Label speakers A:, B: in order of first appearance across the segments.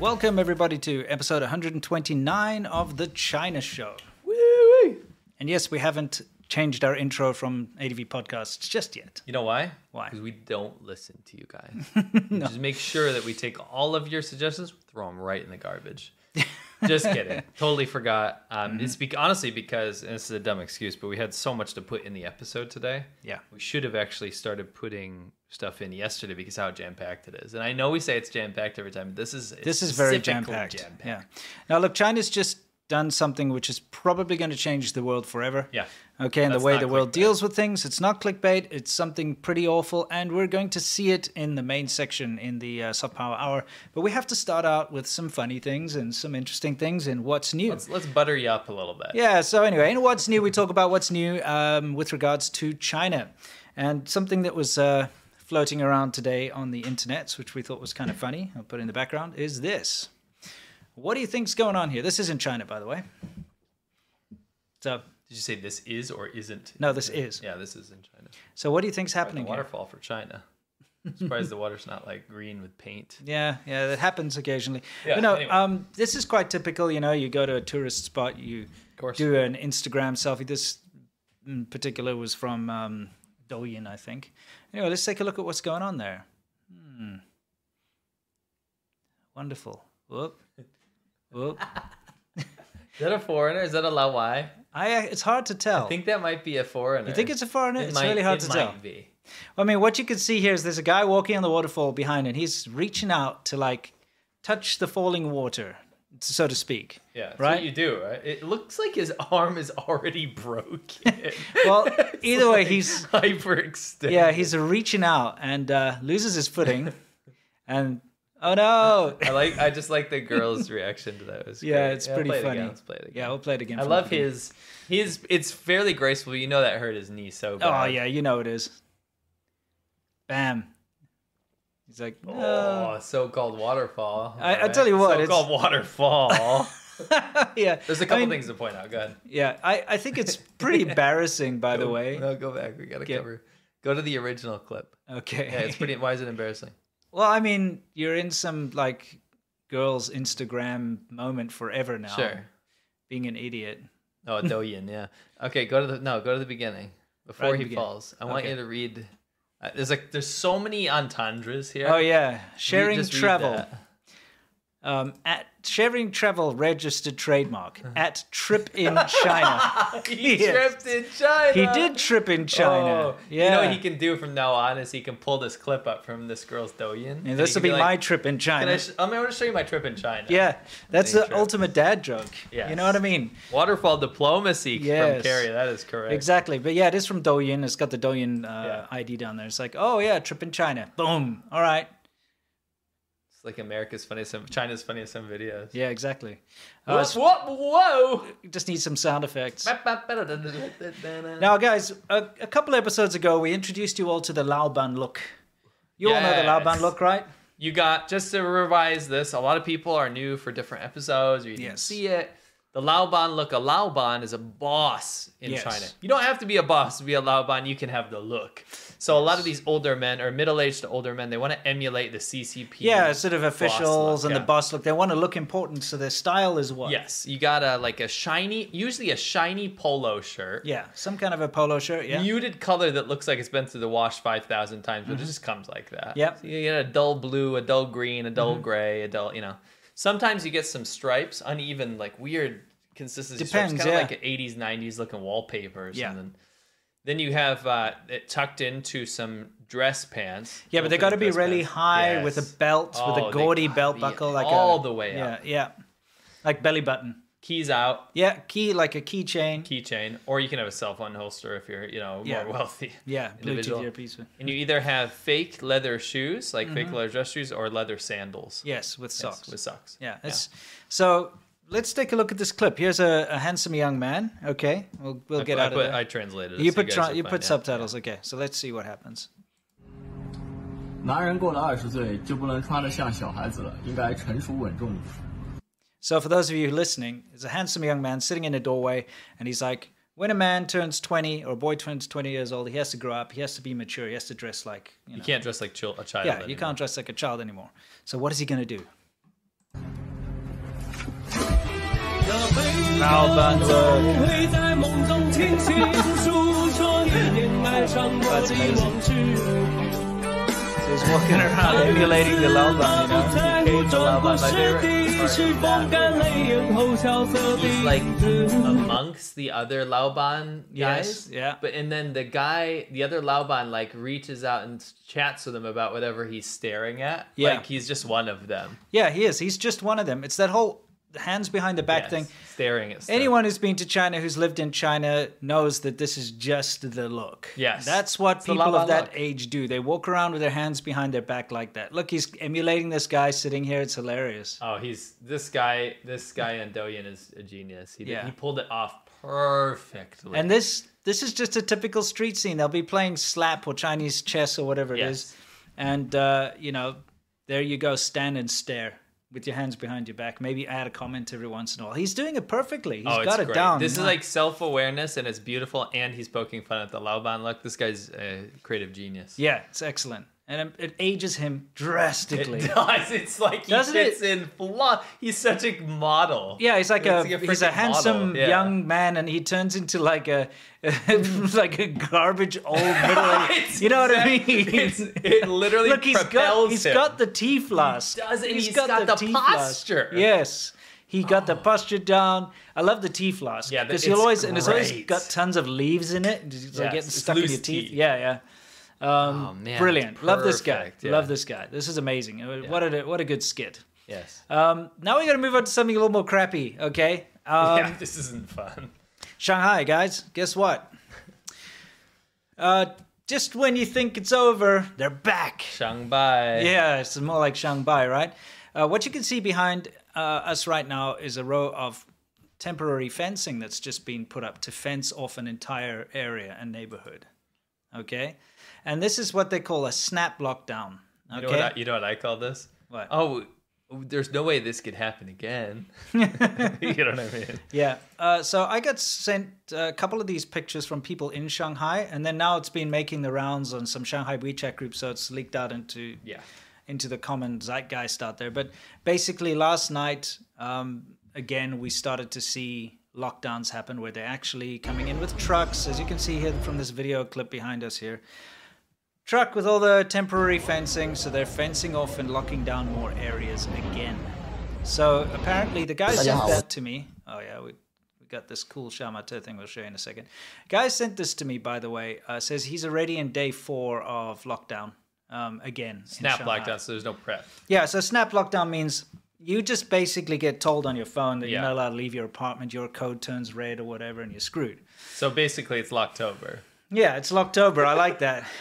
A: Welcome, everybody, to episode 129 of The China Show. And yes, we haven't changed our intro from ADV Podcasts just yet.
B: You know why?
A: Why?
B: Because we don't listen to you guys. We Just make sure that we take all of your suggestions, throw them right in the garbage. Just kidding. Totally forgot. Um,
A: Mm-hmm.
B: It's be- honestly because and this is a dumb excuse, but we had so much to put in the episode today.
A: Yeah.
B: we should have actually started putting stuff in yesterday because how jam packed it is. And I know we say it's jam packed every time. But this is
A: This is very jam packed. Yeah. Now, look, China's just done something which is probably going to change the world forever.
B: Yeah.
A: Okay. And
B: That's
A: the way
B: not
A: the world
B: clickbait.
A: deals with things, it's not clickbait. It's something pretty awful. And we're going to see it in the main section in the uh, Soft Power Hour. But we have to start out with some funny things and some interesting things and what's new.
B: Let's, let's butter you up a little bit.
A: Yeah. So anyway, in what's new, we talk about what's new um, with regards to China, and something that was uh, floating around today on the internet, which we thought was kind of funny. I'll put in the background is this. What do you think's going on here? This is in China, by the way. So
B: Did you say this is or isn't?
A: no, this is.
B: Yeah, this is in China.
A: So what do you think's
B: The
A: happening here?
B: waterfall for China. Surprised the water's not like green with paint.
A: Yeah, yeah, that happens occasionally.
B: Yeah,
A: you know,
B: anyway.
A: um, this is quite typical. You know, you go to a tourist spot, you
B: course.
A: do an Instagram selfie. This in particular was from um, Douyin, I think. Anyway, let's take a look at what's going on there. Hmm. Wonderful. Whoop. Whoop.
B: Is that a foreigner? Is that a Lawai?
A: I, uh, it's hard to tell.
B: I think that might be a foreigner.
A: you think it's a foreigner?
B: It
A: it's
B: might-
A: really hard
B: it
A: to
B: might
A: tell.
B: Be.
A: I mean, what you can see here is there's a guy walking on the waterfall behind, and he's reaching out to like touch the falling water, so to speak.
B: Yeah, that's
A: Right?
B: what you do, right? It looks like his arm is already broken.
A: Well,
B: It's
A: either way,
B: like
A: he's-
B: hyperextended.
A: Yeah, he's reaching out and uh, loses his footing, and oh no!
B: I like. I just like the girl's reaction to that. It was
A: Yeah,
B: great.
A: it's pretty
B: play it
A: funny.
B: Again. Let's play it again.
A: Yeah, we'll play it again.
B: I
A: from
B: love
A: the beginning.
B: his. His. It's fairly graceful. but You know that hurt his knee so bad.
A: Oh yeah, you know it is. Bam. He's like, no.
B: Oh, so-called waterfall.
A: Uh, I- I tell you what, it's-
B: so-called waterfall.
A: yeah.
B: There's a couple
A: I mean,
B: things to point out. Go ahead.
A: Yeah, I, I think it's pretty embarrassing, by the way.
B: No, go back. We gotta
A: Get-
B: cover. Go to the original clip.
A: Okay.
B: Yeah, it's pretty. Why is it embarrassing?
A: Well, I mean, you're in some like girl's Instagram moment forever now.
B: Sure.
A: Being an idiot.
B: Oh, Doyin. Yeah. Okay. Go to the no. Go to the beginning before
A: Right at the
B: he
A: beginning.
B: falls. I want
A: Okay.
B: you to read. Uh, there's like there's so many entendres here.
A: Oh
B: Read-
A: yeah, sharing
B: just read
A: travel.
B: that.
A: Um, at sharing travel registered trademark
B: Uh-huh.
A: at trip in China.
B: he
A: Yes.
B: tripped in China.
A: he did trip in China.
B: Oh,
A: yeah.
B: You know what he can do from now on is he can pull this clip up from this girl's Doyin.
A: and this will be my trip in
B: Can I,
A: China.
B: sh- I'm going to show you my trip in China.
A: yeah, that's the
B: They trip.
A: ultimate dad joke. You
B: Yes.
A: know what I mean?
B: Waterfall diplomacy
A: Yes.
B: from Carrie. That is correct.
A: Exactly. But yeah, it is from Douyin. It's got the Douyin uh,
B: Yeah.
A: ID down there. It's like, oh yeah, trip in China. Boom. All right.
B: It's like America's funniest, China's funniest some videos.
A: Yeah, exactly. Uh,
B: What?
A: so
B: what? Whoa!
A: we just need some sound effects.
B: Now,
A: Now, guys, a, a couple episodes ago, we introduced you all to the Laoban look. You all know the Laoban
B: Yes.
A: look, right?
B: you got just to revise this. A lot of people are new for different episodes, or you didn't
A: Yes.
B: see it. The Laoban look. A Laoban is a boss in
A: Yes.
B: China. You don't have to be a boss to be a Laoban. You can have the look. So a lot of these older men or middle-aged to older men, they want to emulate the CCP.
A: Yeah, sort of
B: boss look,
A: officials and the
B: yeah.
A: boss look. They want to look important, so their style is what?
B: Yes, you got a like a shiny, usually a shiny polo shirt.
A: Yeah, some kind of a polo shirt, yeah.
B: muted color that looks like it's been through the wash 5,000 times, but it just comes like that.
A: Mm-hmm. Yep. Mm-hmm.
B: So you get a dull blue, a dull green, a dull gray, a dull, you know. Sometimes you get some stripes, uneven, like weird consistency
A: Depends,
B: stripes, kind
A: yeah.
B: of like an 80s, 90s looking wallpaper or
A: Yeah.
B: something. Then you have uh, it tucked into some dress pants.
A: yeah, but they
B: open
A: got to be
B: dress
A: really
B: pants.
A: high with
B: Yes.
A: a belt, with
B: Oh,
A: a
B: they
A: gaudy
B: gotta
A: belt
B: be
A: buckle, like
B: all
A: a,
B: the way
A: Yeah,
B: up.
A: yeah, like belly button.
B: Keys out,
A: Yeah, key like a keychain.
B: keychain, or you can have a cell phone holster if you're, you know, more
A: Yeah.
B: wealthy.
A: yeah, Bluetooth
B: individual.
A: earpiece. with-
B: And you either have fake leather shoes, like fake leather dress shoes, or leather sandals.
A: Yes, with
B: Yes,
A: Mm-hmm. socks.
B: With socks.
A: Yeah, it's, so let's take a look at this clip. Here's a, a handsome young man. Okay, we'll we'll
B: I
A: get
B: put-
A: out
B: I put,
A: of there.
B: I translated it.
A: you
B: so
A: put
B: guys
A: tra-
B: will
A: you
B: find
A: put
B: out.
A: subtitles. Okay, so let's see what happens.
C: 男人过了二十岁就不能穿得像小孩子了，应该成熟稳重一点。
A: So, for those of you listening, it's a handsome young man sitting in a doorway, and he's like, when a man turns 20 or a boy turns 20 years old, he has to grow up, he has to be mature, he has to dress like, you know.
B: You can't dress like chil- a child.
A: yeah, you
B: anymore.
A: can't dress like a child anymore. So, what is he going to do?
B: How about look?
D: 会在梦中清醒，诉说你年迈上过的往事。
A: He's walking around emulating the Lauban, you
D: 不
A: know?
D: 在乎这故事的是风干泪眼后萧瑟的
B: He's
D: 影
B: like
D: 子。
B: amongst the other Laoban
A: Yes,
B: guys.
A: yeah.
B: But and then the guy, the other Laoban, like reaches out and chats with him about whatever he's staring at.
A: Yeah.
B: Like he's just one of them.
A: Yeah, he is. He's just one of them. It's that whole hands behind the back
B: Yes,
A: thing.
B: Staring at stuff.
A: Anyone who's been to China, who's lived in China, knows that this is just the look.
B: Yes.
A: That's what
B: It's the
A: people
B: la la
A: of that
B: look.
A: age do. They walk around with their hands behind their back like that. Look, he's emulating this guy sitting here. It's hilarious.
B: Oh, he's this guy. This guy Andoyan is a genius. He did-
A: Yeah.
B: he pulled it off perfectly.
A: And this this is just a typical street scene. They'll be playing slap or Chinese chess or whatever it is,
B: Yes.
A: and uh, you know, there you go, stand and stare with your hands behind your back. Maybe add a comment every once in a while. He's doing it perfectly. He's
B: oh,
A: got
B: it's
A: it
B: great.
A: down.
B: This is like self awareness, and it's beautiful. And he's poking fun at the Laoban look. This guy's a creative genius.
A: yeah, it's excellent, and it, it ages him drastically.
B: It does. It's like he
A: Doesn't
B: fits in flaw. He's such a model.
A: Yeah, he's like a,
B: It's like a
A: he's a
B: freaking
A: handsome
B: model, yeah.
A: young man, and he turns into like a like a garbage old middle.
B: It's
A: you know what I
B: exact-
A: mean?
B: it's- it literally
A: Look, he's got
B: propels
A: he's
B: him.
A: got the tea flask.
B: does, and he's got the
A: tea flask.
B: posture. Oh.
A: Yes. He got the posture down. I love the tea flask.
B: Yeah, but
A: because he'll always
B: it's
A: and it's always
B: great.
A: got tons of leaves in it. It's like
B: Yes,
A: getting
B: it's
A: stuck in
B: loose
A: your teeth.
B: tea.
A: Yeah, yeah. Um,
B: Oh, man,
A: brilliant.
B: it's
A: Love this guy.
B: perfect, yeah.
A: Love this guy. This is amazing. Uh, What a what a good skit.
B: Yes.
A: Um, now we're gonna move on to something a little more crappy. Okay. Um,
B: yeah. This isn't fun.
A: Shanghai, guys, guess what? Uh, just when you think it's over, they're back.
B: Shanghai.
A: Yeah, it's more like Shanghai, right? Uh, what you can see behind uh, us right now is a row of temporary fencing that's just been put up to fence off an entire area and neighborhood. Okay? And this is what they call a snap lockdown. Okay?
B: You know, what I, you know what I call this?
A: What?
B: Oh, there's no way this could happen again. you know what I mean?
A: Yeah. Uh, so I got sent a couple of these pictures from people in Shanghai, and then now it's been making the rounds on some Shanghai WeChat groups, so it's leaked out into
B: Yeah.
A: into the common zeitgeist out there. But basically, last night, um, again, we started to see lockdowns happen where they're actually coming in with trucks, as you can see here from this video clip behind us here. Truck with all the temporary fencing, so they're fencing off and locking down more areas again. So apparently, the guy sent that to me. Oh yeah, we we got this cool Shamata thing we'll show you in a second. Guy sent this to me, by the way. Uh, says he's already in day four of lockdown um, again. in
B: Snap
A: Shanghai.
B: lockdown, so there's no prep.
A: Yeah, so snap lockdown means you just basically get told on your phone that you're
B: Yeah.
A: not allowed to leave your apartment, your code turns red or whatever, and you're screwed.
B: So basically, it's Locktober.
A: Yeah, it's Locktober. I like that.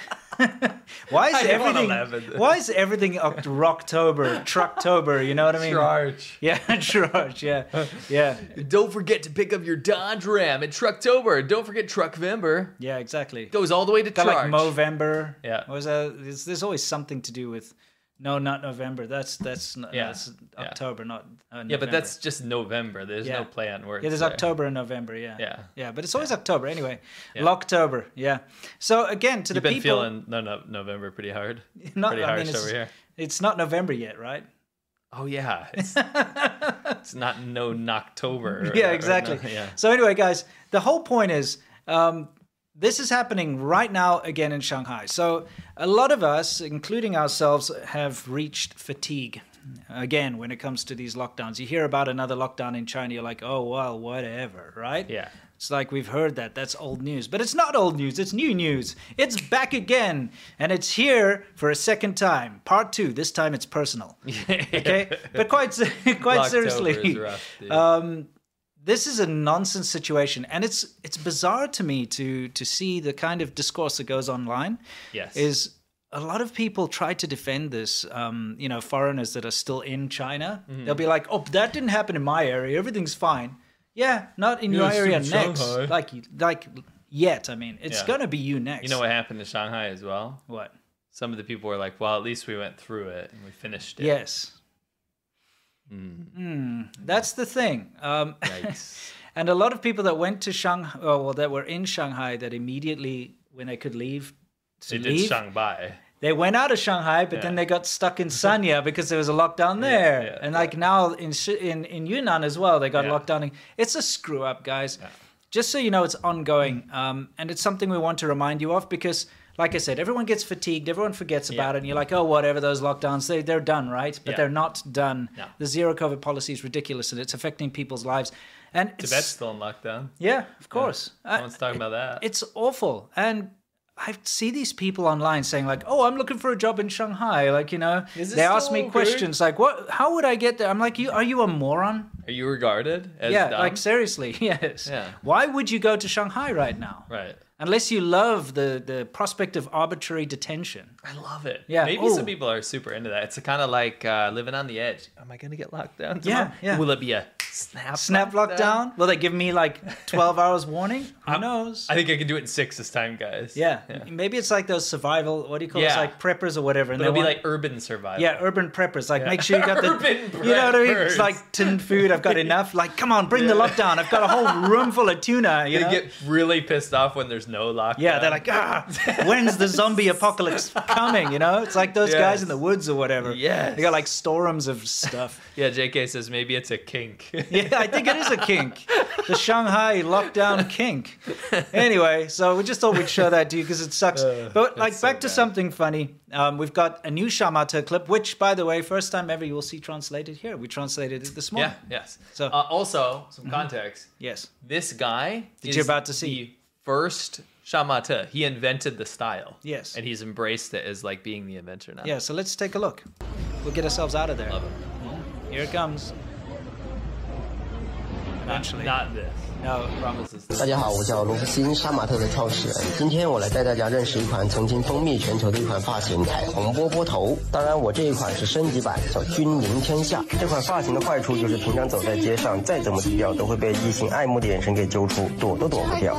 A: why is
B: I don't wanna
A: everything?
B: laugh at this.
A: Why is everything oct- Rocktober, Trucktober? You know what I mean?
B: Charge.
A: Yeah, Trush. Yeah, yeah,
B: Don't forget to pick up your Dodge Ram at Trucktober. Don't forget Truckvember.
A: yeah. Exactly.
B: Goes all the way to
A: Got like
B: Charge.
A: Movember.
B: Yeah.
A: What was that? There's, there's always something to do with. No, not November. That's that's not,
B: Yeah,
A: that's
B: yeah.
A: October, not uh,
B: yeah,
A: November.
B: but that's just November. There's
A: Yeah.
B: no play on words.
A: Yeah, there's
B: there.
A: October and November. Yeah.
B: Yeah.
A: Yeah, but it's always October anyway. Locktober. Yeah. So again, to
B: You've
A: the
B: been
A: people,
B: feeling no, no, November pretty hard.
A: not,
B: pretty
A: I mean,
B: harsh
A: it's-
B: over here.
A: It's not November yet, right?
B: Oh yeah, it's, it's not no October.
A: yeah, exactly.
B: yeah.
A: So anyway, guys, the whole point is um, this is happening right now again in Shanghai. So a lot of us, including ourselves, have reached fatigue. Again, when it comes to these lockdowns, you hear about another lockdown in China, you're like, oh, well, whatever, right?
B: Yeah.
A: It's like we've heard that. That's old news. But it's not old news, it's new news. It's back again, and it's here for a second time. Part two. This time it's personal. Okay? but quite, se- quite
B: October
A: seriously
B: is rough, dude.
A: this is a nonsense situation and it's it's bizarre to me to to see the kind of discourse that goes online
B: Yes.
A: is a lot of people try to defend this um, you know foreigners that are still in china
B: Mm-hmm.
A: they'll be like oh that didn't happen in my area everything's fine yeah not in your
B: it's
A: area
B: in
A: next
B: Shanghai.
A: like like yet i mean it's
B: Yeah.
A: gonna be you next
B: you know what happened to Shanghai as well?
A: what
B: Some of the people were like, "Well, at least we went through it and we finished it."
A: yes
B: Hmm.
A: Mm, that's the thing um,
B: Yikes.
A: And a lot of people that went to oh, Shanghai, well, that were in Shanghai, that immediately when they could leave, to
B: they did
A: leave,
B: Shanghai.
A: They went out of Shanghai, but then
B: Yeah.
A: they got stuck in Sanya because there was a lockdown there.
B: yeah,
A: and like now in Shi- in in Yunnan as well, they got
B: Yeah.
A: locked down. It's a screw up, guys. Just so you know, it's ongoing, um, and it's something we want to remind you of because, like I said, everyone gets fatigued, everyone forgets about it, and you're like, oh, whatever, those lockdowns, they they're done, right? But
B: Yeah.
A: they're not done.
B: No.
A: The zero COVID policy is ridiculous, and it's affecting people's lives. And it's,
B: Tibet's still in lockdown.
A: yeah, of course.
B: No
A: Uh,
B: one's talking about that.
A: it's awful and i see these people online saying like oh i'm looking for a job in shanghai like you know
B: Is this
A: they ask
B: still
A: me
B: okay?
A: questions like what how would i get there i'm like you are you a moron
B: Are you regarded as
A: yeah
B: dumb?
A: like seriously yes
B: Yeah.
A: why would you go to shanghai right now
B: right.
A: unless you love the the prospect of arbitrary detention
B: I love it.
A: Yeah.
B: Maybe
A: Ooh.
B: some people are super into that. It's kind of like uh, living on the edge. Am I going to get locked down? Tomorrow?
A: yeah.
B: Will it be a snap?
A: snap lockdown will they give me like 12 hours warning who
B: I'm-
A: knows
B: I think I can do it in six this time, guys.
A: yeah.
B: yeah.
A: maybe it's like those survival what do you call it
B: Yeah.
A: like preppers or whatever and
B: But it'll
A: they
B: be
A: want-
B: like urban survival.
A: Yeah, urban preppers. Like, make sure you got the.
B: Urban
A: you know what I mean? It's
B: preppers.
A: like tinned food. I've got enough. Like, come on, bring the lockdown. I've got a whole room full of tuna. You
B: They
A: know?
B: get really pissed off when there's no lockdown.
A: yeah, they're like, ah, when's the zombie apocalypse coming? You know, it's like those guys
B: Yes.
A: in the woods or whatever.
B: Yes.
A: they got like storms of stuff.
B: yeah. JK says maybe it's a kink.
A: Yeah, I think it is a kink. The Shanghai lockdown kink. Anyway, so we just thought we'd show that to you because it sucks.
B: Uh,
A: but like
B: that's so
A: back to
B: bad.
A: something funny. Um, we've got a new Shamata clip, which, by the way, first time ever you will see translated here. We translated it this morning.
B: yeah. Yes.
A: So-
B: So uh, also some context.
A: Yes.
B: This guy
A: That you're about to see.
B: the first shamata. He invented the style.
A: Yes.
B: And he's embraced it as like being the inventor now.
A: Yeah. So let's take a look. We'll get ourselves out of there. Mm-hmm.
B: Love it.
A: Here it comes. Eventually.
B: Not this.
A: No.
B: Promises.
E: 大家好，我叫罗布辛，杀马特的创始人。今天我来带大家认识一款曾经风靡全球的一款发型——彩虹波波头。当然，我这一款是升级版，叫君临天下。这款发型的坏处就是，平常走在街上，再怎么低调，都会被异性爱慕的眼神给揪出，躲都躲不掉。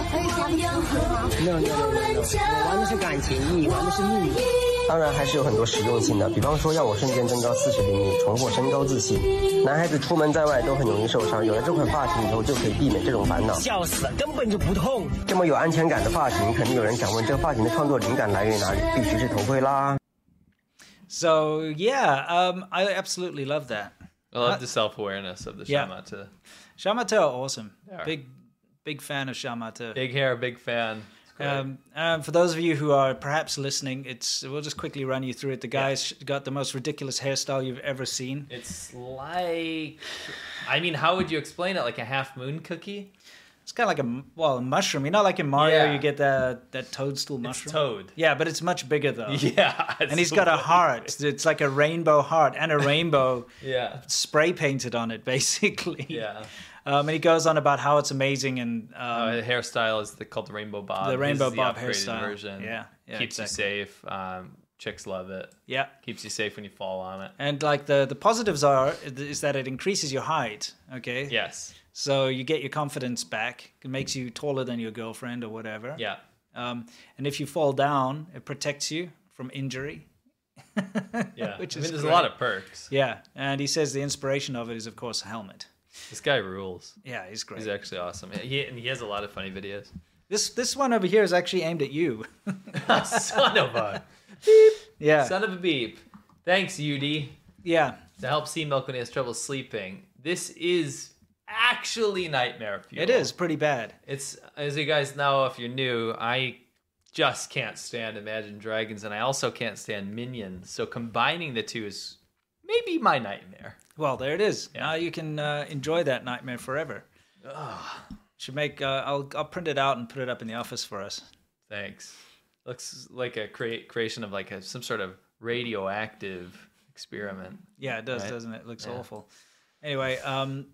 F: 玩的是感情意，玩的是秘密。
E: 当然还是有很多实用性的，比方说要我瞬间增高四十厘米，重获身高自信。男孩子出门在外都很容易受伤，有了这款发型以后就可以避免这种烦恼。
F: 笑死了，根本就不痛。
E: 这么有安全感的发型，肯定有人想问，这发型的创作灵感来源于哪里？必须是头盔啦。
A: So yeah, um, I absolutely love that.
B: I love the self awareness of the
A: Yeah.
B: shamata.
A: Shamata are awesome.
B: Yeah.
A: Big, big fan of Shamata.
B: Big hair, big fan. It's great.
A: Um, um, for those of you who are perhaps listening, it's we'll just quickly run you through it. The guy's got the most ridiculous hairstyle you've ever seen.
B: It's like, I mean, how would you explain it? Like a half moon cookie?
A: It's kind of like a m- well a mushroom. You know, like in Mario,
B: Yeah.
A: you get that that toadstool mushroom.
B: toad.
A: Yeah, but it's much bigger though.
B: Yeah.
A: And he's got a heart. It's like a rainbow heart and a rainbow
B: Yeah.
A: spray painted on it, basically.
B: Yeah.
A: Um, and he goes on about how it's amazing and um,
B: Uh, the hairstyle is the, called the rainbow bob.
A: The
B: His
A: rainbow
B: is the
A: bob
B: upgraded
A: hairstyle.
B: version.
A: Yeah. Yeah,
B: Keeps you safe. Um, chicks love it.
A: yeah.
B: Keeps you safe when you fall on it.
A: And like the the positives are is that it increases your height. Okay.
B: Yes.
A: So you get your confidence back. It makes you taller than your girlfriend or whatever.
B: Yeah.
A: Um, and if you fall down, it protects you from injury.
B: Yeah.
A: Which
B: I mean,
A: is
B: there's
A: great.
B: a lot of perks.
A: Yeah. And he says the inspiration of it is, of course, a helmet.
B: This guy rules.
A: Yeah, he's great.
B: He's actually awesome. He, and he has a lot of funny videos.
A: This this one over here is actually aimed at you.
B: Son of a.
A: Yeah.
B: Son of a beep. Thanks, UD.
A: yeah.
B: to help Sea Milk when he has trouble sleeping. This is actually nightmare fuel.
A: It is pretty bad.
B: It's as you guys know, if you're new, I just can't stand Imagine Dragons, and I also can't stand Minions. So combining the two is maybe my nightmare.
A: Well, there it is. Now you can uh, enjoy that nightmare forever. Should make. Uh, I'll I'll print it out and put it up in the office for us.
B: Thanks. Looks like a crea- creation of like a, some sort of radioactive experiment.
A: Yeah, it does,
B: Right.
A: doesn't it? It looks awful. Anyway, um,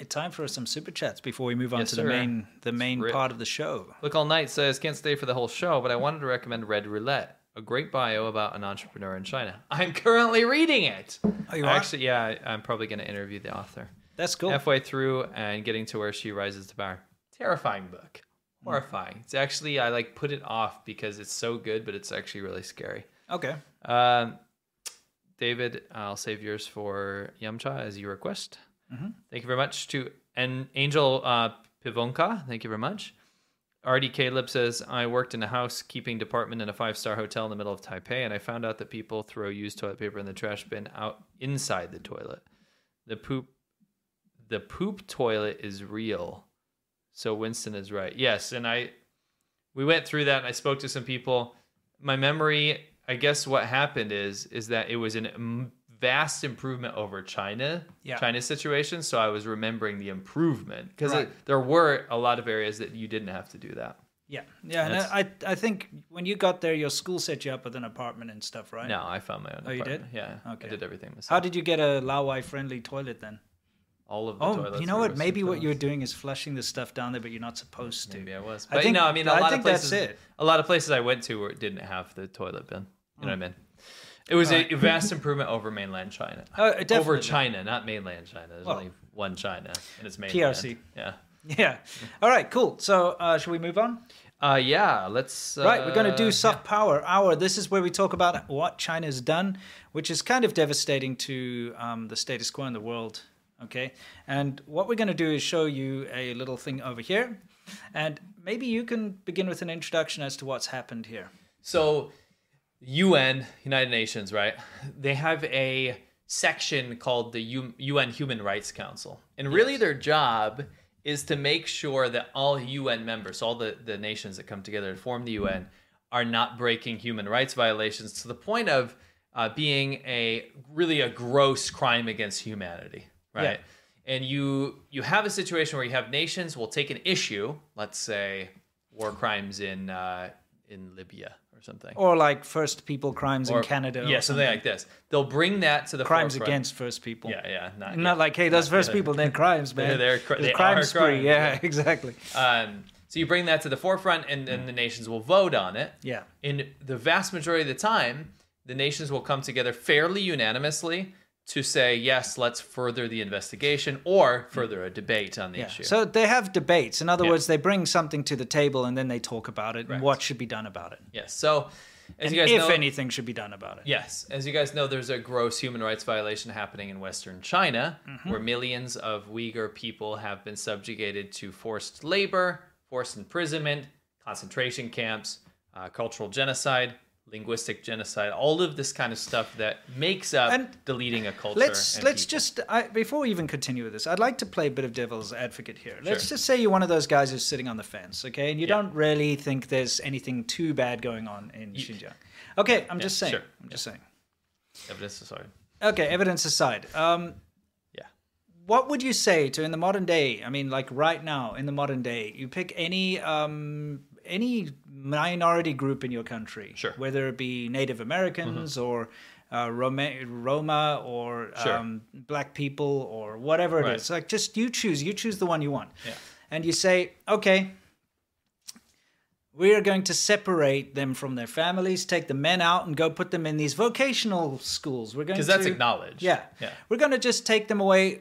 A: it's time for some super chats before we move on
B: Yes,
A: to the
B: sir.
A: main the main
B: rip.
A: part of the show.
B: Look All Night says, can't stay for the whole show, but I wanted to recommend Red Roulette, a great bio about an entrepreneur in China. I'm currently reading it.
A: Oh, you
B: I
A: are?
B: Actually, yeah, I- I'm probably going to interview the author.
A: That's cool.
B: Halfway through and getting to where she rises to power. Terrifying book. Horrifying. It's actually, I like put it off because it's so good, but it's actually really scary.
A: okay.
B: Um, David, I'll save yours for Yamcha as you request. Thank you very much to and Angel uh, Pivonka. Thank you very much. RD Caleb says, I worked in a housekeeping department in a five star hotel in the middle of Taipei, and I found out that people throw used toilet paper in the trash bin out inside the toilet. The poop the poop toilet is real. So Winston is right. Yes, and I we went through that and I spoke to some people. My memory, I guess what happened is is that it was an im- vast improvement over China,
A: Yeah.
B: China's situation, so I was remembering the improvement because
A: Right.
B: there were a lot of areas that you didn't have to do that.
A: Yeah, yeah, and
B: That's-
A: I I think when you got there, your school set you up with an apartment and stuff, right?
B: No, I found my own.
A: Oh, you
B: apartment.
A: did?
B: Yeah,
A: Okay.
B: I did everything myself.
A: How did you get a Lawai friendly toilet then?
B: all of the
A: Oh,
B: toilets?
A: you know
B: were
A: what?
B: Western
A: Maybe what you were
B: toilets.
A: doing is flushing the stuff down there, but you're not supposed to.
B: Maybe I was.
A: I
B: But
A: think-
B: no, I mean, a
A: I
B: lot
A: think
B: of places.
A: that's it.
B: A lot of places I went to were, didn't have the toilet bin. You
A: Mm.
B: know what I mean? It was a vast improvement over mainland China.
A: Oh, definitely.
B: Over China, not mainland China. There's
A: Well,
B: only one China, and it's mainland.
A: PRC.
B: Yeah.
A: Yeah. All right. Cool. So, uh, should we move on?
B: Uh, yeah. Let's. Uh,
A: Right, we're going to do soft power hour. This is where we talk about what China's done, which is kind of devastating to um, the status quo in the world. Okay, and what we're going to do is show you a little thing over here, and maybe you can begin with an introduction as to what's happened here.
B: So, UN, United Nations, right? They have a section called the U- UN Human Rights Council. And really, their job is to make sure that all UN members, all the, the nations that come together and form the UN, are not breaking human rights violations to the point of uh, being a really a gross crime against humanity, right? And you you have a situation where you have nations will take an issue, let's say war crimes in uh, in Libya or something,
A: Or like first people crimes
B: or-
A: in Canada.
B: Yeah,
A: or
B: something like this. They'll bring that to the
A: crimes
B: forefront.
A: against first people.
B: Yeah, yeah, not,
A: Not
B: yeah.
A: like hey, those first
B: yeah.
A: people, then crimes, man.
B: They're- they're cr-
A: There's
B: they
A: crime
B: are
A: spree.
B: crimes,
A: yeah,
B: yeah.
A: exactly.
B: Um, so you bring that to the forefront, and then the nations will vote on it.
A: Yeah.
B: In the vast majority of the time, the nations will come together fairly unanimously to say yes, let's further the investigation or further a debate on the
A: Yeah.
B: issue.
A: So they have debates. In other
B: Yeah.
A: words, they bring something to the table and then they talk about it and
B: Right.
A: what should be done about it.
B: yes. So as
A: And
B: you guys
A: if
B: know,
A: anything should be done about it.
B: Yes, as you guys know, there's a gross human rights violation happening in Western China,
A: Mm-hmm.
B: where millions of Uyghur people have been subjugated to forced labor, forced imprisonment, concentration camps, uh, cultural genocide, linguistic genocide, all of this kind of stuff that makes up
A: And
B: deleting a culture.
A: Let's
B: and
A: let's
B: people.
A: just I, before we even continue with this, I'd like to play a bit of devil's advocate here. Let's just say you're one of those guys who's sitting on the fence, okay, and you
B: Yeah.
A: don't really think there's anything too bad going on in Xinjiang. Okay, I'm just saying.
B: sure.
A: I'm just saying.
B: evidence. Sorry.
A: Okay, evidence aside, um,
B: Yeah.
A: what would you say to in the modern day? I mean, like right now in the modern day, you pick any um, any minority group in your country,
B: Sure. Mm-hmm.
A: whether it be Native Americans or uh, Roma, Roma or
B: Sure.
A: um, Black people or whatever it is.
B: Right.
A: Like just you choose, you choose the one you want,
B: Yeah.
A: and you say, okay, we are going to separate them from their families, take the men out, and go put them in these vocational schools. We're going
B: Because that's
A: to-
B: acknowledged.
A: Yeah,
B: Yeah.
A: we're going to just take them away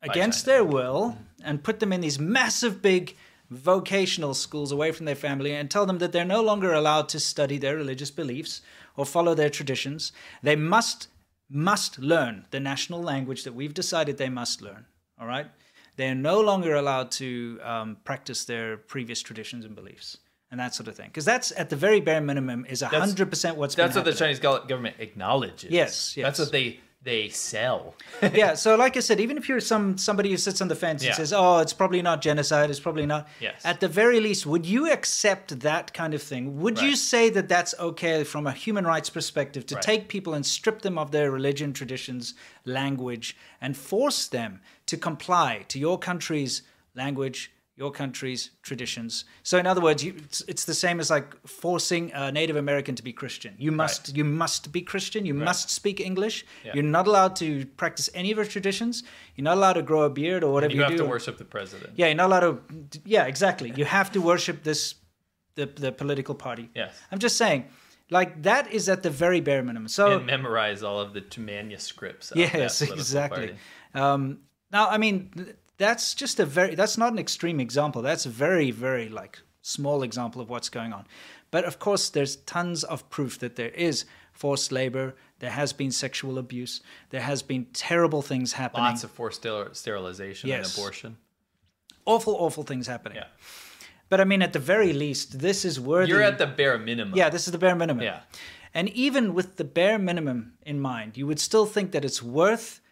A: against
B: China.
A: their will and put them in these massive, big vocational schools away from their family and tell them that they're no longer allowed to study their religious beliefs or follow their traditions. They must must learn the national language that we've decided they must learn. All right. They're no longer allowed to um, practice their previous traditions and beliefs and that sort of thing. Because that's at the very bare minimum is 100% what's been
B: That's what the
A: happening.
B: Chinese go- government acknowledges.
A: Yes, yes.
B: That's what they they sell.
A: yeah so like i said even if you're some somebody who sits on the fence and
B: Yeah.
A: says oh it's probably not genocide it's probably not
B: Yes.
A: at the very least would you accept that kind of thing would you
B: Right.
A: say that that's okay from a human rights perspective to
B: Right.
A: take people and strip them of their religion traditions language and force them to comply to your country's language your country's traditions. So, in other words, you, it's, it's the same as like forcing a Native American to be Christian. You must, you must be Christian. You must speak English.
B: Yeah.
A: You're not allowed to practice any of your traditions. You're not allowed to grow a beard or whatever
B: You,
A: you,
B: have
A: do.
B: to worship the president.
A: Yeah, you're not allowed to. Yeah, exactly. You have to worship this, the the political party.
B: Yes.
A: I'm just saying, like that is at the very bare minimum. So
B: and memorize all of the t- manuscripts. Of that
A: yes,
B: political
A: exactly.
B: party.
A: Um, now, I mean, th- that's just a very that's not an extreme example. That's a very very like small example of what's going on. But of course, there's tons of proof that there is forced labor. There has been sexual abuse. There has been terrible things happening.
B: Lots of forced steril- sterilization
A: Yes.
B: and abortion.
A: awful, awful things happening.
B: Yeah.
A: But I mean, at the very least, this is worthy.
B: You're at the bare minimum.
A: yeah, this is the bare minimum.
B: Yeah.
A: And even with the bare minimum in mind, you would still think that it's worth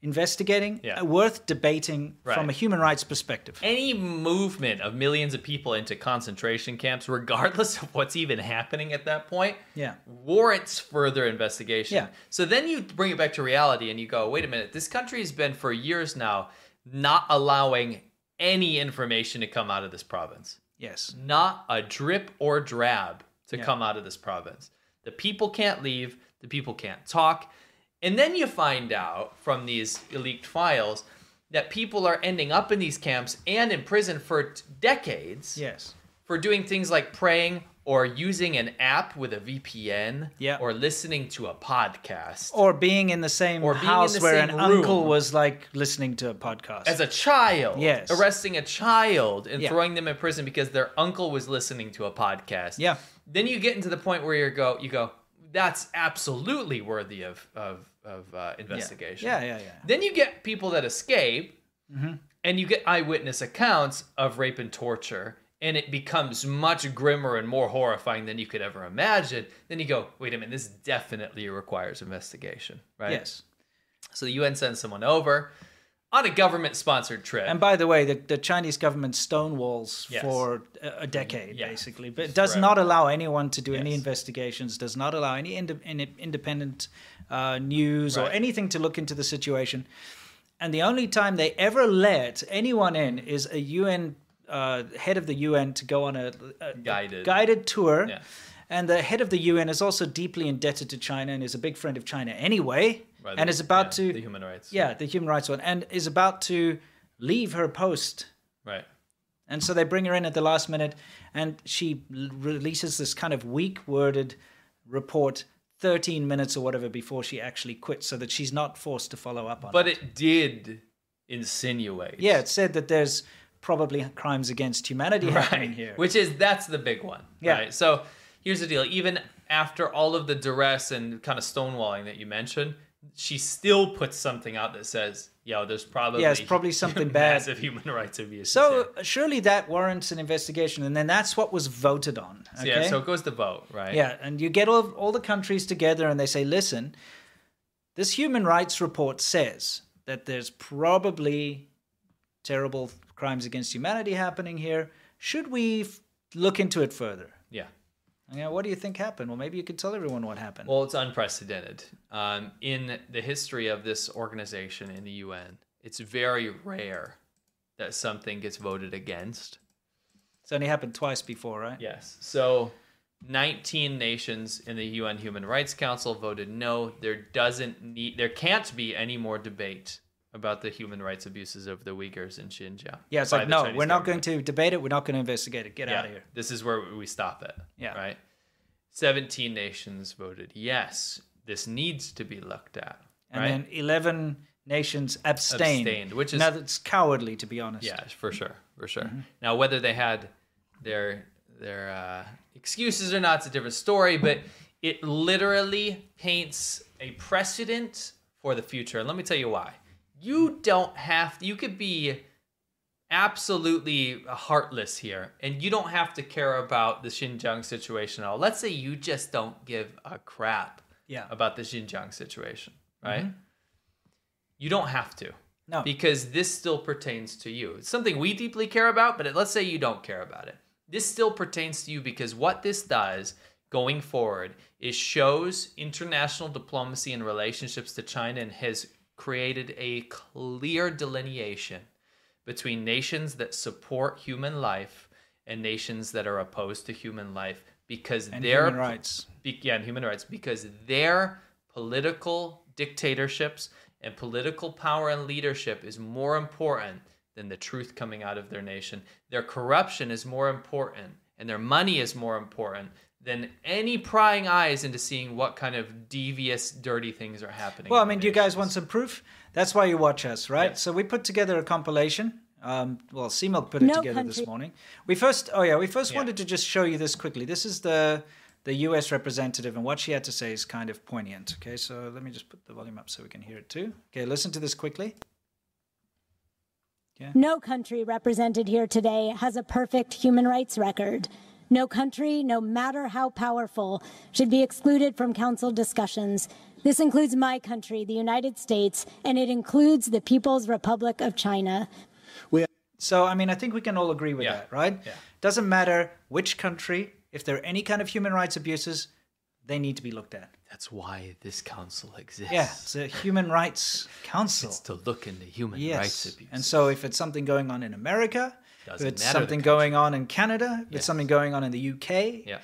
A: investigating,
B: Yeah.
A: uh, worth debating
B: Right.
A: from a human rights perspective.
B: Any movement of millions of people into concentration camps, regardless of what's even happening at that point,
A: Yeah.
B: warrants further investigation.
A: Yeah.
B: So then you bring it back to reality and you go, wait a minute, this country has been for years now not allowing any information to come out of this province.
A: Yes.
B: Not a drip or drab to come out of this province. The people can't leave, the people can't talk. And then you find out from these leaked files that people are ending up in these camps and in prison for t- decades
A: Yes.
B: for doing things like praying or using an app with a VPN
A: Yeah.
B: or listening to a podcast.
A: Or being in the same
B: Or being in
A: house
B: the
A: where
B: same
A: an
B: room.
A: uncle was like listening to a podcast.
B: As a child,
A: Yes.
B: arresting a child and
A: Yeah.
B: throwing them in prison because their uncle was listening to a podcast.
A: Yeah.
B: Then you get into the point where you go, you go, that's absolutely worthy of of, of uh, investigation.
A: Yeah, yeah, Mm-hmm. yeah.
B: Then you get people that escape, and you get eyewitness accounts of rape and torture, and it becomes much grimmer and more horrifying than you could ever imagine. Then you go, wait a minute, this definitely requires investigation, right?
A: Yes.
B: So the UN sends someone over on a government-sponsored trip.
A: And by the way, the, the Chinese government stonewalls
B: Yes.
A: for a, a decade,
B: Yeah.
A: basically, but it does
B: Forever.
A: not allow anyone to do any
B: Yes.
A: investigations, does not allow any inde- any independent uh, news or
B: Right.
A: anything to look into the situation. And the only time they ever let anyone in is a UN uh, head of the UN to go on a, a
B: Guided.
A: guided tour.
B: Yeah.
A: And the head of the UN is also deeply indebted to China and is a big friend of China anyway,
B: Right,
A: and
B: the-
A: is about
B: yeah,
A: to
B: the human rights.
A: yeah, the human rights one, and is about to leave her post.
B: Right.
A: And so they bring her in at the last minute, and she l- releases this kind of weak worded report 13 minutes or whatever before she actually quits so that she's not forced to follow up on
B: But
A: it.
B: it did insinuate.
A: Yeah, it said that there's probably crimes against humanity happening here.
B: Which is that's the big one.
A: Yeah.
B: Right. So here's the deal. Even after all of the duress and kind of stonewalling that you mentioned, she still puts something out that says, "Yo, there's probably
A: Yeah, it's probably something bad."
B: massive human rights abuses."
A: so
B: here."
A: surely that warrants an investigation, and then that's what was voted on. Okay?
B: yeah, so it goes to vote, right?
A: Yeah, and you get all, all the countries together and they say, listen, this human rights report says that there's probably terrible crimes against humanity happening here. Should we f- look into it further?
B: Yeah.
A: You know, what do you think happened? Well, maybe you could tell everyone what happened.
B: Well, it's unprecedented um, in the history of this organization in the UN. It's very rare that something gets voted against.
A: it's only happened twice before, right?
B: Yes. So 19 nations in the UN Human Rights Council voted no. There doesn't need there can't be any more debate about the human rights abuses of the Uyghurs in Xinjiang.
A: Yeah, it's
B: by
A: like,
B: the
A: no,
B: Chinese
A: we're not
B: government.
A: going to debate it. We're not going to investigate it. Get out of here.
B: This is where we stop it.
A: Yeah.
B: Right? 17 nations voted yes. This needs to be looked at.
A: And
B: right?
A: then 11 nations abstained.
B: Abstained, which is-
A: Now, that's cowardly, to be honest.
B: Yeah, for sure, for sure. Now, whether they had their their uh, excuses or not, it's a different story. But it literally paints a precedent for the future, and let me tell you why. You don't have. You could be absolutely heartless here, and you don't have to care about the Xinjiang situation at all. Let's say you just don't give a crap
A: Yeah.
B: about the Xinjiang situation, right? You don't have to.
A: No.
B: Because this still pertains to you. It's something we deeply care about, but let's say you don't care about it. This still pertains to you because what this does going forward is shows international diplomacy and relationships to China and has created a clear delineation between nations that support human life and nations that are opposed to human life because
A: And
B: their
A: human rights.
B: be, yeah, and human rights because their political dictatorships and political power and leadership is more important than the truth coming out of their nation. Their corruption is more important and their money is more important than any prying eyes into seeing what kind of devious, dirty things are happening.
A: Well, I
B: in
A: mean,
B: their
A: do you guys
B: nations.
A: want some proof? That's why you watch us, right?
B: Yeah.
A: So we put together a compilation. Um, well, C Milk put it
G: No
A: together this
G: country-
A: morning. We first, oh yeah, we first wanted to just show you this quickly. This is the the U.S. representative, and what she had to say is kind of poignant. Okay, so let me just put the volume up so we can hear it too. Okay, listen to this quickly.
G: No country represented here today has a perfect human rights record. No country, no matter how powerful, should be excluded from council discussions. This includes my country, the United States, and it includes the People's Republic of China.
A: So, I mean, I think we can all agree with
B: Yeah.
A: that, right?
B: Yeah.
A: Doesn't matter which country, if there are any kind of human rights abuses, they need to be looked at.
B: That's why this council exists.
A: Yeah, it's a human rights council.
B: It's to look into human
A: yes.
B: rights abuse.
A: And so, if it's something going on in America,
B: Doesn't
A: if it's
B: matter the
A: something
B: country.
A: going on in Canada, if
B: Yes.
A: it's something going on in the UK,
B: yeah.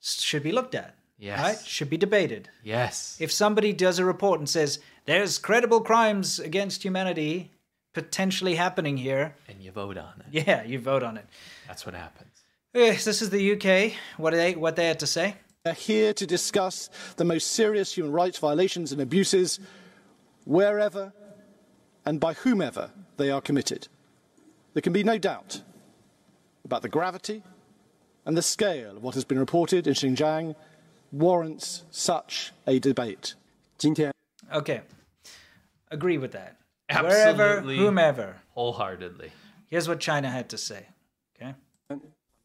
A: s- should be looked at.
B: Yes.
A: Right? Should be debated.
B: Yes.
A: If somebody does a report and says there's credible crimes against humanity potentially happening here,
B: and you vote on it.
A: yeah, you vote on it.
B: That's what happens.
A: Yes, this is the UK. What are they what they had to say?
H: They're here to discuss the most serious human rights violations and abuses wherever and by whomever they are committed. There can be no doubt about the gravity and the scale of what has been reported in Xinjiang warrants such a debate.
E: 今天。
A: Okay. Agree with that.
B: Absolutely.
A: Wherever, whomever.
B: Wholeheartedly.
A: Here's what China had to say. Okay.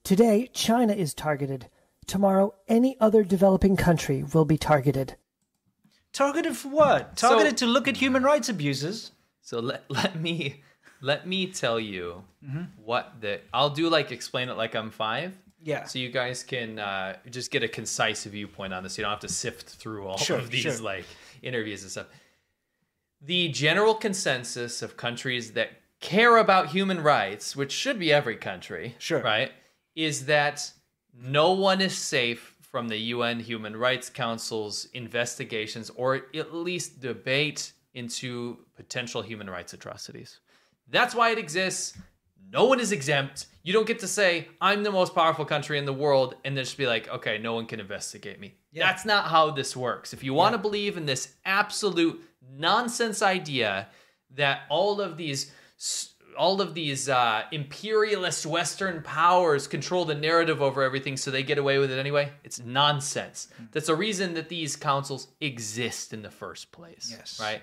I: Today, China is targeted. Tomorrow, any other developing country will be targeted.
A: Targeted for what? Targeted to look at human rights abuses.
B: So let let me let me tell you
A: Mm-hmm.
B: what the I'll do like explain it like I'm five.
A: Yeah.
B: So you guys can uh, just get a concise viewpoint on this. You don't have to sift through all
A: Sure,
B: of these
A: sure.
B: like interviews and stuff. The general consensus of countries that care about human rights, which should be every country,
A: Sure.
B: right, is that no one is safe from the UN Human Rights Council's investigations or at least debate into potential human rights atrocities. That's why it exists. No one is exempt. You don't get to say, I'm the most powerful country in the world, and then just be like, okay, no one can investigate me. That's not how this works. If you want to believe in this absolute nonsense idea that all of these s- all of these uh, imperialist Western powers control the narrative over everything, so they get away with it anyway. It's nonsense. That's the reason that these councils exist in the first place.
A: Yes.
B: Right.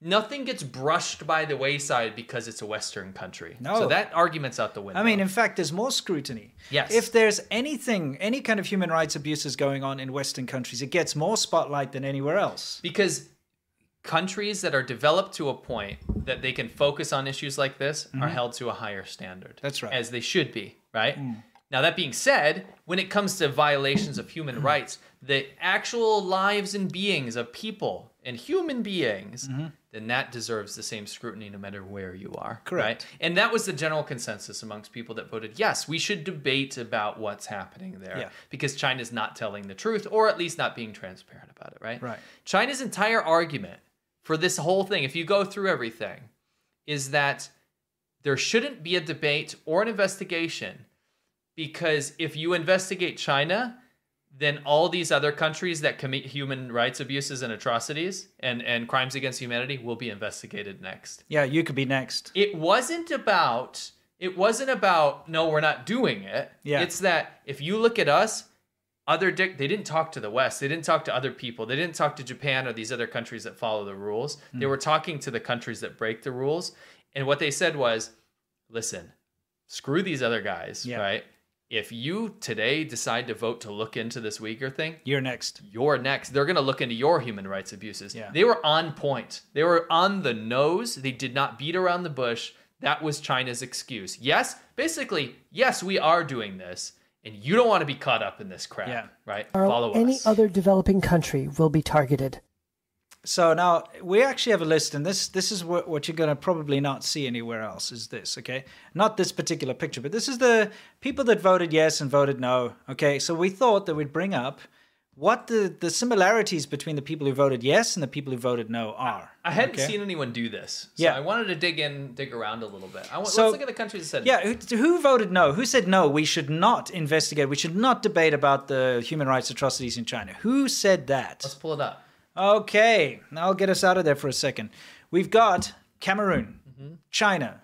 B: Nothing gets brushed by the wayside because it's a Western country.
A: No.
B: So that argument's out the window.
A: I mean, in fact, there's more scrutiny.
B: Yes.
A: If there's anything, any kind of human rights abuses going on in Western countries, it gets more spotlight than anywhere else.
B: because countries that are developed to a point that they can focus on issues like this are held to a higher standard.
A: Mm-hmm. That's right. Mm.
B: As they should be, right? Now that being said, when it comes to violations of human
A: Mm-hmm.
B: rights, the actual lives and beings of people and human beings,
A: Mm-hmm.
B: then that deserves the same scrutiny no matter where you are.
A: Correct.
B: Right? And that was the general consensus amongst people that voted yes, we should debate about what's happening there
A: Yeah.
B: because China's not telling the truth or at least not being transparent about it, right?
A: Right.
B: China's entire argument for this whole thing, if you go through everything, is that there shouldn't be a debate or an investigation because if you investigate China, then all these other countries that commit human rights abuses and atrocities and, and crimes against humanity will be investigated next
A: Yeah, you could be next.
B: it wasn't about it wasn't about no we're not doing it
A: Yeah.
B: it's that if you look at us other dic- they didn't talk to the west they didn't talk to other people they didn't talk to japan or these other countries that follow the rules they
A: Hmm.
B: were talking to the countries that break the rules and what they said was listen screw these other guys
A: Yeah.
B: right if you today decide to vote to look into this uyghur thing
A: You're next.
B: your next. They're going to look into your human rights abuses.
A: Yeah.
B: They were on point. They were on the nose. They did not beat around the bush. That was China's excuse. Yes, basically, yes, we are doing this, and you don't want to be caught up in this crap,
A: Yeah.
B: right?
I: Tomorrow,
B: Follow
I: any
B: us.
I: other developing country will be targeted.
A: So now we actually have a list, and this this is what, what you're going to probably not see anywhere else. Is this okay? Not this particular picture, but this is the people that voted yes and voted no. Okay, so we thought that we'd bring up what the the similarities between the people who voted yes and the people who voted no are.
B: I hadn't
A: okay?
B: seen anyone do this, so
A: Yeah.
B: I wanted to dig in, dig around a little bit. I want,
A: So-
B: let's look at the countries that said
A: Yeah, who, who voted no? Who said no? We should not investigate. We should not debate about the human rights atrocities in China. Who said that?
B: Let's pull it up.
A: Okay, now I'll get us out of there for a second. We've got Cameroon,
B: Mm-hmm.
A: China,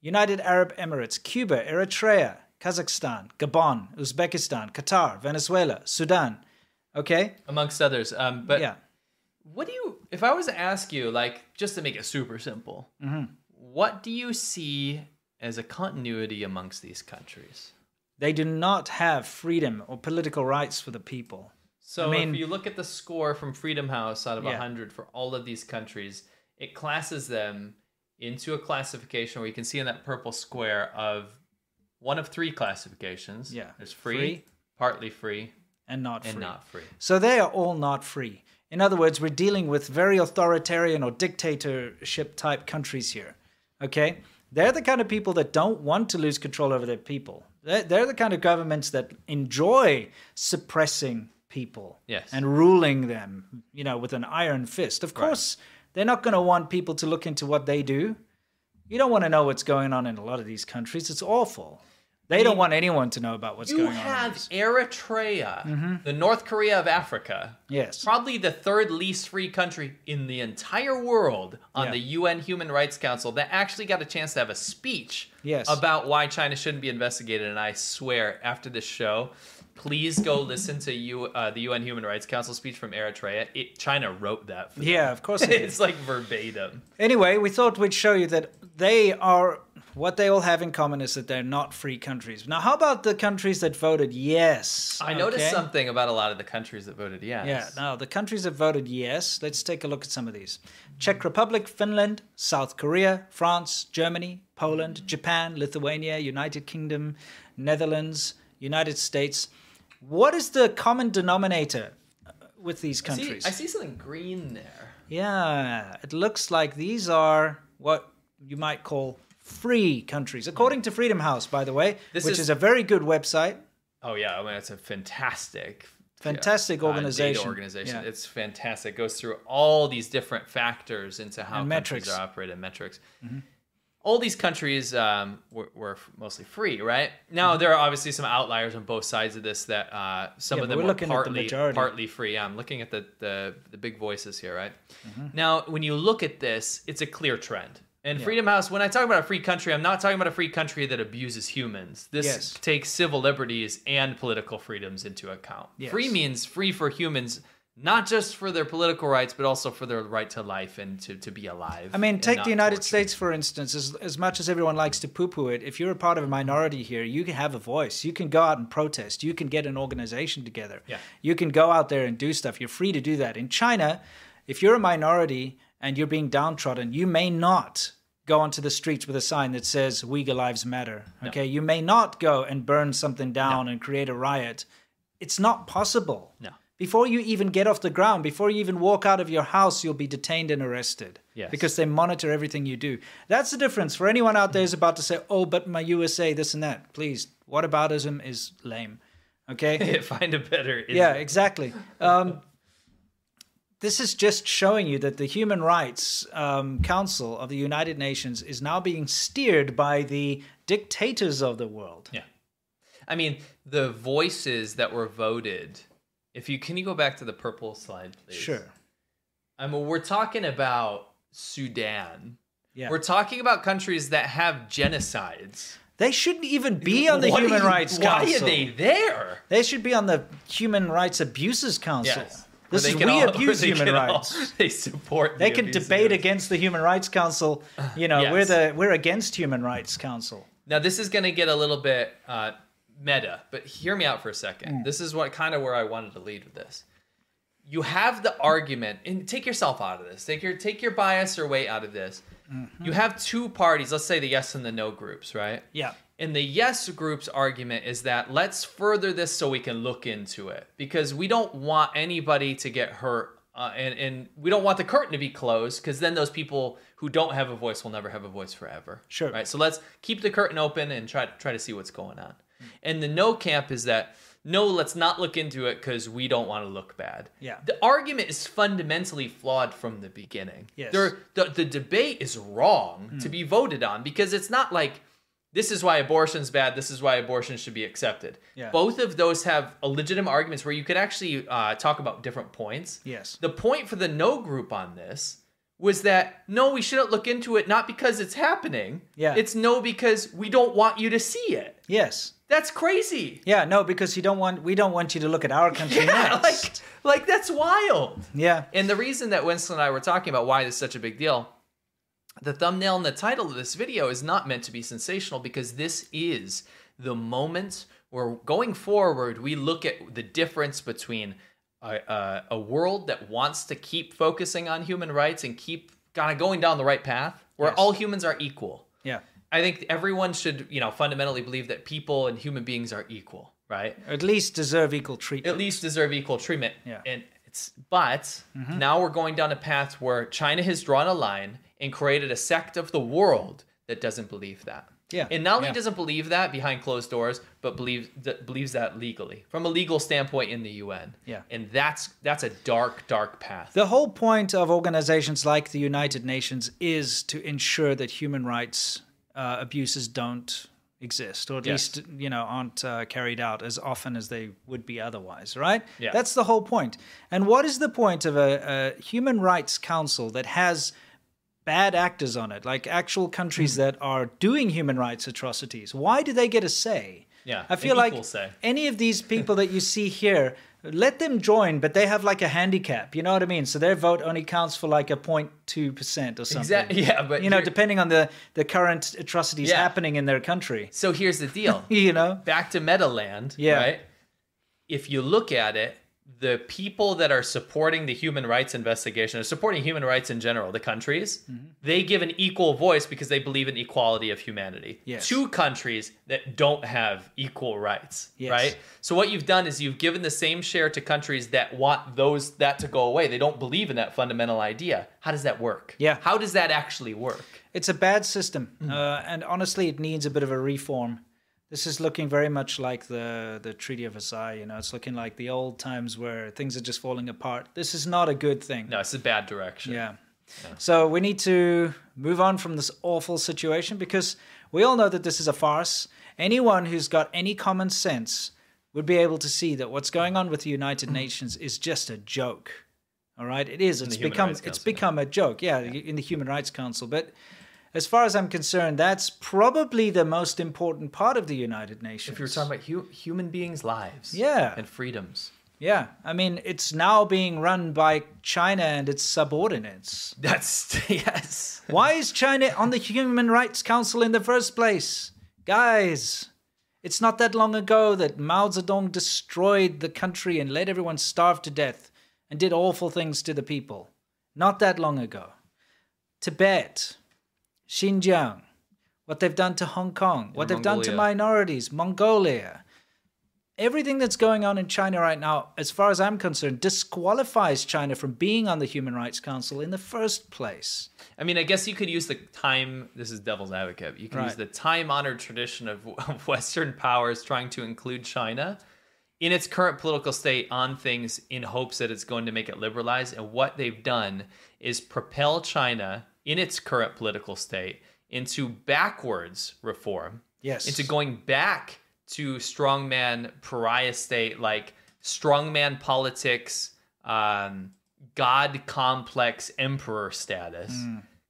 A: United Arab Emirates, Cuba, Eritrea, Kazakhstan, Gabon, Uzbekistan, Qatar, Venezuela, Sudan. Okay,
B: Amongst others, um, but
A: yeah. Mm-hmm.
B: what do you? If I was to ask you, like, just to make it super simple, what do you see as a continuity amongst these countries?
A: They do not have freedom or political rights for the people.
B: So
A: I mean-
B: if you look at the score from Freedom House out of a
A: Yeah.
B: 100 for all of these countries, it classes them into a classification where you can see in that purple square of one of three classifications.
A: Yeah.
B: There's free,
A: Free.
B: partly free,
A: And not
B: and
A: free.
B: not free.
A: So they are all not free. In other words, we're dealing with very authoritarian or dictatorship type countries here. Okay? They're the kind of people that don't want to lose control over their people. They're, they're the kind of governments that enjoy suppressing people
B: Yes.
A: and ruling them, you know, with an iron fist. Of course, they're not going to want people to look into what they do. You don't want to know what's going on in a lot of these countries. It's awful. They don't want anyone to know about what's
B: You
A: going on. in
B: have
A: these.
B: Eritrea, the North Korea of Africa.
A: Yes.
B: Probably the third least free country in the entire world on
A: Yeah.
B: the UN Human Rights Council that actually got a chance to have a speech
A: Yes.
B: about why China shouldn't be investigated. And I swear, after this show, please go listen to you uh, the UN Human Rights Council speech from Eritrea. It, China wrote that. For them.
A: Yeah, of course it is.
B: it's like verbatim.
A: Anyway, we thought we'd show you that they are what they all have in common is that they're not free countries. Now, how about the countries that voted yes?
B: I noticed
A: Okay.
B: something about a lot of the countries that voted yes.
A: Yeah, now the countries that voted yes, let's take a look at some of these Czech Republic, Finland, South Korea, France, Germany, Poland, Japan, Lithuania, United Kingdom, Netherlands, United States. What is the common denominator uh, with these
B: See,
A: countries?
B: I see something green there.
A: Yeah, it looks like these are what you might call free countries, according to Freedom House, by the way,
B: This
A: which
B: is-
A: is... a very good website.
B: Oh yeah, I mean it's a fantastic,
A: Fantastic
B: uh,
A: organization.
B: data organization.
A: Yeah.
B: It's fantastic. It goes through all these different factors into how
A: And
B: countries
A: metrics. Mm-hmm.
B: are operated, and metrics. All these countries um, were, were f- mostly free, right? Now
A: Mm-hmm.
B: there are obviously some outliers on both sides of this. That uh, some
A: Yeah,
B: of
A: but
B: them
A: we're
B: were
A: looking at the
B: partly
A: majority.
B: partly free. Yeah, I'm looking at the the, the big voices here, right?
A: Mm-hmm.
B: Now when you look at this, it's a clear trend. And Freedom House, when I talk about a free country, I'm not talking about a free country that abuses humans. This
A: Yes.
B: takes civil liberties and political freedoms into account.
A: Yes.
B: Free means free for humans, not just for their political rights, but also for their right to life and to, to be alive.
A: I mean,
B: and
A: take
B: not
A: the United
B: tortured.
A: States, for instance. As, as much as everyone likes to poo poo it, if you're a part of a minority here, you can have a voice. You can go out and protest. You can get an organization together.
B: Yeah.
A: You can go out there and do stuff. You're free to do that. In China, if you're a minority and you're being downtrodden, you may not go onto the streets with a sign that says Uyghur Lives Matter. Okay. You may not go and burn something down and create a riot. It's not possible.
B: No.
A: Before you even get off the ground, before you even walk out of your house, you'll be detained and arrested.
B: Yes.
A: Because they monitor everything you do. That's the difference. For anyone out there who's about to say, oh, but my USA, this and that, please, whataboutism is lame. Okay?
B: Find a better.
A: yeah, exactly. Um, this is just showing you that the Human Rights um, Council of the United Nations is now being steered by the dictators of the world.
B: Yeah. I mean, the voices that were voted. If you can you go back to the purple slide, please?
A: Sure.
B: I mean, we're talking about Sudan.
A: Yeah.
B: We're talking about countries that have genocides.
A: they shouldn't even be on the
B: What are
A: Human
B: you-
A: Rights
B: why
A: Council.
B: are they there?
A: They should be on the Human Rights Abuses Council.
B: Yes. Where
A: This
B: they
A: is
B: can
A: we
B: all-
A: abuse
B: where they
A: human
B: can all-
A: rights.
B: they support.
A: they
B: the
A: can
B: abuse of
A: debate
B: humans.
A: against the Human Rights Council. You know, we're
B: Yes.
A: the we're against Human Rights Council.
B: Now this is going to get a little bit uh, meta, but hear me out for a
A: Mm.
B: second. This is what kind of where I wanted to lead with this. You have the argument, and take yourself out of this. Take your take your bias or weight out of this.
A: Mm-hmm.
B: You have two parties. Let's say the yes and the no groups, right?
A: Yeah.
B: And the yes group's argument is that let's further this so we can look into it because we don't want anybody to get hurt uh, and, and we don't want the curtain to be closed because then those people who don't have a voice will never have a voice forever.
A: Sure.
B: Right. So let's keep the curtain open and try to try to see what's going on.
A: Mm.
B: And the no camp is that no, let's not look into it because we don't want to look bad.
A: Yeah.
B: The argument is fundamentally flawed from the beginning.
A: Yes. Mm.
B: There, the, the debate is wrong to be voted on because it's not like this is why abortion's bad, this is why abortion should be accepted.
A: Yeah.
B: Both of those have a legitimate arguments where you could actually uh, talk about different points.
A: Yes.
B: The point for the no group on this was that no, we shouldn't look into it, not because it's happening.
A: Yeah.
B: It's no because we don't want you to see it.
A: Yes.
B: That's crazy.
A: Yeah. No, because you don't want we don't want you to look at our country
B: Yeah,
A: next.
B: like, like that's wild.
A: yeah.
B: And the reason that Winston and I were talking about why this is such a big deal the thumbnail and the title of this video is not meant to be sensational because this is the moment where going forward we look at the difference between a, a, a world that wants to keep focusing on human rights and keep kind of going down the right path where all humans are equal
A: Yeah.
B: i think everyone should you know fundamentally believe that people and human beings are equal right
A: At least deserve equal treatment.
B: at least deserve equal treatment.
A: Yeah. Mm-hmm.
B: And it's but now we're going down a path where China has drawn a line and created a sect of the world that doesn't believe that.
A: Yeah.
B: And not only
A: Yeah.
B: doesn't believe that behind closed doors, but believes that believes that legally from a legal standpoint in the UN.
A: Yeah.
B: And that's that's a dark, dark path.
A: The whole point of organizations like the United Nations is to ensure that human rights uh, abuses don't exist, or at
B: Yes.
A: least you know aren't uh, carried out as often as they would be otherwise. Right?
B: Yeah.
A: That's the whole point. And what is the point of a, a human rights council that has bad actors on it, like actual countries
B: Hmm.
A: that are doing human rights atrocities? Why do they get a say?
B: Yeah,
A: I
B: an
A: feel like
B: equal say.
A: any of these people that you see here, let them join, but they have like a handicap. You know what I mean? So their vote only counts for like a 0.2 percent or something.
B: Exactly. Yeah, but
A: you know,
B: here-
A: depending on the the current atrocities
B: Yeah.
A: happening in their country.
B: so here's the deal.
A: You know,
B: back to Metaland,
A: Yeah.
B: right? If you look at it, the people that are supporting the human rights investigation or supporting human rights in general, the countries,
A: Mm-hmm.
B: they give an equal voice because they believe in equality of humanity.
A: Yes.
B: Two countries that don't have equal rights,
A: Yes.
B: right? So what you've done is you've given the same share to countries that want those that to go away. They don't believe in that fundamental idea. How does that work?
A: Yeah.
B: How does that actually work?
A: it's a bad system, uh, and honestly, it needs a bit of a reform. This is looking very much like the the Treaty of Versailles. You know, it's looking like the old times where things are just falling apart. This is not a good thing.
B: No, it's a bad direction.
A: Yeah. So we need to move on from this awful situation because we all know that this is a farce. Anyone who's got any common sense would be able to see that what's going on with the
B: Mm.
A: United Nations is just a joke. All right, it is. It's
B: Human
A: become
B: Rights
A: it's
B: Council, yeah.
A: become a joke. Yeah, in the Human Rights Council, but as far as I'm concerned, that's probably the most important part of the United Nations.
B: If you're talking about hu- human beings' lives,
A: Yeah.
B: and freedoms,
A: yeah, I mean, it's now being run by China and its subordinates.
B: That's yes.
A: Why is China on the Human Rights Council in the first place? Guys, it's not that long ago that Mao Zedong destroyed the country and let everyone starve to death and did awful things to the people. Not that long ago. Tibet, Xinjiang, what they've done to Hong Kong, what they've done to
B: Mongolia.
A: minorities, Mongolia. Everything that's going on in China right now, as far as I'm concerned, disqualifies China from being on the Human Rights Council in the first place.
B: I mean, I guess you could use the time. This is devil's advocate. You can use
A: Right.
B: the time-honored tradition of, of Western powers trying to include China in its current political state on things in hopes that it's going to make it liberalized. And what they've done is propel China in its current political state into backwards reform.
A: Yes.
B: Into going back to strongman pariah state, like strongman politics, um, god complex emperor status,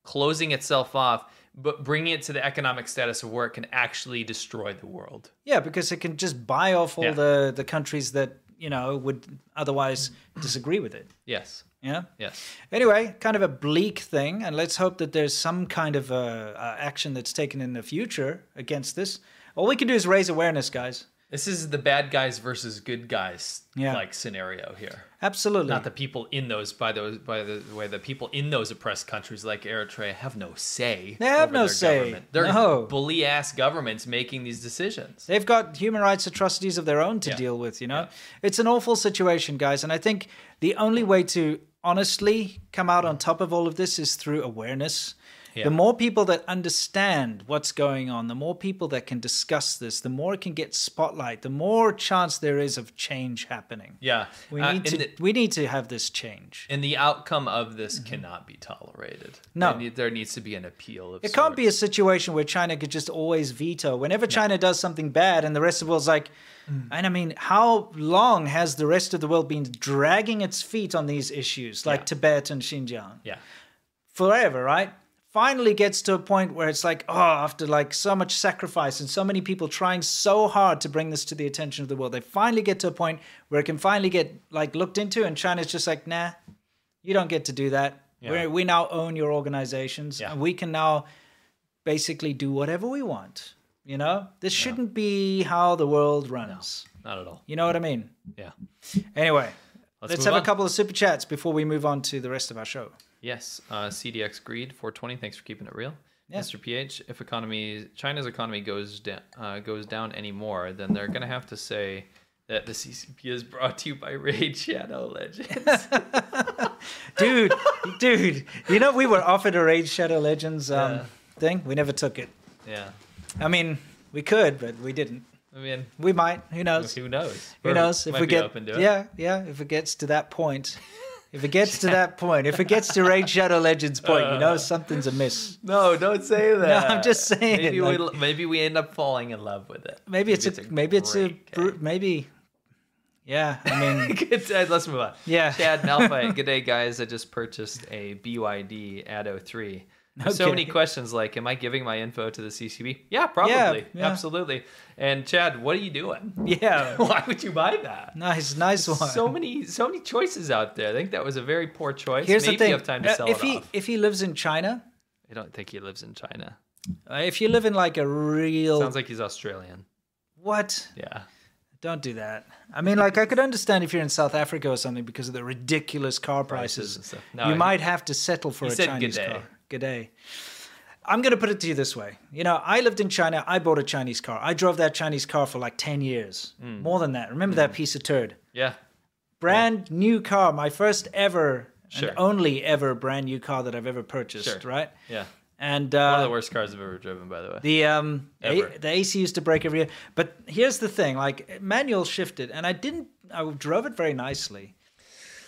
B: closing itself off, but bringing it to the economic status of where it can actually destroy the world.
A: Yeah, because it can just buy off all
B: Yeah.
A: the the countries that you know would otherwise disagree with it.
B: Yes.
A: Yeah.
B: Yes.
A: Anyway, kind of a bleak thing, and let's hope that there's some kind of uh, uh, action that's taken in the future against this. All we can do is raise awareness, guys.
B: This is the bad guys versus good guys
A: Yeah.
B: like scenario here.
A: Absolutely.
B: Not the people in those by those by the way the people in those oppressed countries like Eritrea have no say.
A: They have
B: over
A: no
B: their
A: say.
B: Government. They're
A: No.
B: bully ass governments making these decisions.
A: They've got human rights atrocities of their own to
B: Yeah.
A: deal with, you know? It's an awful situation, guys. And I think the only way to honestly come out on top of all of this is through awareness. The more people that understand what's going on, the more people that can discuss this, the more it can get spotlight, the more chance there is of change happening.
B: Yeah.
A: We
B: Uh,
A: need
B: and
A: to
B: the-
A: we need to have this change.
B: and the outcome of this cannot be tolerated.
A: Mm-hmm. No.
B: There, need- there needs to be an appeal. Of
A: It can't be a situation where China could just always veto. Whenever China does something bad and the rest of the world's like, and I mean, how long has the rest of the world been dragging its feet on these issues like Tibet and Xinjiang?
B: Yeah.
A: Forever, right? Finally gets to a point where it's like, oh, after like so much sacrifice and so many people trying so hard to bring this to the attention of the world, they finally get to a point where it can finally get like looked into and China's just like, nah, you don't get to do that. We're, we now own your organizations,
B: Yeah.
A: and we can now basically do whatever we want. You know, this shouldn't be how the world runs.
B: Not at all.
A: You know what I mean?
B: Yeah.
A: Anyway, let's,
B: move
A: have a
B: on.
A: couple of super chats before we move on to the rest of our show.
B: Yes, uh, CDX Greed 420. Thanks for keeping it real, Mr. PH. If economy China's economy goes down uh, goes down anymore, then they're gonna have to say that the CCP is brought to you by Raid Shadow Legends.
A: dude, dude. You know, we were offered a Raid Shadow Legends um, thing. We never took it.
B: yeah,
A: I mean, we could, but we didn't.
B: I mean,
A: We might. Who knows?
B: who knows?
A: Who knows?
B: If
A: If
B: might
A: we
B: be
A: get,
B: open to it.
A: yeah, yeah. If it gets to that point, if it gets to that point, if it gets to Raid Shadow Legends point, you
B: Uh.
A: know something's amiss.
B: No, don't say that.
A: I'm just saying,
B: Maybe,
A: like-
B: we, maybe we end up falling in love with it.
A: Maybe it's a, maybe it's a
B: great
A: bru- maybe. Yeah, I mean,
B: Good day. Let's move on.
A: Yeah.
B: Chad Malphite. Good day, guys. I just purchased a BYD Addo 3. There's So
A: Okay.
B: many questions like, am I giving my info to the CCB? Yeah, probably.
A: yeah.
B: Absolutely. And Chad, what are you doing?
A: yeah.
B: Why would you buy that?
A: Nice, nice one.
B: So many, so many choices out there. I think that was a very poor choice.
A: Here's
B: Maybe
A: the thing:
B: you have time to
A: Uh,
B: sell
A: if
B: it
A: he
B: off.
A: if he lives in China,
B: I don't think he lives in China.
A: uh, if you live in like a real
B: Sounds like he's Australian.
A: what
B: Yeah.
A: Don't do that. I mean, like, I could understand if you're in South Africa or something because of the ridiculous car prices.
B: Prices and stuff. No,
A: you
B: I-
A: might have to settle for a
B: said
A: Chinese
B: g'day.
A: car. Good day. I'm going to put it to you this way. You know, I lived in China. I bought a Chinese car. I drove that Chinese car for like 10 years,
B: Hmm.
A: more than that. Remember that piece of turd?
B: Yeah.
A: Brand new car, my first ever
B: Sure.
A: and only ever brand new car that I've ever purchased,
B: Sure.
A: right?
B: Yeah.
A: And
B: One
A: uh,
B: of the worst cars I've ever driven, by the way.
A: the um
B: Ever.
A: A- the AC used to break every year. But here's the thing: like manual shifted, and I didn't. I drove it very nicely.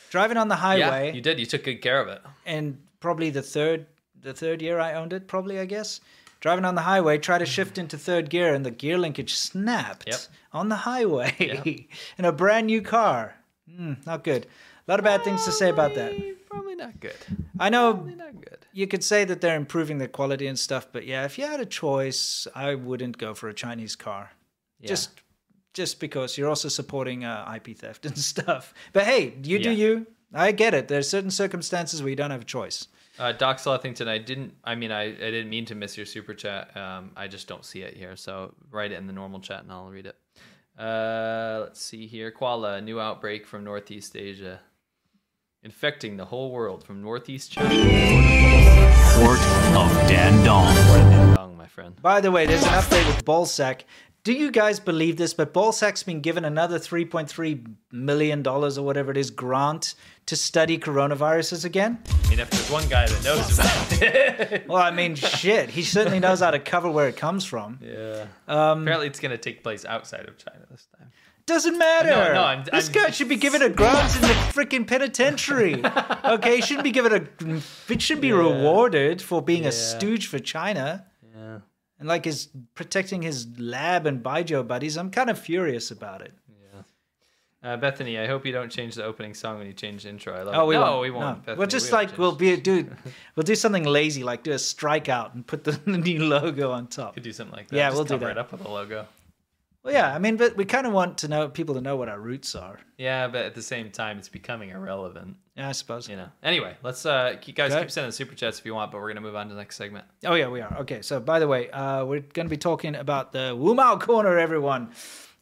A: Driving on the
B: yeah,
A: highway,
B: you did. You took good care of it.
A: and probably the third the third year I owned it, probably I guess. Driving on the highway, try to shift into third gear, and the gear linkage snapped
B: Yep.
A: on the highway in a brand new car. Mm, not good. A lot of bad things to say about that.
B: Probably not good.
A: I know
B: Probably not good.
A: you could say that they're improving the quality and stuff, but yeah, if you had a choice, I wouldn't go for a Chinese car. Just just because you're also supporting uh, IP theft and stuff. But hey, you do
B: Yeah.
A: you. I get it. There's certain circumstances where you don't have a choice.
B: Uh, Doc Slothington, I didn't. I mean, I, I didn't mean to miss your super chat. Um, I just don't see it here. So write it in the normal chat, and I'll read it. Uh, let's see here. Kuala, new outbreak from Northeast Asia, infecting the whole world from Northeast China.
J: Court of Dandong.
B: Wrong, my friend.
A: By the way, there's an update with Ballsack. Do you guys believe this? But Ballsack's been given another $3.3 million or whatever it is grant to study coronaviruses again.
B: I mean, if there's one guy that knows about it,
A: Well, I mean, shit. He certainly knows how to cover where it comes from.
B: yeah.
A: Um,
B: Apparently, it's going to take place outside of China this time.
A: Doesn't matter.
B: No, no, I'm-
A: this
B: I'm-
A: guy should be given a grant in the freaking penitentiary. okay, he shouldn't be given a. It shouldn't be rewarded for being a stooge for China. Yeah. And like his protecting his lab and Baijiu buddies. I'm kind of furious about it.
B: Uh, Bethany, I hope you don't change the opening song when you change the intro. I love
A: Oh,
B: it.
A: we
B: no,
A: won't.
B: we won't.
A: No.
B: Bethany,
A: we'll just
B: we won't
A: like
B: change
A: we'll
B: it.
A: be a dude. We'll do something lazy, like do a strikeout and put the, new logo on top.
B: could do something like that.
A: Yeah,
B: Just
A: we'll do
B: cover
A: that.
B: it up with a logo.
A: Well, yeah, I mean, but we kind of want to know people to know what our roots are.
B: Yeah, but at the same time, it's becoming irrelevant.
A: Yeah, I suppose.
B: You know. Anyway, let's uh, keep, guys
A: Okay.
B: keep sending super chats if you want, but we're gonna move on to the next segment.
A: Oh yeah, we are. Okay, so by the way, uh, we're going to be talking about the Wumao Corner, everyone.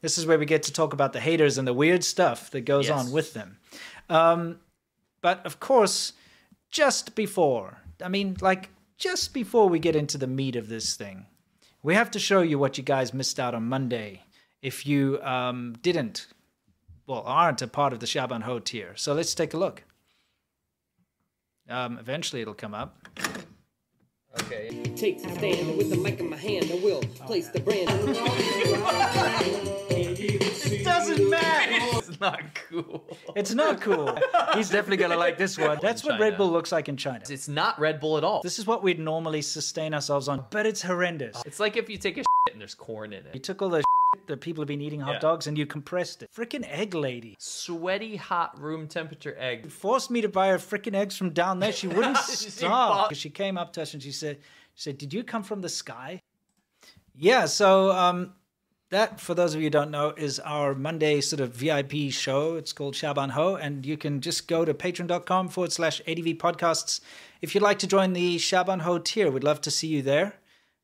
A: This is where we get to talk about the haters and the weird stuff that goes
B: Yes.
A: on with them. Um, but of course, just before, I mean, like just before we get into the meat of this thing, we have to show you what you guys missed out on Monday if you um, didn't, well, aren't a part of the Shaban Ho tier. So let's take a look. Um, eventually, it'll come up.
D: Take the stand with the mic in my hand. I will place the brand.
A: Doesn't matter.
B: It's not cool.
A: It's not cool. He's definitely gonna like this one. That's what Red Bull looks like in China.
B: It's not Red Bull at all.
A: This is what we'd normally sustain ourselves on, but it's horrendous.
B: It's like if you take a shit and there's corn in
A: You
B: it.
A: took all the shit that people have been eating hot
B: Yeah.
A: dogs and you compressed it. Freaking egg lady.
B: Sweaty, hot room temperature egg.
A: Forced me to buy her freaking eggs from down there. She wouldn't
B: She
A: stop.
B: bought-
A: 'Cause She came up to us and she said, she said, "Did you come from the sky?" Yeah. So um, that, for those of you who don't know, is our Monday sort of VIP show. It's called Shaban Ho, and you can just go to patreon.com forward slash ADV podcasts. If you'd like to join the Shaban Ho tier, we'd love to see you there.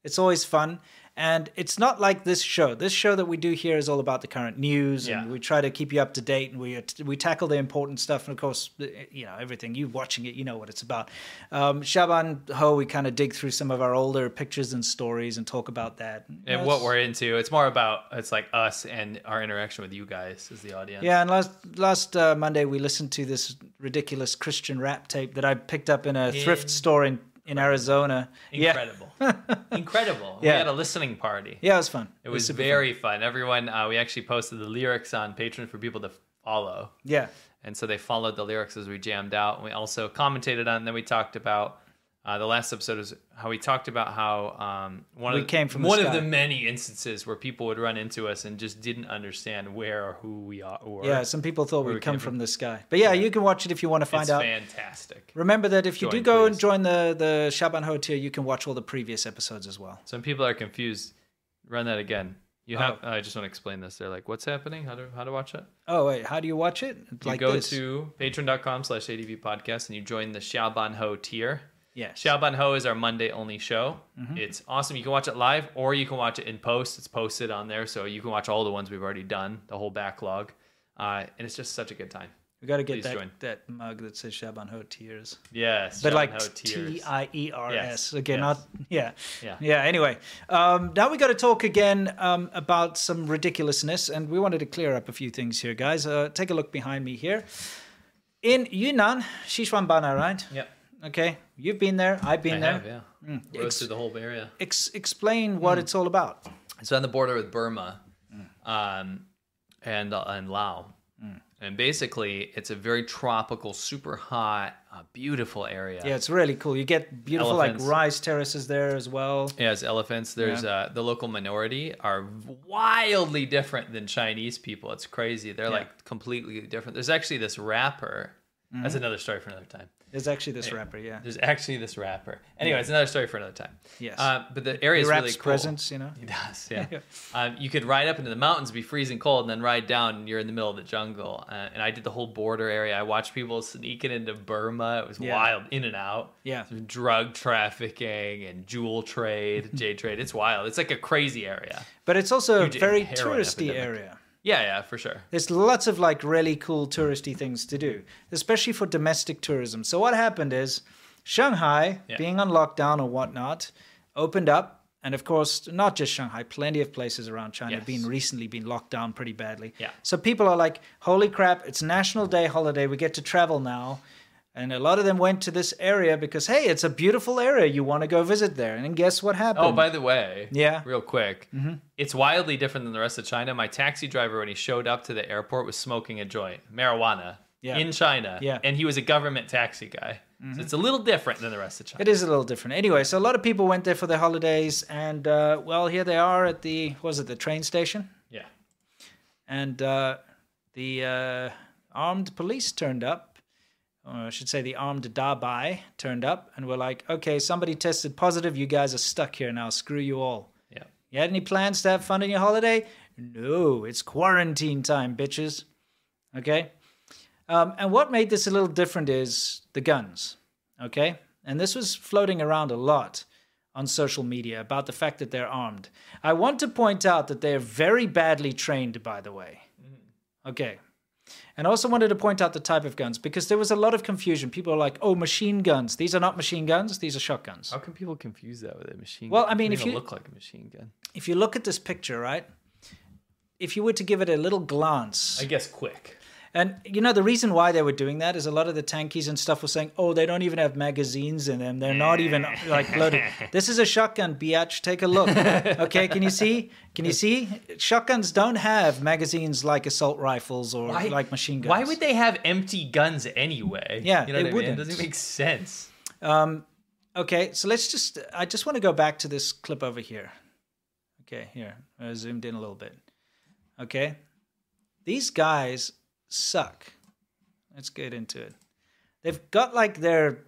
A: It's always fun. And it's not like this show. This show that we do here is all about the current news, and we try to keep you up to date, and we we tackle the important stuff, and of course, you know everything. You watching it, you know what it's about. Um, Shaban Ho, we kind of dig through some of our older pictures and stories and talk about that. You know,
B: and what we're into. It's more about it's like us and our interaction with you guys as the audience.
A: Yeah, and last last uh, Monday we listened to this ridiculous Christian rap tape that I picked up in a thrift store in in Arizona.
B: Incredible. Incredible. We
A: Yeah.
B: had a listening party.
A: Yeah, yeah, it was fun.
B: It was
A: super fun.
B: very fun. Everyone, uh, we actually posted the lyrics on Patreon for people to follow.
A: Yeah.
B: And so they followed the lyrics as we jammed out. And we also commentated on, and then we talked about. Uh, the last episode was how we talked about how um, one
A: We
B: of
A: came from the
B: one of
A: sky.
B: the many instances where people would run into us and just didn't understand where or who we are. Or
A: yeah, some people thought
B: where
A: we'd
B: we
A: come
B: came
A: from the sky. But yeah, you can watch it if you want to find
B: it's
A: out.
B: fantastic.
A: Remember that if you do
B: Join,
A: go and join the the Shaban Ho tier, you can watch all the previous episodes as well.
B: Some people are confused. Run that again.
A: Oh.
B: You have. I just want to explain this. They're like, "What's happening? How to how to watch it?"
A: Oh wait, how do you watch it?
B: You
A: Like
B: go
A: this.
B: to patreon.com slash ADV podcast and you join the Xiaoban Ho tier.
A: Yes.
B: Xiaoban Ho is our Monday only show.
A: Mhm.
B: It's awesome. You can watch it live or you can watch it in post. It's posted on there. So you can watch all the ones we've already done, the whole backlog. Uh, and it's just such a good time.
A: we got to get
B: Please
A: that,
B: join.
A: that mug that says Shaban Ho tiers.
B: Yes,
A: but
B: Shaban
A: like
B: Ho tiers.
A: T I E R S
B: Yes,
A: again.
B: yes.
A: Not yeah,
B: Yeah.
A: yeah. Anyway, um, now we got to talk again um, about some ridiculousness, and we wanted to clear up a few things here, guys. Uh, take a look behind me here. In Yunnan, Sichuanbana, right?
B: Yep.
A: Okay, you've been there. I've been
B: I
A: there.
B: have, yeah. Hmm.
A: Mm.
B: Roads
A: Ex-
B: through the whole area.
A: ex- explain what it's all about.
B: It's on the border with Burma,
A: Mm.
B: um, and and Laos. And basically, it's a very tropical, super hot, uh, beautiful area.
A: Yeah, it's really cool. You get beautiful
B: Elephants.
A: like rice terraces there as well.
B: Yeah, it's elephants. There's
A: Yeah.
B: uh, the local minority are wildly different than Chinese people. It's crazy. They're
A: Yeah.
B: like completely different. There's actually this rapper. That's
A: Mhm.
B: another story for another time.
A: There's actually this rapper, yeah.
B: There's actually this rapper. Anyway, it's another story for another time.
A: Yes.
B: Uh, but the area
A: He
B: is
A: raps
B: really cool.
A: presents, you know?
B: He does. Yeah. um, you could ride up into the mountains, be freezing cold, and then ride down, and you're in the middle of the jungle. Uh, and I did the whole border area. I watched people sneaking into Burma. It was
A: Yeah.
B: wild, in and out.
A: Yeah.
B: Drug trafficking and jewel trade, J trade. It's wild. It's like a crazy area.
A: But it's also a
B: Huge
A: very
B: heroin
A: touristy
B: epidemic.
A: area.
B: Yeah, yeah, for sure.
A: There's lots of like really cool touristy things to do, especially for domestic tourism. So what happened is Shanghai,
B: Yeah.
A: being on lockdown or whatnot, opened up. And of course, not just Shanghai, plenty of places around China have been recently been locked down pretty badly.
B: Yeah.
A: So people are like, holy crap, it's National Day holiday. We get to travel now. And a lot of them went to this area because, hey, it's a beautiful area. You want to go visit there. And guess what happened?
B: Oh, by the way,
A: Yeah. Mm-hmm.
B: real quick, it's wildly different than the rest of China. My taxi driver, when he showed up to the airport, was smoking a joint, marijuana,
A: Yeah.
B: in China,
A: Yeah.
B: and he was a government taxi guy.
A: Mhm.
B: So it's a little different than the rest of China.
A: It is a little different. Anyway, so a lot of people went there for their holidays, and uh, well, here they are at the what was it the train station,
B: Yeah.
A: and uh, the uh, armed police turned up, or I should say the armed Dabai turned up, and were like, "Okay, somebody tested positive. You guys are stuck here now. Screw you all."
B: Yeah.
A: You had any plans to have fun on your holiday? No, it's quarantine time, bitches. Okay? Um, and what made this a little different is the guns. Okay? And this was floating around a lot on social media about the fact that they're armed. I want to point out that they're very badly trained, by the way. Okay. And I also wanted to point out the type of guns because there was a lot of confusion. People are like, oh, machine guns. These are not machine guns, these are shotguns.
B: How can people confuse that with a machine
A: Well,
B: gun?
A: I mean,
B: They
A: if
B: don't
A: you-
B: look like a machine gun,
A: if you look at this picture, right? If you were to give it a little glance,
B: I guess quick.
A: and you know the reason why they were doing that is a lot of the tankies and stuff were saying, "Oh, they don't even have magazines in them. They're not even like loaded. This is a shotgun, biatch. Take a look. Okay, can you see? Can you see? Shotguns don't have magazines like assault rifles or
B: Why-
A: like machine guns.
B: Why would they have empty guns anyway?
A: Yeah,
B: you
A: they
B: know what I mean? It
A: wouldn't.
B: doesn't make sense.
A: Um, okay, so let's just. I just want to go back to this clip over here. Okay, here. I zoomed in a little bit. Okay. These guys suck. Let's get into it. They've got like their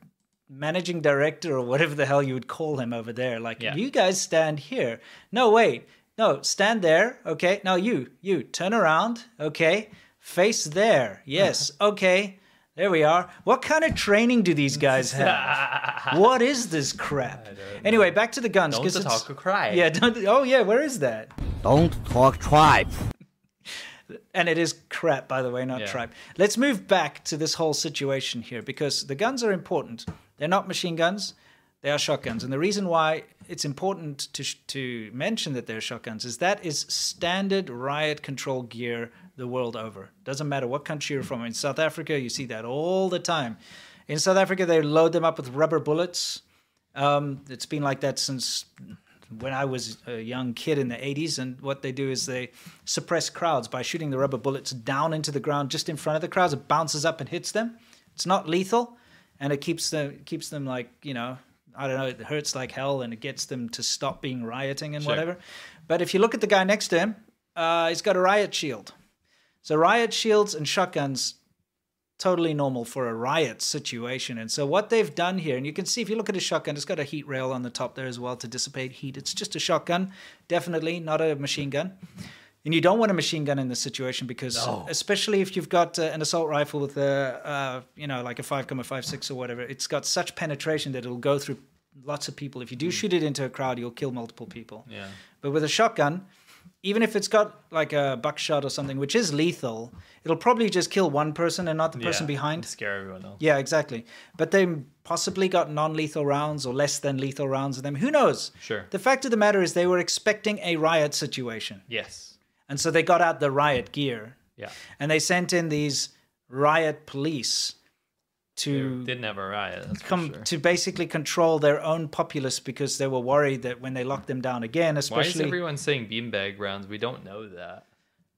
A: managing director or whatever the hell you would call him over there. Like,
B: Yeah.
A: you guys stand here. No, wait. No, stand there. Okay. Now you, you turn around. Okay. Face there. Yes. Okay. There we are. What kind of training do these guys have? what is this crap? Anyway, back to the guns.
B: Don't
A: 'cause
B: the
A: it's-
B: talker cry.
A: Yeah. Don't. Oh yeah. Where is that?
J: Don't talk tribe.
A: and it is crap, by the way, not
J: Yeah.
A: tribe. Let's move back to this whole situation here because the guns are important. They're not machine guns; they are shotguns. And the reason why it's important to sh- to mention that they're shotguns is that is standard riot control gear the world over. Doesn't matter what country you're from. In South Africa, you see that all the time. In South Africa, they load them up with rubber bullets. Um, it's been like that since when I was a young kid in the 80s. And what they do is they suppress crowds by shooting the rubber bullets down into the ground just in front of the crowds. It bounces up and hits them. It's not lethal, and it keeps them keeps them like you know I don't know. It hurts like hell, and it gets them to stop being rioting and
B: Sure.
A: whatever. But if you look at the guy next to him, uh, he's got a riot shield. So riot shields and shotguns totally normal for a riot situation. And so what they've done here, and you can see if you look at a shotgun, it's got a heat rail on the top there as well to dissipate heat. It's just a shotgun, definitely not a machine gun. And you don't want a machine gun in this situation because,
B: No.
A: especially if you've got uh, an assault rifle with a, uh, you know, like a 5.56 or whatever, it's got such penetration that it'll go through lots of people. If you do shoot it into a crowd, you'll kill multiple people.
B: Hmm. Yeah.
A: But with a shotgun, even if it's got like a buckshot or something, which is lethal, it'll probably just kill one person and not the person
B: Yeah,
A: behind.
B: and Scare everyone else.
A: Yeah, exactly. But they possibly got non lethal rounds or less than lethal rounds of them. Who knows?
B: Sure.
A: The fact of the matter is, they were expecting a riot situation.
B: Yes.
A: And so they got out the riot gear
B: Yeah.
A: and they sent in these riot police to
B: Didn't have a riot. That's for
A: come
B: sure.
A: to basically control their own populace because they were worried that when they locked them down again,
B: Why is
A: especially
B: everyone saying beanbag rounds? We don't know that.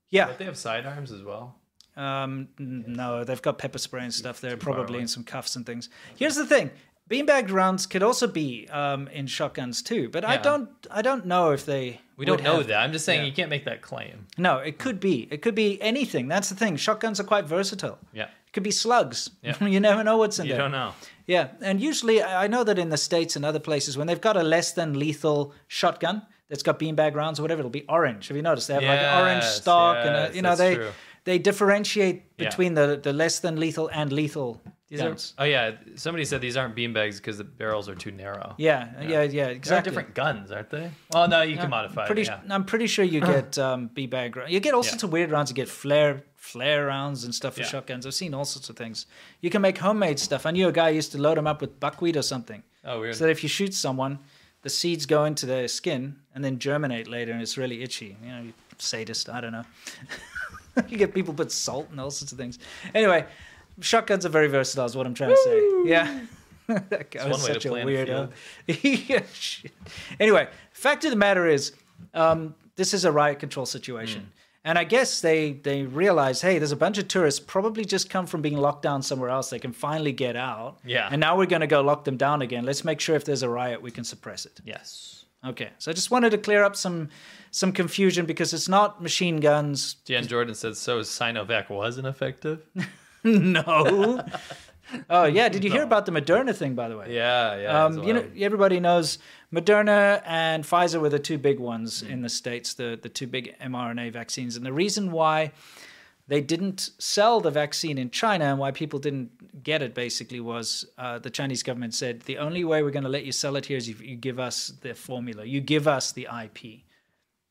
A: Yeah.
B: Don't they have sidearms as well?
A: Um, n- no, they've got pepper spray and stuff there, probably, and some cuffs and things. Here's the thing: beanbag rounds could also be um, in shotguns too, but I
B: Yeah.
A: don't, I don't know if they.
B: We
A: would
B: don't know
A: have-
B: that. I'm just saying you can't make that claim.
A: No, it could be. It could be anything. That's the thing. Shotguns are quite versatile.
B: Yeah.
A: It could be slugs.
B: Yeah.
A: you never know what's in
B: You
A: there.
B: don't know.
A: Yeah, and usually I I know that in the states and other places when they've got a less than lethal shotgun that's got beanbag rounds or whatever, it'll be orange. Have you noticed? They have like an orange
B: Yes,
A: stock, and a,
B: yes,
A: you know
B: that's
A: they
B: true.
A: they differentiate
B: Yeah.
A: between the the less than lethal and lethal
B: These are,
A: guns.
B: oh yeah, somebody said these aren't beanbags because the barrels are too narrow.
A: Yeah, yeah, yeah,
B: They're
A: exactly.
B: different guns, aren't they? Well, no, you
A: Yeah,
B: can modify
A: pretty
B: it.
A: su-
B: Yeah. Uh-huh.
A: I'm pretty sure you get um, beanbag rounds. You get all
B: Yeah.
A: sorts of weird rounds. You get flare flare rounds and stuff for
B: Yeah.
A: shotguns. I've seen all sorts of things. You can make homemade stuff. I knew a guy who used to load them up with buckwheat or something.
B: Oh, weird.
A: So that if you shoot someone, the seeds go into their skin and then germinate later, and it's really itchy. You know, you sadist. I don't know. you get people put salt and all sorts of things. Anyway, shotguns are very versatile. Is what I'm trying to say. Yeah. that guy
B: one
A: was
B: way to
A: such a
B: plan a
A: weirdo. yeah, shit. Anyway, fact of the matter is, um, this is a riot control situation.
B: Hmm.
A: And I guess they they realize, hey, there's a bunch of tourists probably just come from being locked down somewhere else. They can finally get out.
B: Yeah.
A: And now we're going to go lock them down again. Let's make sure if there's a riot, we can suppress it.
B: Yes.
A: Okay. So I just wanted to clear up some some confusion because it's not machine guns.
B: Jan Jordan said so. Sinovac wasn't effective.
A: no. oh yeah. Did you hear about the Moderna thing, by the way?
B: Yeah, yeah.
A: Um, you know, everybody knows Moderna and Pfizer were the two big ones in the states, the the two big mRNA vaccines. And the reason why they didn't sell the vaccine in China and why people didn't get it basically was uh, the Chinese government said the only way we're going to let you sell it here is if you give us the formula, you give us the IP.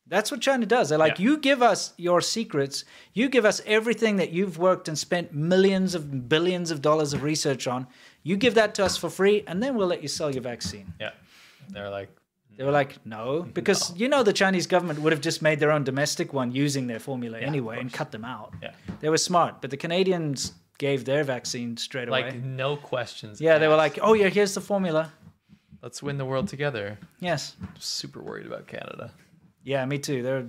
A: That's what China does. They're like,
B: Yeah.
A: you give us your secrets, you give us everything that you've worked and spent millions of billions of dollars of research on. You give that to us for free, and then we'll let you sell your vaccine.
B: yeah. They're like,
A: They were like, no, because you know the Chinese government would have just made their own domestic one using their formula anyway and cut them out.
B: yeah,
A: They were smart, but the Canadians gave their vaccine straight away.
B: like no questions.
A: yeah, they were
B: asked.
A: like, oh yeah, here's the formula.
B: let's win the world together.
A: Yes.
B: Super worried about Canada.
A: Yeah, me too. They're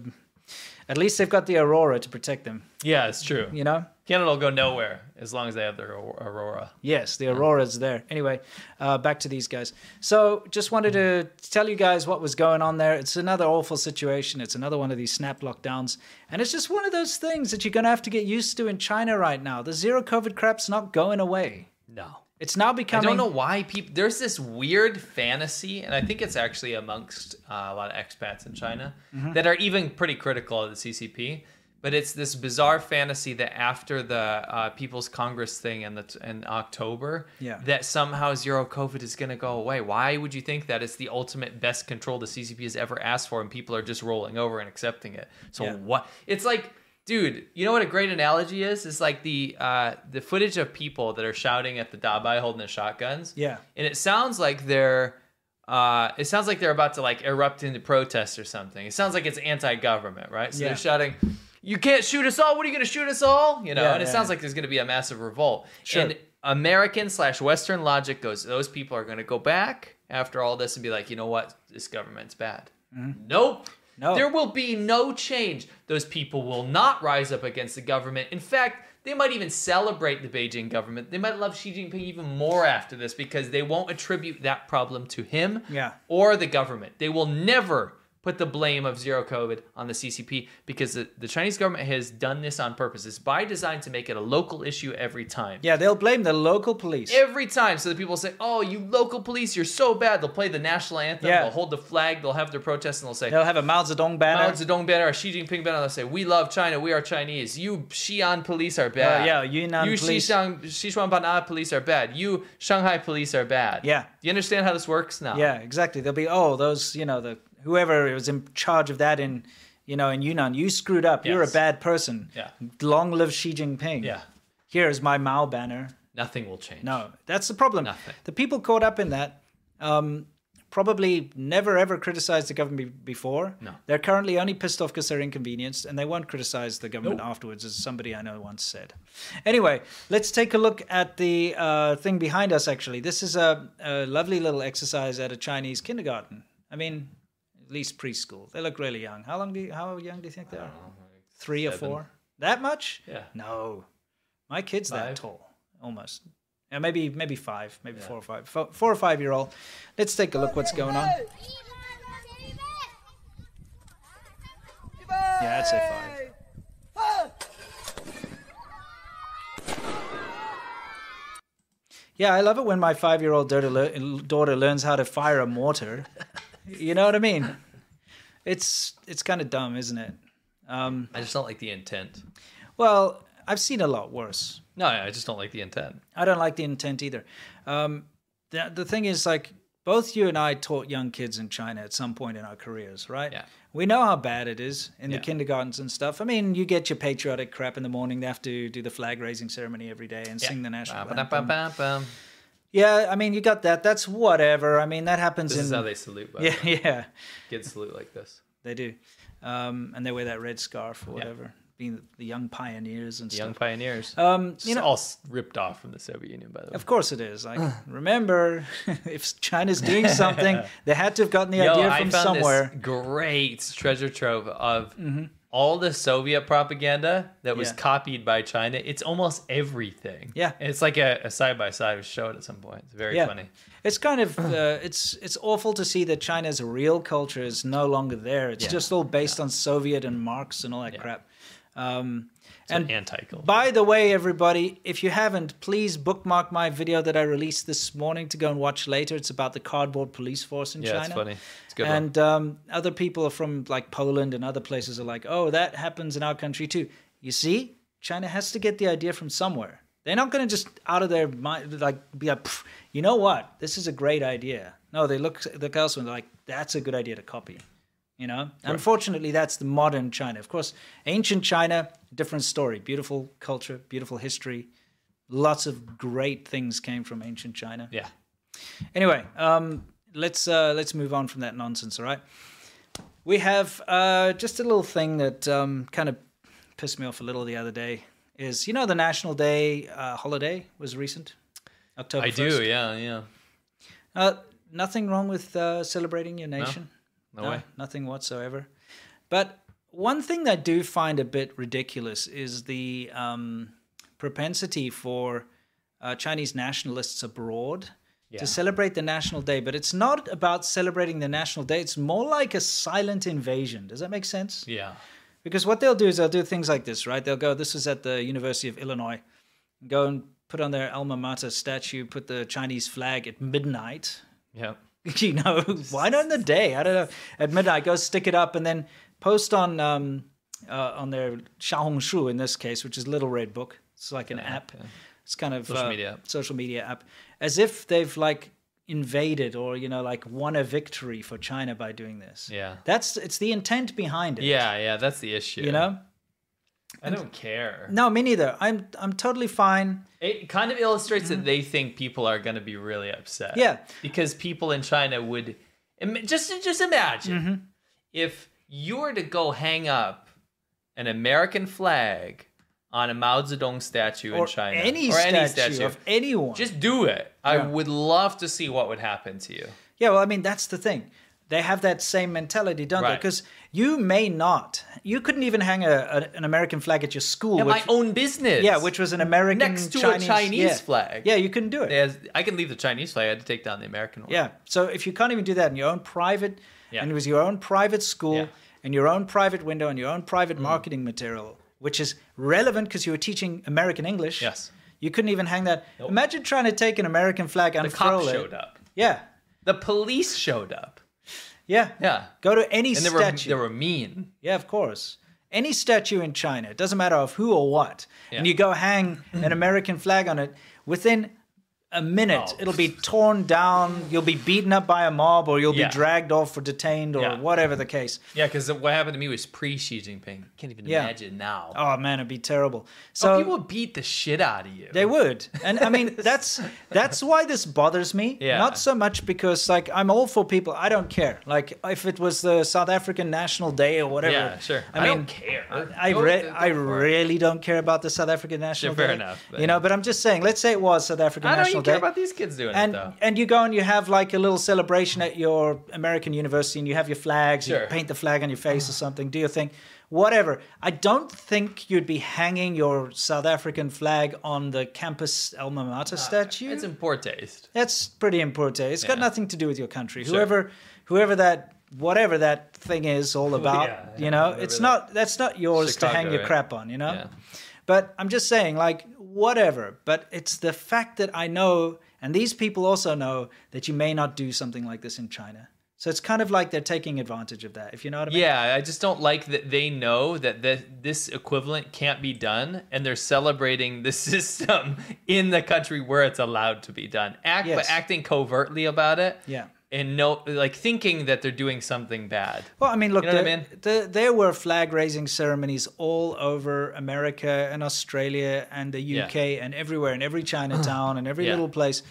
A: at least they've got the Aurora to protect them.
B: Yeah, it's true.
A: You know.
B: Canada will go nowhere as long as they have their Aur- Aurora.
A: Yes, the Aurora's there. Anyway, uh, back to these guys. So, just wanted to tell you guys what was going on there. It's another awful situation. It's another one of these snap lockdowns. And it's just one of those things that you're going to have to get used to in China right now. The zero COVID crap's not going away.
B: No.
A: It's now becoming.
B: I don't know why people. There's this weird fantasy, and I think it's actually amongst uh, a lot of expats in China
A: Mhm.
B: that are even pretty critical of the CCP. But it's this bizarre fantasy that after the uh, People's Congress thing in the t- in October,
A: Yeah.
B: that somehow zero COVID is going to go away. Why would you think that? It's the ultimate best control the CCP has ever asked for, and people are just rolling over and accepting it. So
A: Yeah.
B: what? It's like, dude, you know what a great analogy is? It's like the uh, the footage of people that are shouting at the Dabai holding the shotguns.
A: Yeah.
B: and it sounds like they're. Uh, it sounds like they're about to like erupt into protest or something. It sounds like it's anti-government, right? So
A: Yeah.
B: they're shouting, "You can't shoot us all! What are you going to shoot us all?" You know,
A: Yeah,
B: and it
A: yeah,
B: sounds
A: yeah.
B: like there's going to be a massive revolt.
A: Sure.
B: And American slash Western logic goes, those people are going to go back after all this and be like, you know what, this government's bad. Nope.
A: Mm-hmm. No.
B: There will be no change. Those people will not rise up against the government. In fact, they might even celebrate the Beijing government. They might love Xi Jinping even more after this because they won't attribute that problem to him
A: Yeah.
B: or the government. They will never put the blame of zero COVID on the CCP because the, the Chinese government has done this on purpose. It's by design to make it a local issue every time.
A: Yeah, they'll blame the local police.
B: Every time. So the people say, oh, you local police, you're so bad. They'll play the national anthem,
A: Yeah.
B: they'll hold the flag, they'll have their protest, and they'll say,
A: They'll have a Mao Zedong banner.
B: Mao Zedong banner, a Xi Jinping banner. They'll say, "We love China. We are Chinese. You Xi'an police are bad.
A: Uh, yeah, Yunnan
B: you
A: police-
B: Xishan, Sichuan Banna police are bad. You Shanghai police are bad.
A: Yeah.
B: Do you understand how this works now?
A: Yeah, exactly. They'll be oh those you know the whoever was in charge of that in you know in Yunnan, you screwed up. You're a
B: Yes.
A: bad person.
B: Yeah.
A: Long live Xi Jinping.
B: Yeah.
A: Here is my Mao banner.
B: Nothing will change.
A: No, that's the problem.
B: Nothing.
A: The people caught up in that um, probably never ever criticized the government be- before.
B: No.
A: They're currently only pissed off because they're inconvenienced and they won't criticize the government
B: Nope.
A: afterwards, as somebody I know once said. Anyway, let's take a look at the uh, thing behind us, actually. This is a, a lovely little exercise at a Chinese kindergarten. I mean, at least preschool. They look really young. How long do you, how young do you think they are? Three or
B: seven.
A: four? That much?
B: Yeah.
A: No. My kid's that
B: Five?
A: tall, almost. Yeah, maybe maybe five, maybe four or five, four, four or five year old. Let's take a look what's going on. Yeah, I'd say five. Yeah, I love it when my five year old daughter, lear- daughter learns how to fire a mortar. You know what I mean? It's it's kind of dumb, isn't it? Um,
B: I just don't like the intent.
A: well, I've seen a lot worse.
B: No, I just don't like the intent.
A: I don't like the intent either. Um, the the thing is, like, both you and I taught young kids in China at some point in our careers, right?
B: Yeah.
A: We know how bad it is in
B: Yeah.
A: the kindergartens and stuff. I mean, you get your patriotic crap in the morning. They have to do the flag raising ceremony every day and sing the national anthem.
B: Ba-ba-da-ba-ba-bum.
A: Yeah, I mean, you got that. That's whatever. I mean, that happens
B: This
A: in
B: is how they salute. By
A: yeah,
B: the way.
A: yeah,
B: Kids salute like this.
A: they do, um, and they wear that red scarf or whatever, being the, the young pioneers and
B: The
A: stuff.
B: young pioneers.
A: Um,
B: It's
A: you know,
B: all s- ripped off from the Soviet Union, by the way.
A: Of course it is. Like, remember, if China's doing something, they had to have gotten the idea
B: I
A: from
B: found
A: somewhere. Mm-hmm.
B: This great treasure trove of all the Soviet propaganda that was
A: Yeah.
B: copied by China. It's almost everything.
A: Yeah.
B: And it's like a side by side show it at some point. It's very
A: Yeah,
B: funny.
A: it's kind of uh, it's it's awful to see that China's real culture is no longer there. It's
B: Yeah.
A: just all based on Soviet and Marx and all that crap. Um,
B: It's an anti culture.
A: By the way, everybody, if you haven't, please bookmark my video that I released this morning to go and watch later. It's about the cardboard police force in
B: Yeah,
A: China.
B: it's funny. It's a good one.
A: And um, other people from like Poland and other places are like, oh, that happens in our country too. You see, China has to get the idea from somewhere. They're not going to just out of their mind, like be like, "Pff, you know what, this is a great idea. No, they look look elsewhere. and They're like, that's a good idea to copy. You know, unfortunately, that's the modern China. Of course, ancient China, different story. Beautiful culture, beautiful history. Lots of great things came from ancient China.
B: Yeah.
A: Anyway, um, let's uh, let's move on from that nonsense. All right. We have uh, just a little thing that um, kind of pissed me off a little the other day. Is you know the National Day uh, holiday was recent, October.
B: I do. Yeah. Yeah.
A: Uh, nothing wrong with uh, celebrating your nation.
B: No way.
A: Nothing whatsoever. But one thing that I do find a bit ridiculous is the um, propensity for uh, Chinese nationalists abroad
B: Yeah.
A: to celebrate the National Day. But it's not about celebrating the National Day, it's more like a silent invasion. Does that make sense?
B: Yeah.
A: Because what they'll do is they'll do things like this, right? They'll go, this is at the University of Illinois, go and put on their alma mater statue, put the Chinese flag at midnight.
B: Yep.
A: You know, why not in the day? I don't know. At midnight, go stick it up and then post on um, uh, on their Xiaohongshu in this case, which is Little Red Book. It's like an app. It's kind of uh,
B: Social media app.
A: social media app, as if they've like invaded or you know like won a victory for China by doing this.
B: Yeah.
A: That's it's the intent behind it.
B: Yeah, yeah, that's the issue.
A: You know.
B: I don't care.
A: No, me neither. I'm I'm totally fine.
B: It kind of illustrates that they think people are going to be really upset.
A: Mm-hmm. Yeah.
B: Because people in China would im- just just imagine
A: Mm-hmm.
B: if you were to go hang up an American flag on a Mao Zedong statue in
A: Or
B: China
A: any statue of anyone.
B: Just do it. I
A: Yeah.
B: would love to see what would happen to you.
A: Yeah, well, I mean that's the thing. They have that same mentality, don't they?
B: Right.
A: Because you may not, you couldn't even hang a, a- an American flag at your school.
B: Yeah, my
A: which-
B: own business.
A: Yeah, which was an American
B: next to
A: Chinese,
B: a Chinese
A: yeah.
B: flag.
A: Yeah, you couldn't do it.
B: There's- I can leave the Chinese flag. I had to take down the American one.
A: Yeah. So if you can't even do that in your own private,
B: Yeah.
A: and it was your own private school
B: Yeah. Mm.
A: and your own private window and your own private marketing material, which is relevant because you were teaching American English.
B: Yes.
A: You couldn't even hang that. Imagine trying to take an American flag and
B: The cops
A: it.
B: showed up.
A: Yeah.
B: The police showed up.
A: Yeah.
B: Yeah.
A: Go to any
B: And they were,
A: statue.
B: they were mean.
A: Yeah, of course. Any statue in China, it doesn't matter of who or what, and
B: Yeah.
A: you go hang an American flag on it, within a minute,
B: Oh.
A: it'll be torn down, you'll be beaten up by a mob, or you'll
B: Yeah.
A: be dragged off or detained or
B: Yeah.
A: whatever the case.
B: Yeah, because what happened to me was pre Xi Jinping. Can't even
A: Yeah.
B: imagine now. Oh,
A: Oh man, it'd be terrible. So
B: people beat the shit out of you.
A: They would, and I mean that's that's why this bothers me.
B: Yeah.
A: Not so much because like I'm all for people. I don't care. Like if it was the South African National Day or whatever.
B: Yeah, sure.
A: I,
B: I
A: mean,
B: don't care.
A: I I,
B: Go
A: re-
B: with it,
A: I
B: go for it.
A: really don't care about the South African National
B: fair
A: Day.
B: enough, but-
A: You know, but I'm just saying. Let's say it was South African
B: I don't
A: National
B: even care
A: Day.
B: about these kids doing
A: and,
B: it, though.
A: and you go and you have like a little celebration at your American university and you have your flags, you
B: Sure.
A: paint the flag on your face or something, do your thing, whatever. I don't think you'd be hanging your South African flag on the campus alma mater statue.
B: It's in poor taste.
A: That's pretty important. It's got
B: Yeah.
A: nothing to do with your country. Whoever, whoever that, whatever that thing is all about,
B: yeah,
A: you know,
B: whatever
A: it's
B: that-
A: not, that's not yours to hang
B: Chicago,
A: your
B: right?
A: crap on, you know?
B: Yeah.
A: But I'm just saying, like, whatever. But it's the fact that I know, and these people also know, that you may not do something like this in China. So it's kind of like they're taking advantage of that, if you know what I mean.
B: Yeah, I just don't like that they know that th- this equivalent can't be done, and they're celebrating the system in the country where it's allowed to be done. Act,
A: Yes.
B: but acting covertly about it.
A: Yeah.
B: and no, like thinking that they're doing something bad.
A: Well, I mean, look,
B: You know what I
A: there,
B: mean?
A: there- there were flag raising ceremonies all over America and Australia and the UK and everywhere, in every Chinatown and every
B: Yeah.
A: little place,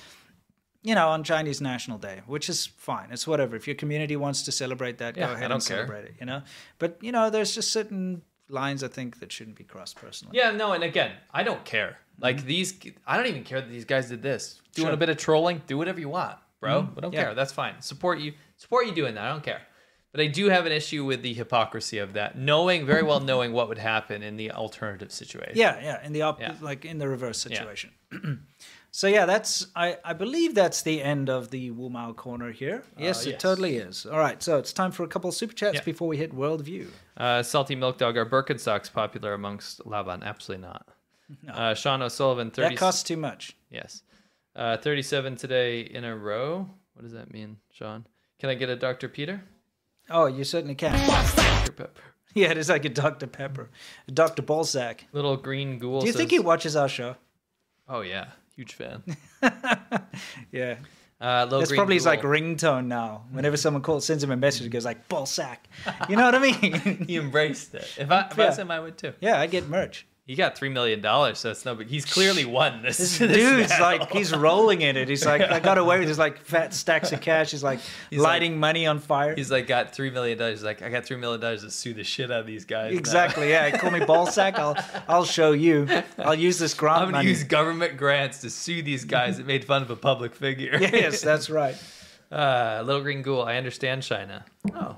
A: you know, on Chinese National Day, which is fine. It's whatever. If your community wants to celebrate that,
B: Yeah,
A: go
B: I
A: ahead and
B: don't care.
A: celebrate it, you know? But, you know, there's just certain lines I think that shouldn't be crossed personally.
B: Yeah, no, and again, I don't care. Like these, I don't even care that these guys did this. Doing
A: Mm-hmm. Sure. Mm-hmm.
B: a bit of trolling, do whatever you want, bro. I don't
A: yeah.
B: care. That's fine. Support you, support you doing that. I don't care. But I do have an issue with the hypocrisy of that, knowing very well knowing what would happen in the alternative situation.
A: Yeah, yeah, in the op-
B: Yeah.
A: like in the reverse situation. so yeah, that's I, I believe that's the end of the Wu Mao corner here. Uh, Yes, it
B: yes.
A: totally is. All right, so it's time for a couple of super chats
B: Yeah.
A: before we hit worldview.
B: Uh, salty milk dog are Birkenstocks popular amongst Laban? Absolutely not. Uh, Sean O'Sullivan, thirty.
A: That costs too much.
B: Yes. Uh, 37 today in a row. What does that mean, Sean? Can I get a Dr. Peter?
A: Oh, you certainly can.
B: Dr. Pepper.
A: yeah, it is like a Dr Pepper, a Dr Balzac.
B: Little green ghoul.
A: Do you think he watches our show?
B: Oh, yeah. Huge fan.
A: Yeah,
B: Uh, Little
A: that's
B: green
A: probably his
B: ghoul.
A: like ringtone now. Whenever someone calls, sends him a message, he goes like Balzac. You know what I mean?
B: He embraced it. If I, if
A: Yeah.
B: I was him, I would too.
A: yeah, I get merch.
B: He got $3 million, so that's no big. He's clearly won this.
A: This
B: this
A: dude's
B: battle.
A: like he's rolling in it. He's like, I got away with. He's like fat stacks of cash. He's like lighting money on fire.
B: He's like got three million dollars. Like I got three million dollars to sue the shit out of these guys. now.
A: exactly. Yeah, call me ballsack. I'll I'll show you. I'll use this grant
B: I'm gonna
A: money.
B: use government grants to sue these guys that made fun of a public figure.
A: yes, that's right.
B: Uh, Little Green Ghoul, I understand China. Oh,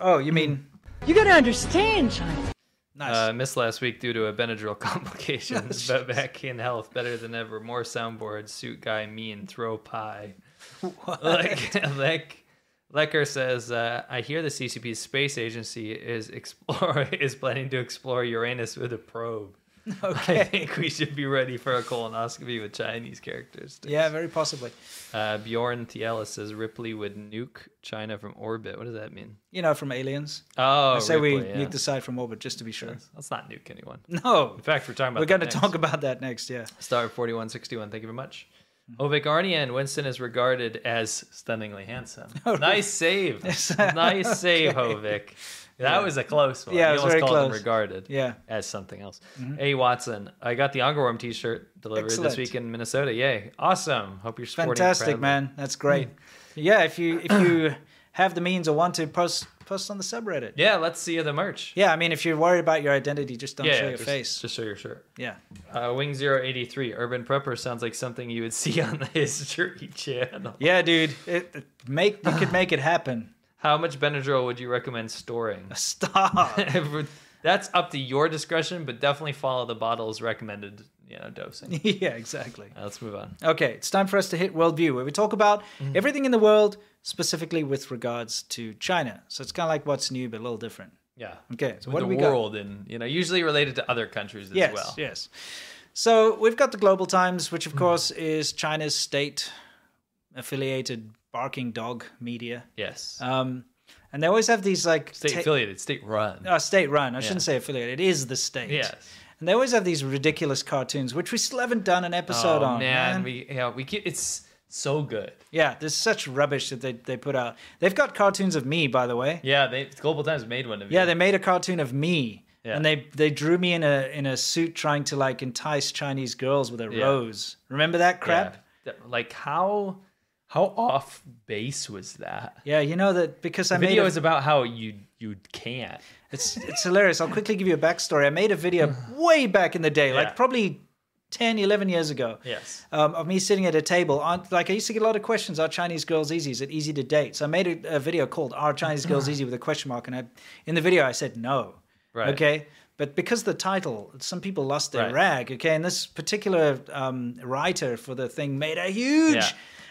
A: Oh, you mean
K: You gotta understand, China.
A: nice?
B: Uh, missed last week due to a Benadryl complications, but back in health, better than ever. More soundboard, suit guy, mean, throw pie. Like, like Lecker says, uh, I hear the CCP's space agency is explore is planning to explore Uranus with a probe. Okay. I think we should be ready for a colonoscopy with Chinese characters.
A: Yeah, very possibly.
B: Uh, Bjorn Thielis says Ripley would nuke China from orbit. What does that mean?
A: You know, from aliens.
B: Oh,
A: I say we
B: Ripley, yeah.
A: nuke the side from orbit just to be sure.
B: Let's not nuke anyone.
A: No.
B: In fact, we're talking about
A: We're going to
B: that next.
A: talk about that next. Yeah.
B: Star 4161, thank you very much.
A: Mm-hmm.
B: Ovik Arnian, Winston is regarded as stunningly handsome.
A: Oh,
B: nice save. nice save, Ovik. That
A: Yeah.
B: was a close one.
A: Yeah, it
B: You
A: was
B: almost
A: very
B: called him
A: close.
B: regarded
A: Yeah.
B: as something else.
A: Mhm.
B: Hey, Watson, I got the Angerworm t shirt delivered
A: Excellent.
B: this week in Minnesota. Yay. Awesome. Hope you're sporting
A: Fantastic,
B: proudly.
A: man. That's
B: Hmm.
A: great. yeah, if you if you have the means or want to post post on the subreddit.
B: Yeah, let's see the merch.
A: Yeah, I mean, if you're worried about your identity, just don't
B: yeah,
A: show
B: yeah,
A: your
B: just-
A: face.
B: Just show your shirt.
A: Yeah.
B: Uh, Wing 083, Urban Prepper sounds like something you would see on the History Channel.
A: Yeah, dude. It, it- make you could make it happen.
B: How much Benadryl would you recommend storing?
A: Stop.
B: That's up to your discretion, but definitely follow the bottle's recommended, you know, dosing.
A: yeah, exactly.
B: Uh, let's move on.
A: Okay, it's time for us to hit worldview, where we talk about
B: Hmm.
A: everything in the world, specifically with regards to China. So it's kind of like what's new, but a little different.
B: Yeah.
A: Okay,
B: So
A: so what do
B: the
A: we got?
B: world and you know, usually related to other countries as
A: yes,
B: well. Hmm.
A: Yes. So we've got the Global Times, which of course is China's state affiliated barking dog media.
B: Yes.
A: Um, and they always have these like
B: State
A: ta-
B: affiliated, state run.
A: uh, state run. I shouldn't
B: Yeah.
A: say affiliated. It is the state.
B: Yes.
A: And they always have these ridiculous cartoons, which we still haven't done an episode
B: oh,
A: on.
B: man,
A: man.
B: we yeah, we keep, it's so good.
A: Yeah, there's such rubbish that they, they put out. They've got cartoons of me, by the way.
B: Yeah, they Global Times made one of
A: Yeah, they made a cartoon of me.
B: Yeah.
A: And they, they drew me in a in a suit trying to like entice Chinese girls with a
B: Yeah.
A: rose. Remember that crap?
B: Yeah. That- Like how how off base was that?
A: Yeah, you know that because I
B: the video
A: made a,
B: is about how you you can't.
A: it's it's hilarious. I'll quickly give you a backstory. I made a video way back in the day,
B: Yeah.
A: like probably 10, 11 years ago.
B: Yes.
A: um, of me sitting at a table. Aren't, like I used to get a lot of questions: Are Chinese girls easy? Is it easy to date? So I made a, a video called "Are Chinese Girls Easy?" with a question mark, and I, in the video I said no.
B: Right.
A: Okay. But because the title, some people lost their
B: Right.
A: rag. Okay, and this particular um, writer for the thing made a huge
B: Yeah.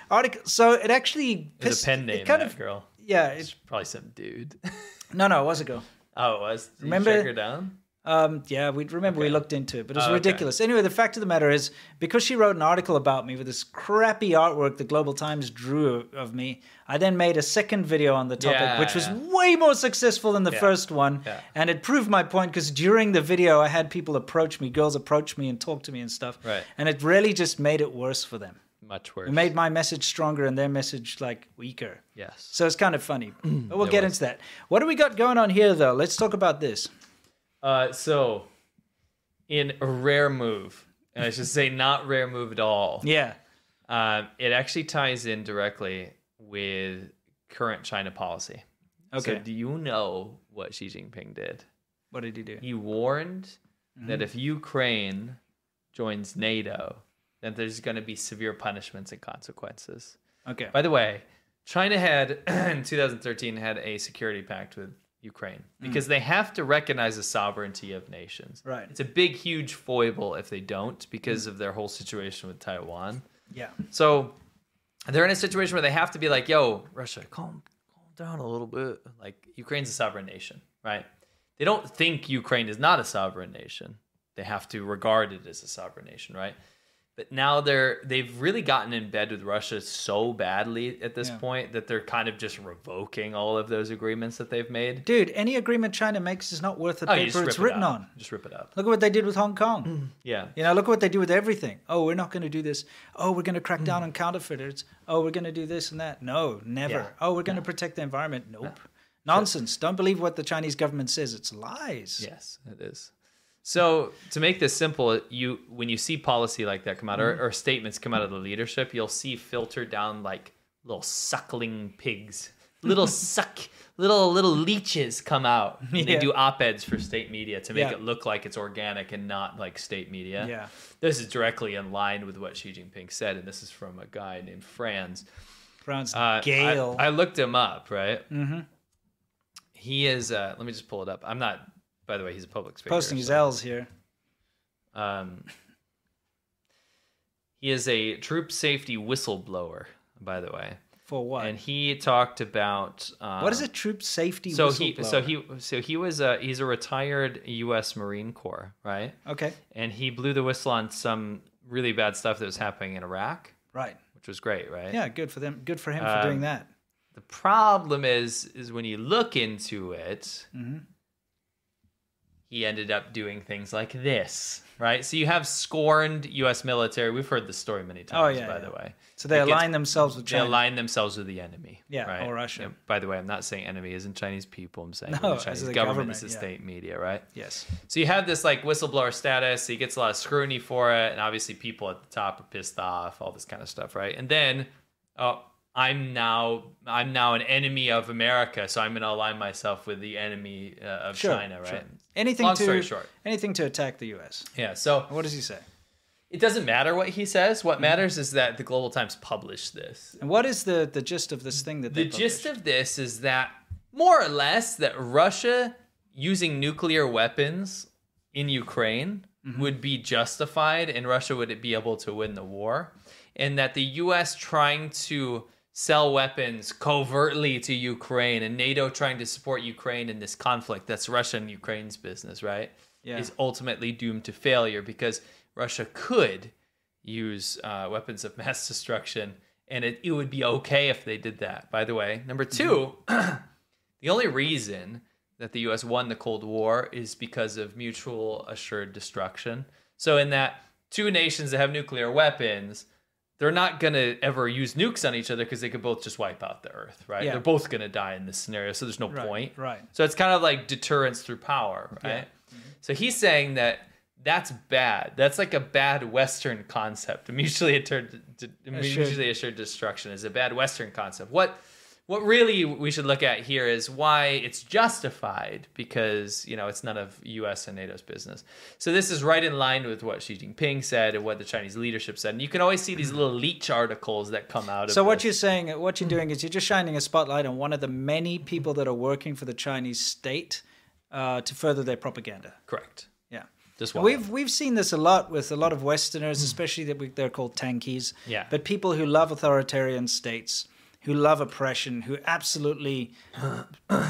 A: article. So it actually
B: There's
A: pissed,
B: a pen
A: it
B: name.
A: kind
B: that
A: of
B: girl.
A: yeah. It,
B: It's probably some dude.
A: no, no, it was a girl.
B: Oh, it was Did
A: Remember-
B: you track her down?
A: Um, yeah, we remember we looked into it, but it's
B: Oh, okay.
A: ridiculous. Anyway, the fact of the matter is, because she wrote an article about me with this crappy artwork the Global Times drew of me, I then made a second video on the topic,
B: Yeah,
A: which was
B: yeah.
A: way more successful than the
B: Yeah.
A: first one,
B: Yeah.
A: and it proved my point because during the video, I had people approach me, girls approach me and talk to me and stuff,
B: Right.
A: and it really just made it worse for them.
B: Much worse.
A: It made my message stronger and their message like weaker.
B: yes.
A: So it's kind of funny, but we'll
B: It
A: get
B: was.
A: into that. What do we got going on here, though? Let's talk about this.
B: Uh, so, in a rare move, and I should say not rare move at all.
A: Yeah.
B: Um, it actually ties in directly with current China policy. So
A: Okay.
B: do you know what Xi Jinping did?
A: What did he do?
B: He warned
A: Mm-hmm.
B: that if Ukraine joins NATO, then there's going to be severe punishments and consequences.
A: Okay.
B: By the way, China had in 2013 had a security pact with Ukraine because they have to recognize the sovereignty of nations.
A: Right.
B: It's a big, huge foible if they don't because of their whole situation with Taiwan.
A: Yeah.
B: So they're in a situation where they have to be like, yo, Russia, calm, calm down a little bit. Like, Ukraine's a sovereign nation, right? They don't think Ukraine is not a sovereign nation. They have to regard it as a sovereign nation, right? But now they're they've really gotten in bed with Russia so badly at this
A: Yeah.
B: point that they're kind of just revoking all of those agreements that they've made.
A: Dude, any agreement China makes is not worth the
B: Oh, you just
A: paper it's
B: rip it
A: written
B: up.
A: on.
B: Just rip it up.
A: Look at what they did with Hong Kong.
B: Yeah.
A: You know, look at what they do with everything. Oh, we're not going to do this. Oh, we're going to
B: Mm.
A: crack down on counterfeiters. Oh, we're going to do this and that. No, never.
B: Yeah.
A: Oh, we're going to protect the environment. Nope. Nonsense. Don't believe what the Chinese government says. It's lies.
B: Yes, it is. So to make this simple, you when you see policy like that come out
A: Mm-hmm.
B: or, or statements come out of the leadership, you'll see filtered down like little suckling pigs, little suck, little little leeches come out. And They
A: Yeah.
B: do op eds for state media to make
A: Yeah.
B: it look like it's organic and not like state media.
A: Yeah.
B: this is directly in line with what Xi Jinping said, and this is from a guy named Franz.
A: Franz
B: Uh, I-
A: Gale.
B: I looked him up, right?
A: hmm
B: He is. Uh, let me just pull it up. I'm not. By the way, he's a public speaker.
A: Posting his
B: so-
A: L's here.
B: Um, he is a troop safety whistleblower, by the way.
A: For what?
B: And he talked about um,
A: What is a troop safety
B: So he, so
A: whistleblower?
B: he, so he was a he's a retired U.S. Marine Corps, right?
A: Okay.
B: And he blew the whistle on some really bad stuff that was happening in Iraq,
A: Right.
B: which was great, right?
A: Yeah, good for them. Good for him
B: Um,
A: for doing that.
B: The problem is, is when you look into it,
A: Mm-hmm.
B: he ended up doing things like this, right? So you have scorned U.S. military. We've heard this story many
A: Oh,
B: times,
A: yeah,
B: by
A: yeah.
B: the way.
A: So they
B: It gets-
A: align themselves with
B: They
A: China.
B: align themselves with the enemy.
A: Yeah,
B: right?
A: or Russia.
B: Yeah, by the way, I'm not saying enemy isn't Chinese people. I'm saying
A: No,
B: the
A: as
B: Chinese
A: the
B: government,
A: government,
B: is the
A: yeah.
B: state media, right?
A: Yes.
B: So you have this like whistleblower status. He gets a lot of scrutiny for it, and obviously people at the top are pissed off. All this kind of stuff, right? And then, oh, I'm now I'm now an enemy of America, so I'm going to align myself with the enemy uh, of
A: Sure,
B: China, right?
A: sure. Anything
B: Long
A: to
B: story short.
A: anything to attack the U.S.
B: Yeah. So
A: What does he say?
B: it doesn't matter what he says. What matters is that the Global Times published this.
A: And what is the the gist of this thing that
B: the
A: they
B: gist of this is that more or less that Russia using nuclear weapons in Ukraine
A: Mm-hmm.
B: would be justified and Russia would be able to win the war and that the US trying to sell weapons covertly to Ukraine and NATO trying to support Ukraine in this conflict that's Russia and Ukraine's business right
A: Yeah.
B: is ultimately doomed to failure because Russia could use uh, weapons of mass destruction, and it, it would be okay if they did that, by the way. Number 2 the only reason that the US won the Cold War is because of mutual assured destruction. So, in that two nations that have nuclear weapons, they're not going to ever use nukes on each other because they could both just wipe out the earth, right?
A: Yeah.
B: They're both going to die in this scenario, so there's no
A: Right,
B: point.
A: right. Mm-hmm.
B: So, it's kind of like deterrence through power, right? So he's saying that that's bad. That's like a bad Western concept. Mutually assured, mutually assured destruction is a bad Western concept. What what really we should look at here is why it's justified because you know it's none of U.S. and NATO's business. So this is right in line with what Xi Jinping said and what the Chinese leadership said. And you can always see these little leech articles that come out. of
A: Mm-hmm. So what
B: this.
A: you're saying, what you're doing is you're just shining a spotlight on one of the many people that are working for the Chinese state uh, to further their propaganda.
B: correct?
A: Yeah.
B: Just
A: And
B: one.
A: We've we've seen this a lot with a lot of Westerners, especially that we, they're called tankies.
B: Hmm. Yeah.
A: But people who love authoritarian states, who love oppression, who absolutely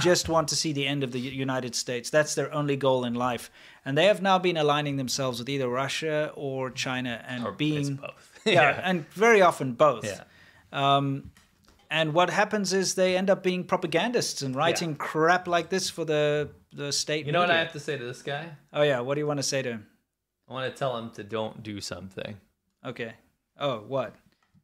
A: just want to see the end of the U- United States. That's their only goal in life, and they have now been aligning themselves with either Russia or China, and being
B: it's both.
A: yeah,
B: Yeah.
A: and very often both.
B: Yeah.
A: Um, and what happens is they end up being propagandists and writing crap like this for the the state.
B: You know what I
A: media.
B: have to say to this guy?
A: Oh yeah, what do you want to say to him?
B: I want to tell him to don't do something.
A: Okay. Oh, what?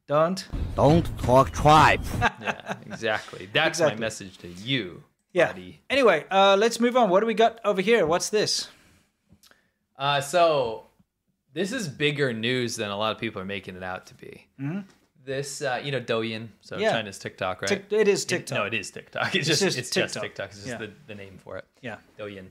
A: Don't.
J: Don't talk tribe.
B: yeah, exactly. That's
A: Exactly.
B: my message to you.
A: Yeah.
B: buddy.
A: Anyway, uh, let's move on. What do we got over here? What's this?
B: Uh, so this is bigger news than a lot of people are making it out to be. This, uh, you know, Douyin. So
A: Mm-hmm. Yeah.
B: China's TikTok, right?
A: Tik- it is
B: It-
A: TikTok.
B: no, it is TikTok. It's
A: It's
B: just,
A: just
B: it's just
A: TikTok.
B: TikTok. It's just
A: Yeah.
B: the, the name for it.
A: Yeah.
B: Douyin.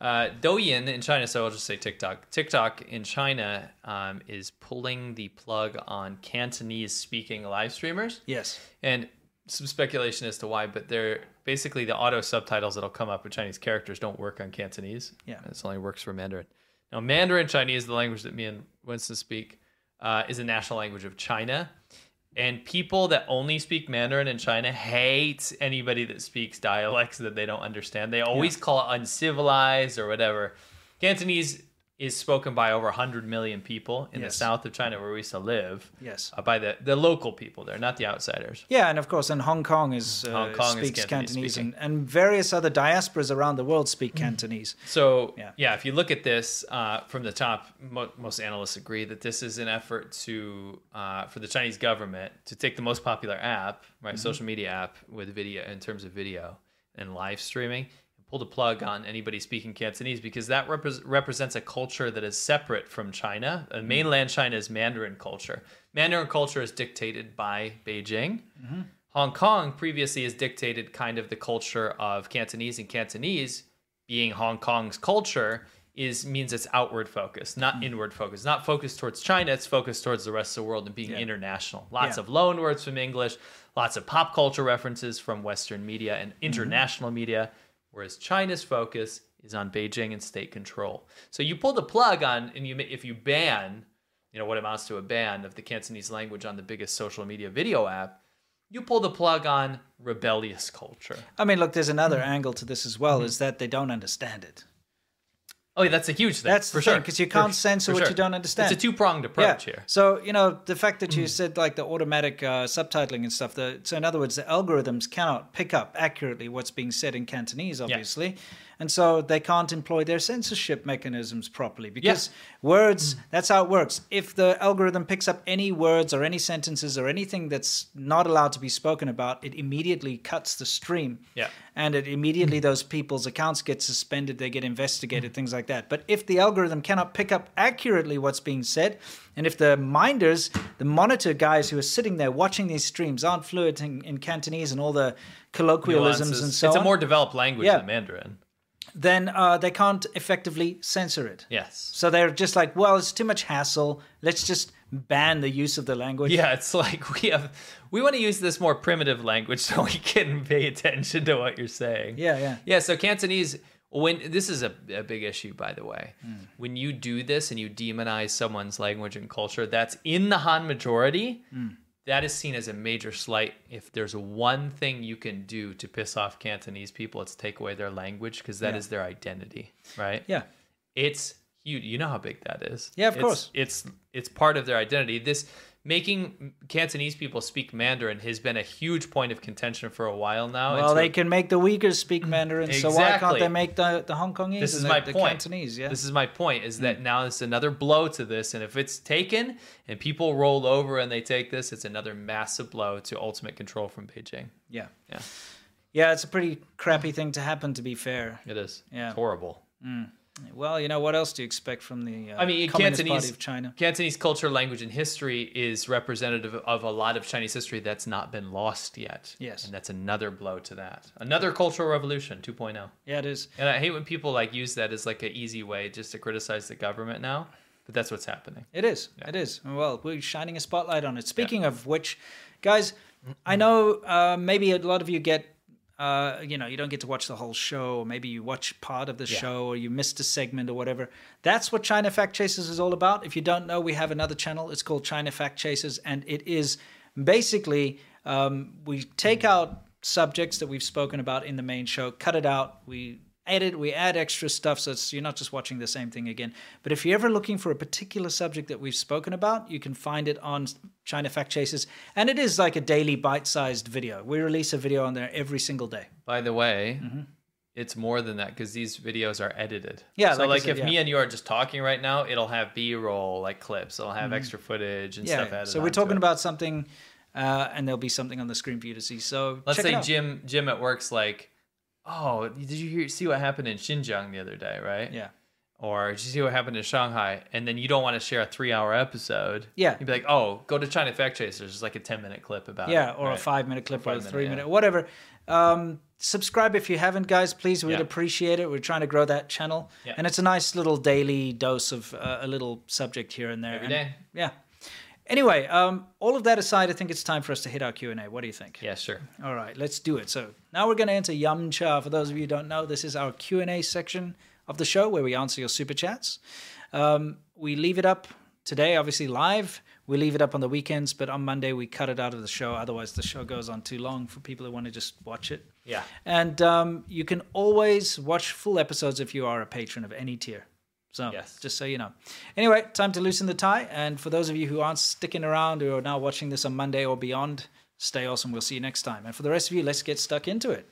B: Uh, Douyin in China, so I'll just say TikTok. TikTok in China um, is pulling the plug on Cantonese speaking live streamers.
A: Yes.
B: and some speculation as to why, but they're basically the auto subtitles that'll come up with Chinese characters don't work on Cantonese.
A: Yeah.
B: This only works for Mandarin. Now, Mandarin Chinese, the language that me and Winston speak, uh, is a national language of China. And people that only speak Mandarin in China hate anybody that speaks dialects that they don't understand. They always call it uncivilized or whatever. Cantonese is spoken by over 100 million people in
A: Yes.
B: the south of China where we used to live
A: Yes.
B: uh, by the, the local people there, not the outsiders.
A: Yeah, and of course, and Hong Kong is uh,
B: Hong Kong is
A: speaks Cantonese,
B: Cantonese Mm.
A: and, and various other diasporas around the world speak Cantonese.
B: So
A: Yeah.
B: yeah, if you look at this uh, from the top, mo- most analysts agree that this is an effort to uh, for the Chinese government to take the most popular app, right, social media app with video in terms of video and live streaming, and pull the plug on anybody speaking Cantonese because that repres represents a culture that is separate from China. Uh, mainland China's Mandarin culture. Mandarin culture is dictated by Beijing. Hong Kong previously has dictated kind of the culture of Cantonese, and Cantonese being Hong Kong's culture is means it's outward focused, not inward focused, not focused towards China. It's focused towards the rest of the world and being international. Lots
A: Yeah.
B: of loan words from English, lots of pop culture references from Western media and international media, whereas China's focus is on Beijing and state control. So you pull the plug on, and you ma- if you ban, you know what amounts to a ban of the Cantonese language on the biggest social media video app, you pull the plug on rebellious culture.
A: I mean, look, there's another
B: Mm.
A: angle to this as
B: Mm-hmm.
A: well is that they don't understand it.
B: Oh, yeah, that's a huge thing.
A: That's
B: for
A: the
B: sure
A: thing, 'cause you can't
B: For-
A: censor
B: for
A: what you
B: sure.
A: don't understand.
B: It's a two pronged approach here.
A: So you know the fact that you said like the automatic uh, subtitling and stuff. The, so in other words, the algorithms cannot pick up accurately what's being said in Cantonese, obviously, and so they can't employ their censorship mechanisms properly because words. That's how it works. If the algorithm picks up any words or any sentences or anything that's not allowed to be spoken about, it immediately cuts the stream
B: Yeah.
A: and it immediately those people's accounts get suspended they get investigated things like that but if the algorithm cannot pick up accurately what's being said and if the minders the monitor guys who are sitting there watching these streams aren't fluent in, in cantonese and all the colloquialisms
B: Nuances.
A: and so
B: It's
A: on
B: a more developed language
A: Yeah.
B: than Mandarin.
A: then uh, they can't effectively censor it
B: Yes.
A: so they're just like well it's too much hassle let's just ban the use of the language
B: Yeah, it's like we have we want to use this more primitive language so we can pay attention to what you're saying.
A: yeah yeah
B: Yeah, so Cantonese when this is a, a big issue by the way.
A: Hmm.
B: When you do this and you demonize someone's language and culture that's in the Han majority,
A: Hmm.
B: that is seen as a major slight. If there's one thing you can do to piss off Cantonese people, it's take away their language because that is
A: Yeah.
B: their identity, right?
A: Yeah.
B: It's huge. You know how big that is.
A: Yeah, of
B: It's-
A: course.
B: It's it's part of their identity. This making Cantonese people speak Mandarin has been a huge point of contention for a while now.
A: well,
B: It's
A: they
B: a-
A: can make the Uyghurs speak Mandarin, so why can't
B: Exactly.
A: they make the, the Hong Kongese?
B: this
A: and
B: is
A: the,
B: my
A: the
B: point.
A: Cantonese, yeah. Hmm.
B: This is my point is that now it's another blow to this, and if it's taken and people roll over and they take this, it's another massive blow to ultimate control from Beijing.
A: Yeah.
B: Yeah,
A: Yeah, it's a pretty crappy
B: Mm.
A: thing to happen, to be fair.
B: it is.
A: Yeah.
B: It's horrible.
A: Mm. Well, you know, what else do you expect from the uh,
B: I mean,
A: Communist
B: Cantonese
A: Party of China?
B: Cantonese culture, language, and history is representative of a lot of Chinese history that's not been lost yet.
A: Yes.
B: and that's another blow to that. Another cultural revolution 2.0.
A: Yeah, it is.
B: And I hate when people like use that as like an easy way just to criticize the government now, but that's what's happening.
A: It is. It is. Well, we're shining a spotlight on it. Speaking of which, guys, I know uh, maybe a lot of you get, uh, you know, you don't get to watch the whole show, or maybe you watch part of the
B: Yeah.
A: show, or you missed a segment or whatever. That's what China Fact Chasers is all about. If you don't know, we have another channel. It's called China Fact Chasers, and it is basically um, we take out subjects that we've spoken about in the main show, cut it out, we edit, we add extra stuff, so it's, you're not just watching the same thing again. But if you're ever looking for a particular subject that we've spoken about, you can find it on China Fact Chasers, and it is like a daily bite-sized video. We release a video on there every single day.
B: By the way,
A: Mm-hmm.
B: it's more than that because these videos are edited.
A: Yeah,
B: So
A: like I
B: like,
A: said,
B: if
A: yeah.
B: me and you are just talking right now, it'll have B roll like clips. It'll have
A: Mhm.
B: extra footage and stuff
A: Yeah.
B: added.
A: So we're
B: onto
A: talking
B: it.
A: about something, uh, and there'll be something on the screen for you to see. So
B: Let's
A: check it
B: say
A: out.
B: Jim Jim at work's like, oh, did you hear, see what happened in Xinjiang the other day, right?
A: Yeah.
B: Or did you see what happened in Shanghai? And then you don't want to share a three-hour episode.
A: Yeah.
B: You'd be like, oh, go to China Fact Chasers. It's like a ten-minute clip about.
A: yeah,
B: it,
A: or a
B: Uh, right?
A: five minute clip, or a
B: five-minute,
A: three
B: yeah.
A: minute, whatever. Um, subscribe if you haven't, guys. Please, we'd
B: Yeah.
A: appreciate it. We're trying to grow that channel,
B: Yeah.
A: and it's a nice little daily dose of uh, a little subject here and there
B: Every
A: And-
B: day.
A: Yeah. Anyway, um, all of that aside, I think it's time for us to hit our Q and A. What do you think?
B: Yeah, sure.
A: All right, let's do it. So now we're going to enter Yamcha. For those of you who don't know, this is our Q and A section of the show where we answer your super chats. Um, we leave it up today, obviously live. We leave it up on the weekends, but on Monday we cut it out of the show. Otherwise, the show goes on too long for people who want to just watch it.
B: Yeah.
A: And um, you can always watch full episodes if you are a patron of any tier. So, just so you know. Anyway, time to loosen the tie. And for those of you who aren't sticking around who are now watching this on Monday or beyond, stay awesome. We'll see you next time. And for the rest of you, let's get stuck into it.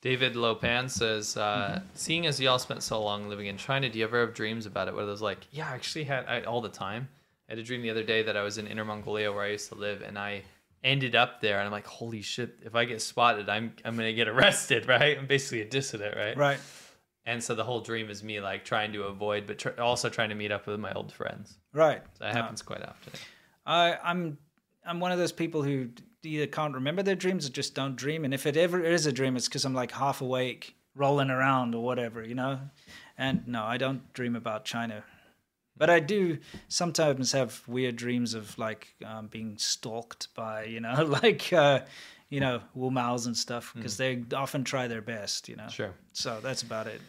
B: David Lopan says, uh, "Seeing as y'all spent so long living in China, do you ever have dreams about it? What are those like? Yeah, I actually had I, all the time. I had a dream the other day that I was in Inner Mongolia where I used to live, and I ended up there. And I'm like, holy shit! If I get spotted, I'm I'm gonna get arrested, right? I'm basically a dissident, right?
A: Right.
B: And so the whole dream is me like trying to avoid, but tr- also trying to meet up with my old friends.
A: Right.
B: So that
A: No.
B: happens quite often.
A: I I'm I'm one of those people who either can't remember their dreams or just don't dream. And if it ever is a dream, it's because I'm like half awake, rolling around or whatever, you know. And no, I don't dream about China, but I do sometimes have weird dreams of like um, being stalked by, you know, like uh, you know, Wu Mao's and stuff because they often try their best, you know.
B: Sure.
A: So that's about it.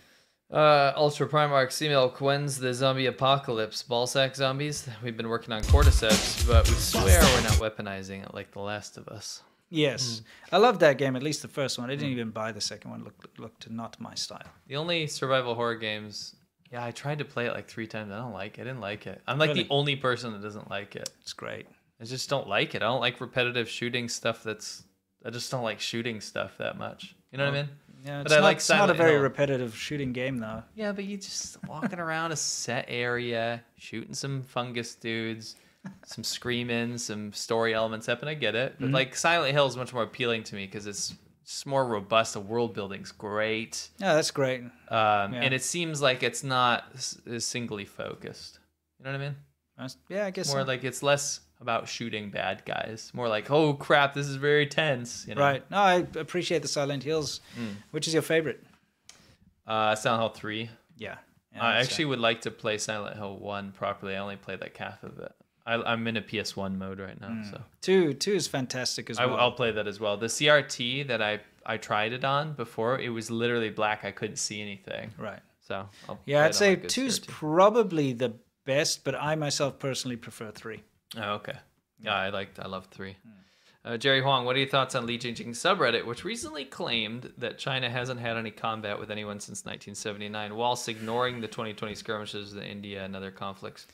B: Uh, Ultra Primarch, Seamilk, when's the zombie apocalypse? Ballsack zombies? We've been working on cordyceps, but we swear we're not weaponizing it like The Last of Us.
A: Yes, I loved that game. At least the first one. I didn't even buy the second one. Looked looked not my style.
B: The only survival horror games. Yeah, I tried to play it like three times. I don't like. it. I didn't like it. I'm like
A: Really?
B: the only person that doesn't like it.
A: It's great.
B: I just don't like it. I don't like repetitive shooting stuff. That's. I just don't like shooting stuff that much. You know what I mean?
A: Yeah,
B: But
A: it's
B: I
A: not,
B: like
A: it's not a
B: Silent
A: very
B: Hill.
A: repetitive shooting game though.
B: Yeah, but you just walking around a set area, shooting some fungus dudes, some screaming, some story elements up, and I get it. But
A: Mhm.
B: like Silent Hill is much more appealing to me because it's just more robust. The world building's great,
A: Yeah, that's great.
B: um,
A: Yeah.
B: and it seems like it's not s- as singly focused. You know what I mean?
A: That's- yeah, I guess
B: more
A: so.
B: like it's less about shooting bad guys. More like, oh crap, this is very tense. You know?
A: Right. No, I appreciate the Silent Hills.
B: Mm.
A: Which is your favorite?
B: Uh, Silent Hill three.
A: Yeah. Yeah,
B: I
A: that's
B: actually would like to play Silent Hill one properly. I only played like half of it. I, I'm in a PS one mode right
A: Hmm.
B: now, so
A: Two two is fantastic as
B: I,
A: well.
B: I'll play that as well. The CRT that I I tried it on before, it was literally black. I couldn't see anything.
A: Right.
B: So I'll play
A: yeah,
B: it
A: I'd
B: on
A: say
B: like a
A: two's
B: CRT.
A: probably the best, but I myself personally prefer three.
B: Oh, okay.
A: Hmm.
B: Yeah, I liked. I love three. Uh, Jerry Huang, what are your thoughts on Li Jingjing's subreddit, which recently claimed that China hasn't had any combat with anyone since 1979, whilst ignoring the 2020 skirmishes in India and other conflicts?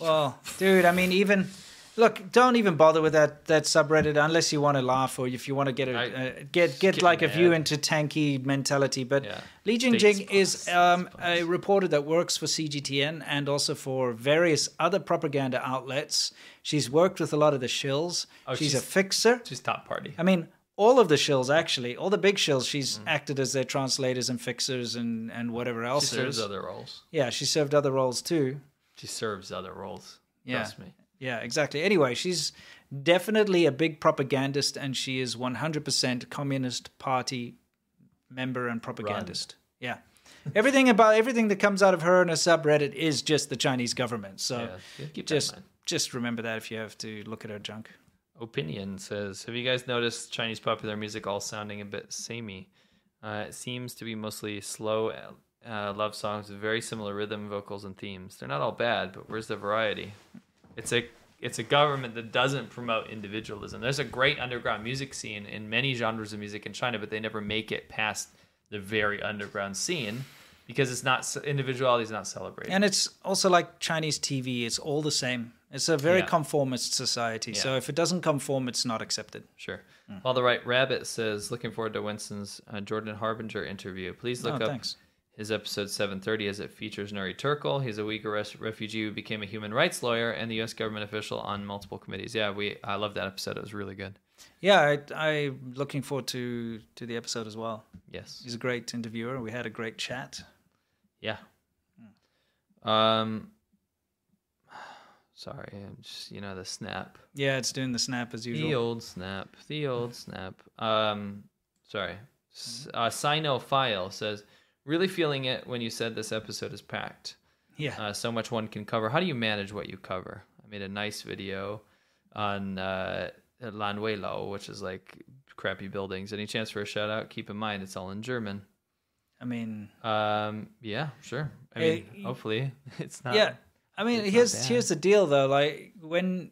A: Well, dude, I mean, even look, don't even bother with that that subreddit unless you want to laugh or if you want to get a uh, get get
B: get
A: like a view
B: mad.
A: into tanky mentality. But Li
B: Dates
A: Jingjing is um, a reporter that works for CGTN and also for various other propaganda outlets. She's worked with a lot of the shills.
B: Oh,
A: she's, a
B: she's-
A: fixer.
B: She's top party.
A: I mean, all of the shills actually, all the big shills.
B: Mm.
A: She's acted as their translators and fixers and and whatever else.
B: She serves
A: is.
B: other roles.
A: Yeah, she served other roles too.
B: She serves other roles.
A: Yeah.
B: Trust me.
A: Yeah, exactly. Anyway, she's definitely a big propagandist and she is 100% Communist Party member and propagandist. Yeah. Everything about everything that comes out of her and her subreddit is just the Chinese government. So
B: yeah, keep that in
A: just just remember that if you have to look at her junk.
B: Opinion says, have you guys noticed Chinese popular music all sounding a bit samey? Uh, it seems to be mostly slow uh, love songs with very similar rhythm, vocals, and themes. They're not all bad, but where's the variety? It's a it's a government that doesn't promote individualism. There's a great underground music scene in many genres of music in China, but they never make it past the very underground scene because it's not individuality is not celebrated.
A: And it's also like Chinese TV, it's all the same. It's a very
B: Yeah.
A: conformist society. So if it doesn't conform, it's not accepted.
B: Sure.
A: Hmm.
B: While the right rabbit says, looking forward to Winston's uh, Jordan Harbinger interview. Please look
A: Oh,
B: up
A: thanks.
B: his episode 730 as it features Nuri Turkle. He's a Uyghur res- refugee who became a human rights lawyer and the U.S. government official on multiple committees. Yeah, we I love that episode. It was really good.
A: Yeah, I, I'm looking forward to to the episode as well.
B: Yes.
A: he's a great interviewer. We had a great chat.
B: Yeah.
A: Hmm.
B: Um. Sorry, I'm just you know the snap.
A: Yeah, it's doing the snap as usual.
B: The old snap. The old snap. Um, sorry. S- uh, Sinophile says, really feeling it when you said this episode is packed.
A: Yeah.
B: Uh, so much one can cover. How do you manage what you cover? I made a nice video on uh, Lanuelo, which is like crappy buildings. Any chance for a shout out? Keep in mind, it's all in German.
A: I mean,
B: Um, yeah, sure. I
A: Eh,
B: mean, hopefully it's not.
A: yeah. I mean,
B: it's not
A: here's
B: bad.
A: here's the deal though. Like when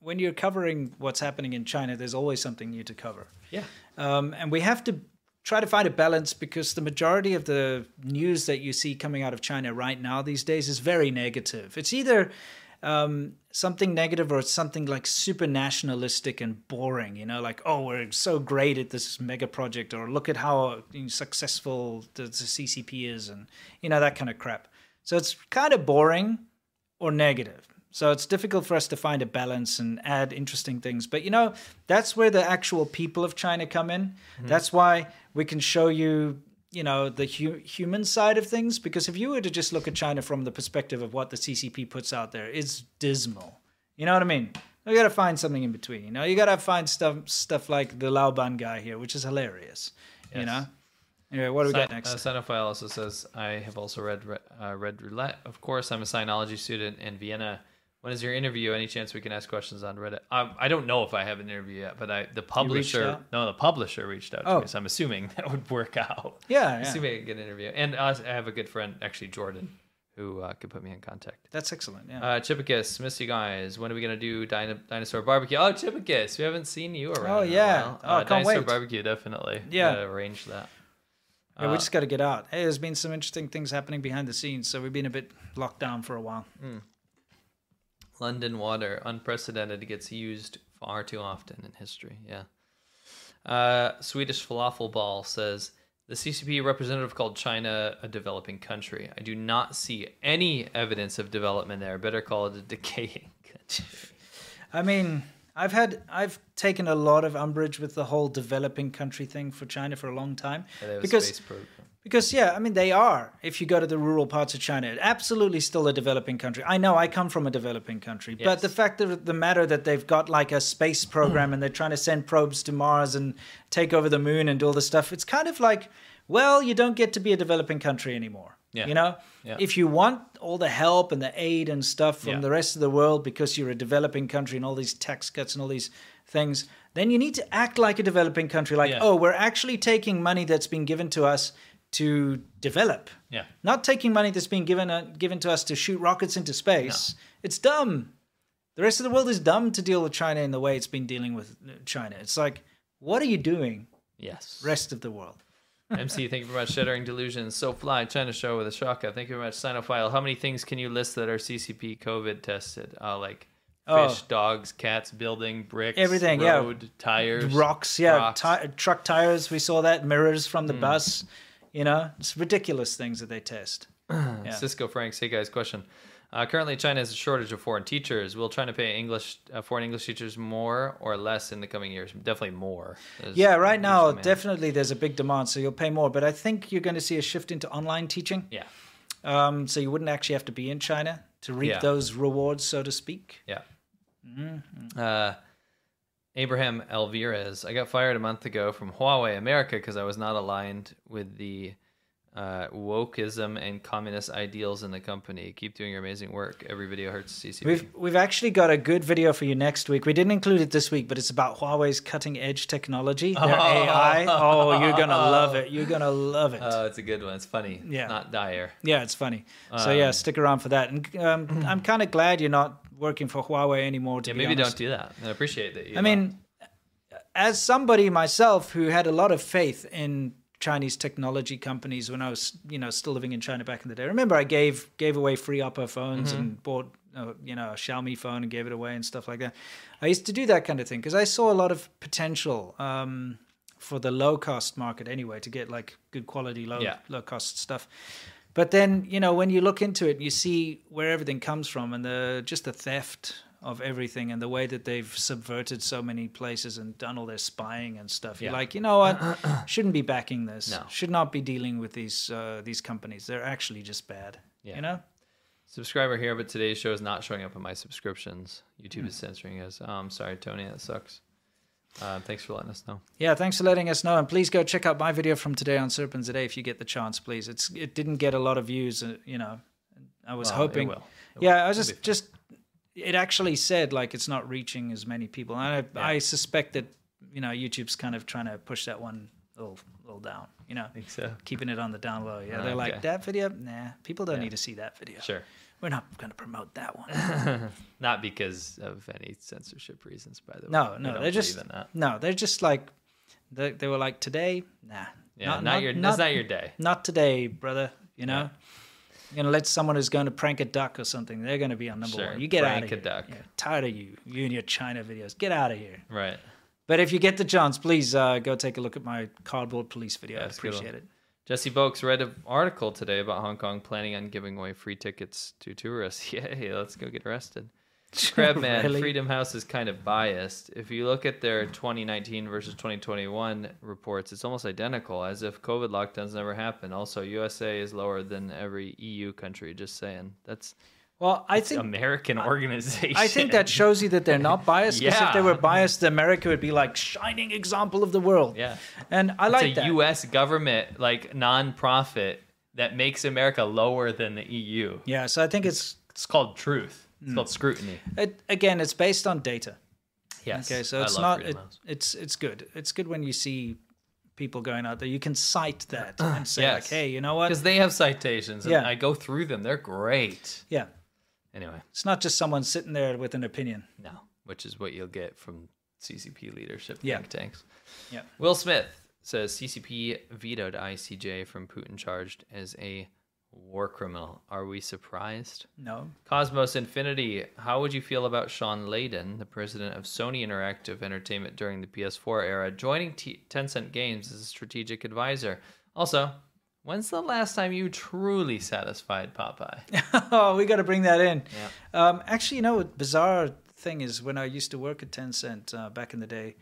A: when you're covering what's happening in China, there's always something new to cover.
B: Yeah.
A: Um, and we have to try to find a balance because the majority of the news that you see coming out of China right now these days is very negative. It's either um, something negative or it's something like super nationalistic and boring, you know, like, oh, we're so great at this mega project, or look at how you know, successful the, the CCP is, and, you know, that kind of crap. So it's kind of boring or negative. So it's difficult for us to find a balance and add interesting things. But you know, that's where the actual people of China come in.
B: Mm-hmm.
L: Mhm.
A: That's why we can show you, you know, the hu- human side of things. Because if you were to just look at China from the perspective of what the CCP puts out there, it's dismal. You know what I mean? You got to find something in between. You know, you got to find stuff stuff like the Laoban guy here, which is hilarious. You
B: Yes.
A: know. Anyway, what do we got
B: Sin-
A: next?
B: Uh, Sinophile also says, I have also read Re- uh, Red Roulette. Of course, I'm a Sinology student in Vienna. When is your interview? Any chance we can ask questions on Reddit? Um, I don't know if I have an interview yet, but I the publisher
A: out?
B: no the publisher reached out
A: Oh.
B: to me, so I'm assuming that would work out.
A: Yeah, yeah.
B: uh, assuming I could get an interview. And us- I have a good friend actually, Jordan, who uh, could put me in contact.
A: That's excellent. Yeah.
B: Uh, Chipicus, miss you guys. When are we gonna do dino- dinosaur barbecue? Oh, Chipicus, we haven't seen you around.
A: Oh,
B: in a
A: yeah.
B: while.
A: Oh,
B: uh,
A: can't
B: dinosaur
A: wait.
B: barbecue definitely.
A: Yeah.
B: Gotta arrange that.
A: Yeah, we
B: Uh,
A: just got to get out. Hey, there's been some interesting things happening behind the scenes, so we've been a bit locked down for a while.
B: London water, unprecedented, gets used far too often in history. Yeah. Uh, Swedish falafel ball says the CCP representative called China a developing country. I do not see any evidence of development there. Better call it a decaying country.
A: I mean, I've had I've taken a lot of umbrage with the whole developing country thing for China for a long time
B: Yeah, they have a
A: because
B: space program.
A: because yeah, I mean they are. If you go to the rural parts of China, absolutely still a developing country. I know I come from a developing country, but
B: Yes.
A: the fact of the matter that they've got like a space program and they're trying to send probes to Mars and take over the moon and do all this stuff, it's kind of like, well, you don't get to be a developing country anymore.
B: Yeah.
A: You know,
B: Yeah.
A: if you want all the help and the aid and stuff from
B: Yeah.
A: the rest of the world because you're a developing country and all these tax cuts and all these things, then you need to act like a developing country. Like,
B: Yeah.
A: oh, we're actually taking money that's been given to us to develop,
B: Yeah.
A: not taking money that's been given uh, given to us to shoot rockets into space. It's dumb. The rest of the world is dumb to deal with China in the way it's been dealing with uh, China. It's like, what are you doing,
B: Yes.
A: rest of the world?
B: MC, thank you very much. Shattering Delusions, So Fly, China Show with a Shaka. Thank you very much. Sinophile, how many things can you list that are CCP COVID tested? Uh, like fish,
A: Oh.
B: dogs, cats, building, bricks,
A: Everything, yeah.
B: road, tires,
A: rocks yeah
B: rocks. Hmm.
A: ti- truck tires we saw that mirrors from the bus you know it's ridiculous things that they test Yeah.
B: Cisco Franks, hey guys, question. Uh, currently, China has a shortage of foreign teachers. Will China pay English uh, foreign English teachers more or less in the coming years? Definitely more. There's
A: yeah right
B: huge
A: now
B: demand.
A: definitely there's a big demand so you'll pay more but i think you're going to see a shift into online teaching
B: Yeah,
A: um, so you wouldn't actually have to be in china to reap
B: Yeah.
A: those rewards so to speak
B: yeah.
A: Mm-hmm.
B: Uh, Abraham Alvarez, I got fired a month ago from Huawei America because I was not aligned with the uh, wokeism and communist ideals in the company. Keep doing your amazing work. Every video hurts CCP.
A: We've we've actually got a good video for you next week. We didn't include it this week, but it's about Huawei's cutting edge technology, their AI. Oh, you're gonna love it. You're gonna love it.
B: Oh, it's a good one. It's funny.
A: Yeah.
B: Not dire.
A: Yeah, it's funny. so yeah,
B: Um,
A: stick around for that. And um, I'm kind of glad you're not working for Huawei anymore. To
B: Yeah,
A: be
B: maybe
A: honest.
B: don't do that. I appreciate that. You uh,
A: I mean, as somebody myself who had a lot of faith in Chinese technology companies when I was, you know, still living in China back in the day. Remember, I gave gave away free Oppo phones and bought, uh, you know, a Xiaomi phone and gave it away and stuff like that. I used to do that kind of thing because I saw a lot of potential um, for the low cost market anyway to get like good quality low
B: Yeah.
A: low cost stuff. But then, you know, when you look into it, you see where everything comes from and the just the theft of everything and the way that they've subverted so many places and done all their spying and stuff. You're
B: Yeah.
A: like, you know what? Shouldn't be backing this.
B: No.
A: Should not be dealing with these uh, these companies. They're actually just bad.
B: Yeah.
A: You know?
B: subscriber here, but today's show is not showing up on my subscriptions. YouTube
A: Hmm.
B: is censoring us. Oh, I'm sorry, Tony. That sucks. Um, thanks for letting us know.
A: Yeah, thanks for letting us know, and please go check out my video from today on Serpents Today if you get the chance, please. It's it didn't get a lot of views, uh, you know. I was
B: Well, Oh, it
A: hoping.
B: will. It
A: yeah,
B: will.
A: I was
B: It'll be
A: just just it actually said like it's not reaching as many people, and I I suspect that you know YouTube's kind of trying to push that one little little down, you know,
B: think so.
A: keeping it on the down low. Yeah,
B: Ah,
A: they're like
B: okay.
A: that video. Nah, people don't need to see that video.
B: Sure.
A: We're not going to promote that one.
B: Not because of any censorship reasons, by the way.
A: No,
B: I
A: no,
B: don't
A: they're just
B: believe in that.
A: no, they're just like they, they were like today. Nah,
B: Yeah, not, your. that's not your day.
A: not today, brother. You know, you're gonna let someone who's going to prank a duck or something. They're going to be on number
B: Sure,
A: one. You get out of
B: prank a
A: here.
B: duck.
A: Yeah, tired of you, you and your China videos. Get out of here.
B: Right.
A: But if you get the chance, please uh, go take a look at my cardboard police video. I
B: That's a good one.
A: appreciate it.
B: Jesse Boakes read an article today about Hong Kong planning on giving away free tickets to tourists. Yay, let's go get arrested. Crabman,
A: Really?
B: Freedom House is kind of biased. If you look at their 2019 versus 2021 reports, it's almost identical, as if COVID lockdowns never happened. Also, USA is lower than every EU country. Just saying, that's
A: Well, I think
B: American organization.
A: I think that shows you that they're not biased. Because if they
B: Yeah.
A: were biased, America would be like shining example of the world.
B: Yeah.
A: and I
B: it's
A: like
B: a
A: that.
B: U.S. government like nonprofit that makes America lower than the EU.
A: yeah, so I think it's
B: It's called truth. It's
A: Hmm.
B: called scrutiny.
A: it, again, it's based on data.
B: Yes.
A: Okay, so
B: I
A: it's
B: love
A: not
B: Freedom
A: it,
B: House.
A: it's it's good. It's good when you see people going out there. You can cite that and say, like, hey, you know what?
B: Because they have citations. And
A: Yeah.
B: I go through them. They're great.
A: yeah,
B: Anyway,
A: it's not just someone sitting there with an opinion.
B: no, which is what you'll get from CCP leadership
A: Yeah.
B: think tanks.
A: Yeah.
B: Will Smith says CCP vetoed ICJ from Putin charged as a war criminal. Are we surprised?
A: No.
B: Cosmos Infinity, how would you feel about Sean Layden, the president of Sony Interactive Entertainment during the PS4 era, joining T- Tencent Games as a strategic advisor? Also, when's the last time you truly satisfied Popeye?
A: oh, we got to bring that in. Um, actually, you know, a bizarre thing is when I used to work at Tencent uh, back in the day,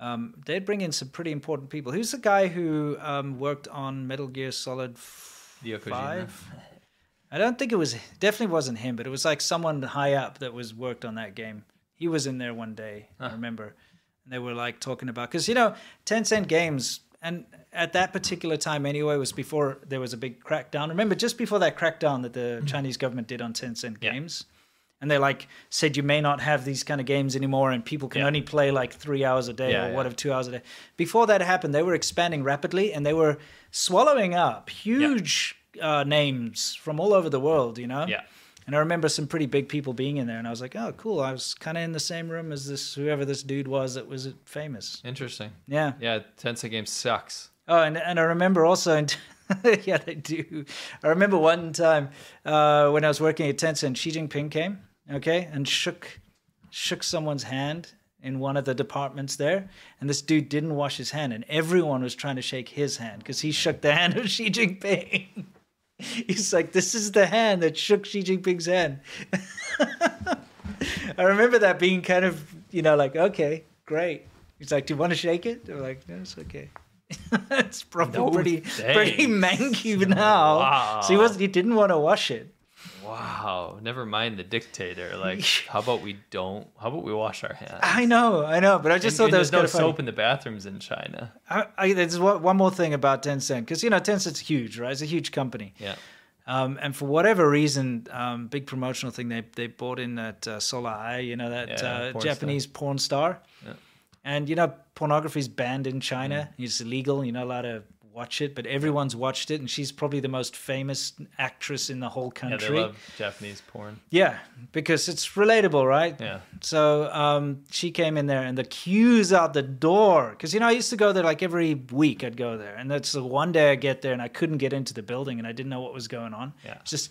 A: um, they'd bring in some pretty important people. Who's the guy who um, worked on Metal Gear Solid
B: Hideo Kojima.
A: Five? I don't think it was definitely wasn't him, but it was like someone high up that was worked on that game. He was in there one day, I remember, and they were like talking about because you know Tencent Games, and at that particular time anyway was before there was a big crackdown. Remember, just before that crackdown that the Chinese government did on Tencent Games, and they like said you may not have these kind of games anymore, and people can only play like three hours a day
B: Yeah,
A: or
B: yeah.
A: whatever two hours a day. Before that happened, they were expanding rapidly and they were swallowing up huge uh, names from all over the world. You know,
B: Yeah.
A: and I remember some pretty big people being in there, and I was like, oh, cool. I was kind of in the same room as this whoever this dude was that was famous.
B: Interesting.
A: Yeah.
B: Yeah, Tencent Games sucks.
A: Oh, and and I remember also, and yeah, they do. I remember one time uh, when I was working at Tencent, Xi Jinping came, okay, and shook shook someone's hand in one of the departments there, and this dude didn't wash his hand, and everyone was trying to shake his hand because he shook the hand of Xi Jinping. He's like, this is the hand that shook Xi Jinping's hand. I remember that being kind of, you know, like, okay, great. He's like, do you want to shake it? They're like, no, it's okay. it's probably
B: No
A: pretty, pretty
B: thanks.
A: manky now.
B: Wow.
A: So he was, he didn't want to wash it.
B: Wow. Never mind the dictator. Like, how about we don't? How about we wash our hands?
A: I know, I know, but I Ah, just
B: And-
A: thought
B: and
A: that was
B: there's no
A: kind of funny.
B: soap in the bathrooms in China.
A: I, I, there's one, one more thing about Tencent because you know Tencent's huge, right? It's a huge company.
B: Yeah.
A: Um, and for whatever reason, um, big promotional thing, they they bought in that uh, Solar Eye, you know, that
B: Yeah,
A: uh,
B: porn
A: Japanese porn star.
B: Yeah. Mm.
A: And you know, pornography's banned in China. It's illegal. You're not allowed to watch it, but everyone's watched it, and she's probably the most famous actress in the whole
B: Yeah,
A: country.
B: they love Japanese porn.
A: Yeah, because it's relatable, right?
B: Yeah.
A: So um, she came in there, and the queues out the door. Because you know, I used to go there like every week. I'd go there, and that's the one day I get there, and I couldn't get into the building, and I didn't know what was going on.
B: Yeah.
A: It's just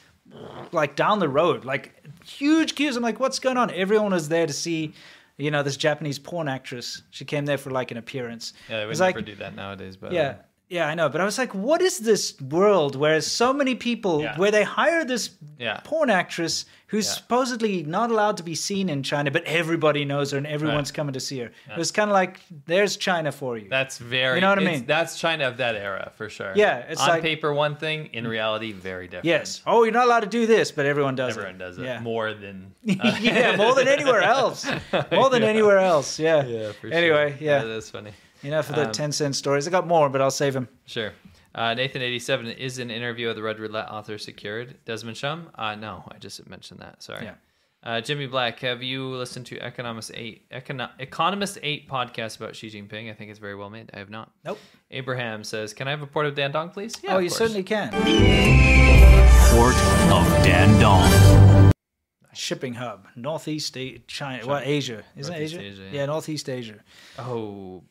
A: like down the road, like huge queues. I'm like, what's going on? Everyone was there to see, you know, this Japanese porn actress. She came there for like an appearance.
B: Yeah, they
A: It
B: would
A: was
B: never
A: like-
B: do that nowadays. But
A: yeah. Yeah, I know, but I was like, "What is this world where so many people,
B: Yeah.
A: where they hire this
B: Yeah.
A: porn actress who's
B: Yeah.
A: supposedly not allowed to be seen in China, but everybody knows her and everyone's coming to see her?"
B: Yeah.
A: It was kind of like, "There's China for you."
B: that's very.
A: You know what I
B: it's-
A: mean?
B: That's China of that era for sure.
A: Yeah, it's
B: on
A: like- Mm-hmm.
B: paper one thing, in reality very different.
A: yes. Oh, you're not allowed to do this, but everyone does
B: everyone
A: it.
B: does it
A: Yeah.
B: more than
A: yeah, more than anywhere else. More than
B: Yeah.
A: anywhere else. Yeah.
B: Yeah, for sure.
A: anyway, yeah.
B: That's funny.
A: Enough of the
B: Um,
A: ten cent stories. I got more, but I'll save them.
B: Sure. Uh, Nathan eighty seven is an interview of the Red Roulette author secured. Desmond Shum? Uh, no, I just mentioned that. Sorry.
A: Yeah.
B: Uh, Jimmy Black, have you listened to Economist Eight Econo- Economist Eight podcast about Xi Jinping? I think it's very well made. I have not.
A: Nope.
B: Abraham says, "Can I have a port of Dandong, please?"
A: oh,
B: of
A: you
B: course.
A: certainly can.
L: Port of Dandong.
A: shipping hub, Northeast A- China, well, Asia, isn't
B: Northeast
A: it Asia?
B: Asia, yeah.
A: yeah. Northeast Asia.
B: Oh,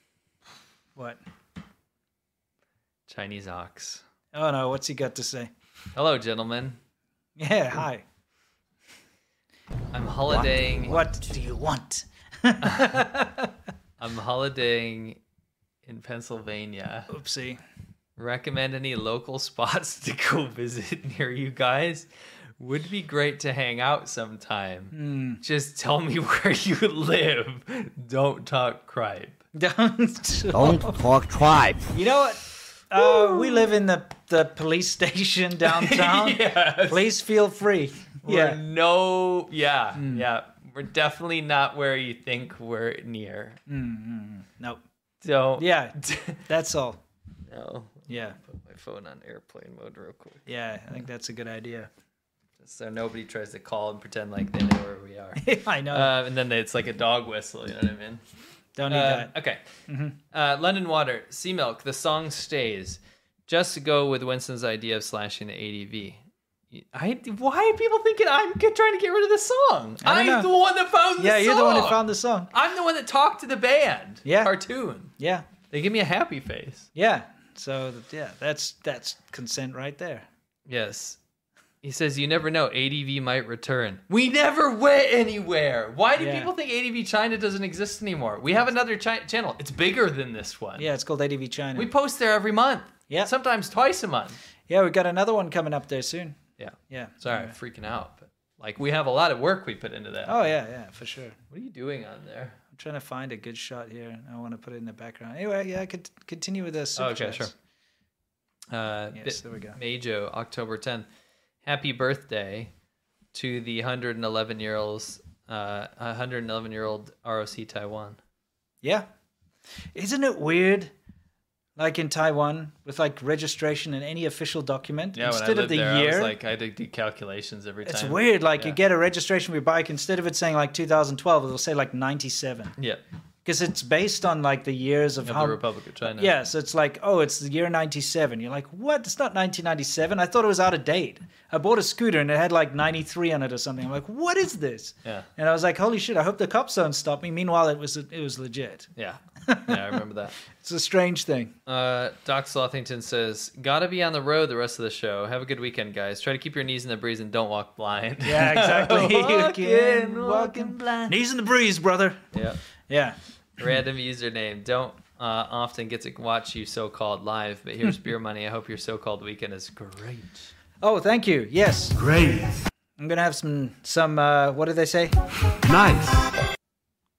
A: What?
B: Chinese ox.
A: Oh no, what's he got to say?
B: Hello, gentlemen.
A: Yeah, hi.
B: I'm holidaying.
A: What do you want?
B: I'm holidaying in Pennsylvania.
A: Oopsie.
B: recommend any local spots to go visit near you guys would be great to hang out sometime
A: Hmm.
B: just tell me where you live don't talk cripe
A: Don't.
J: Don't talk tribe.
A: You know what? Uh, we live in the the police station downtown. Please feel free.
B: yeah
A: Yeah. Hmm.
B: no yeah yeah we're definitely not where you think we're near
A: Nope.
B: don't
A: Yeah. That's all.
B: no
A: Yeah.
B: put my phone on airplane mode real quick
A: Yeah. I think that's a good idea.
B: so nobody tries to call Uh, and pretend like they know where we are
A: I know.
B: uh, and then it's like a dog whistle you know what i mean
A: Don't need
B: Uh,
A: that.
B: Okay.
A: Mhm.
B: Uh, London Water, Sea Milk, the song stays. Just to go with Winston's idea of slashing the ADV. I why are people thinking I'm g- trying to get rid of the song?
A: I
B: I'm
A: don't
B: the
A: know.
B: one that found.
A: Yeah,
B: the
A: you're the one who
B: song.
A: found the song.
B: I'm the one that talked to the band.
A: Yeah.
B: Cartoon.
A: Yeah.
B: They give me a happy face.
A: Yeah. So th- yeah, that's that's consent right there.
B: Yes. He says, "You never know. ADV might return. We never went anywhere. Why do
A: Yeah.
B: people think ADV China doesn't exist anymore? We have another chi- channel. It's bigger than this one.
A: Yeah, it's called ADV China.
B: We post there every month.
A: Yeah.
B: Sometimes twice a month.
A: yeah, we've got another one coming up there soon.
B: Yeah.
A: Yeah.
B: Sorry, I'm freaking out. But like, we have a lot of work we put into that.
A: Oh yeah, yeah, for sure.
B: What are you doing on there?
A: I'm trying to find a good shot here. I want to put it in the background. Anyway, yeah, I could continue with this.
B: Oh, okay, sure. Uh,
A: Yes, there we go.
B: Majo, October 10th. Happy birthday to the 111 year olds, uh, 111 year old ROC Taiwan.
A: Yeah. Isn't it weird? Like in Taiwan, with like registration in any official document, instead of the year,
B: like I did calculations every
A: it's
B: time.
A: weird. Like you get a registration for your bike, instead of it saying like 2012, it'll say like 97.
B: Yeah.
A: Because it's based on like the years of,
B: Of
A: how
B: the Republic of China.
A: Yeah, so it's like, oh, it's the year 97. You're like, what? It's not 1997. I thought it was out of date. I bought a scooter and it had like 93 on it or something. I'm like, what is this?
B: Yeah.
A: And I was like, holy shit, I hope the cops don't stop me. Meanwhile, it was it was legit.
B: Yeah. Yeah, I remember that.
A: It's a strange thing.
B: Uh, Doc Slothington says, "Gotta be on the road the rest of the show. Have a good weekend, guys. Try to keep your knees in the breeze and don't walk blind."
A: Yeah, exactly. You
B: Walking,
A: can-
B: walking blind.
A: Knees in the breeze, brother.
B: Yeah.
A: Yeah.
B: Random username. Don't uh, often get to watch you so-called live, but here's beer money. I hope your so-called weekend is great.
A: Oh, thank you. Yes.
B: Great.
A: I'm gonna have some some. Uh, what do they say?
L: Nice.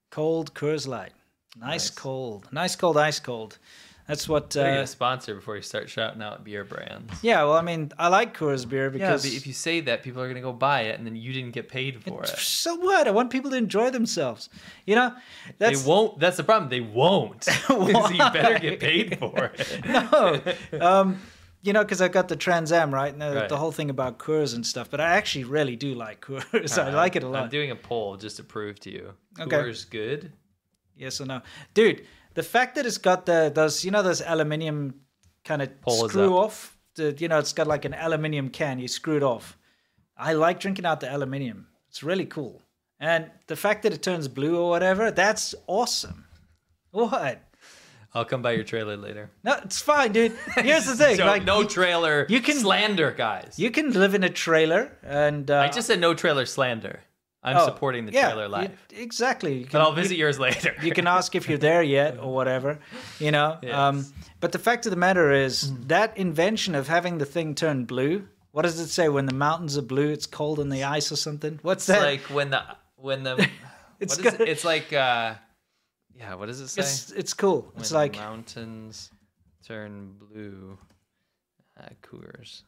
A: Cold Coors Light. Nice, cold. Nice cold. Ice cold. That's what.
B: Better get
A: Uh,
B: a sponsor before you start shouting out beer brands.
A: yeah. Well, I mean, I like Coors beer because.
B: yeah, but if you say that, people are gonna go buy it, and then you didn't get paid for it.
A: so what? I want people to enjoy themselves. You know,
B: They
A: that's
B: won't. That's the problem. They won't. so you better get paid for it.
A: no. Um, you know, because I've got the Trans Am, right? And the,
B: Right.
A: the whole thing about Coors and stuff. But I actually really do like Coors. I
B: Alright,
A: like it a
B: I'm-
A: lot.
B: I'm doing a poll just to prove to you.
A: Okay.
B: Coors good?
A: Yes or no, dude? The fact that it's got the those you know those aluminium kind of
B: Pull is
A: screw
B: up.
A: off. The, you know, it's got like an aluminium can. You screw it off. I like drinking out the aluminium. It's really cool. And the fact that it turns blue or whatever, that's awesome. What?
B: I'll come by your trailer later.
A: No, it's fine, dude. Here's the thing.
B: So,
A: like,
B: no trailer
A: you can-
B: slander, guys.
A: you can live in a trailer, and uh,
B: I just said no trailer slander. I'm
A: Oh,
B: supporting the
A: yeah,
B: trailer
A: you-
B: live.
A: exactly. You
B: but I'll visit yours later.
A: you can ask if you're there yet or whatever, you know. Um, but the fact of the matter is
B: Mm.
A: that invention of having the thing turn blue. What does it say when the mountains are blue? It's cold in the ice or something. What's
B: It's
A: that?
B: like when the when the
A: It's
B: it's what is
A: got-
B: it? it's like uh yeah, what does it say?
A: it's it's cool. It's
B: When
A: like
B: mountains turn blue. Uh, Coors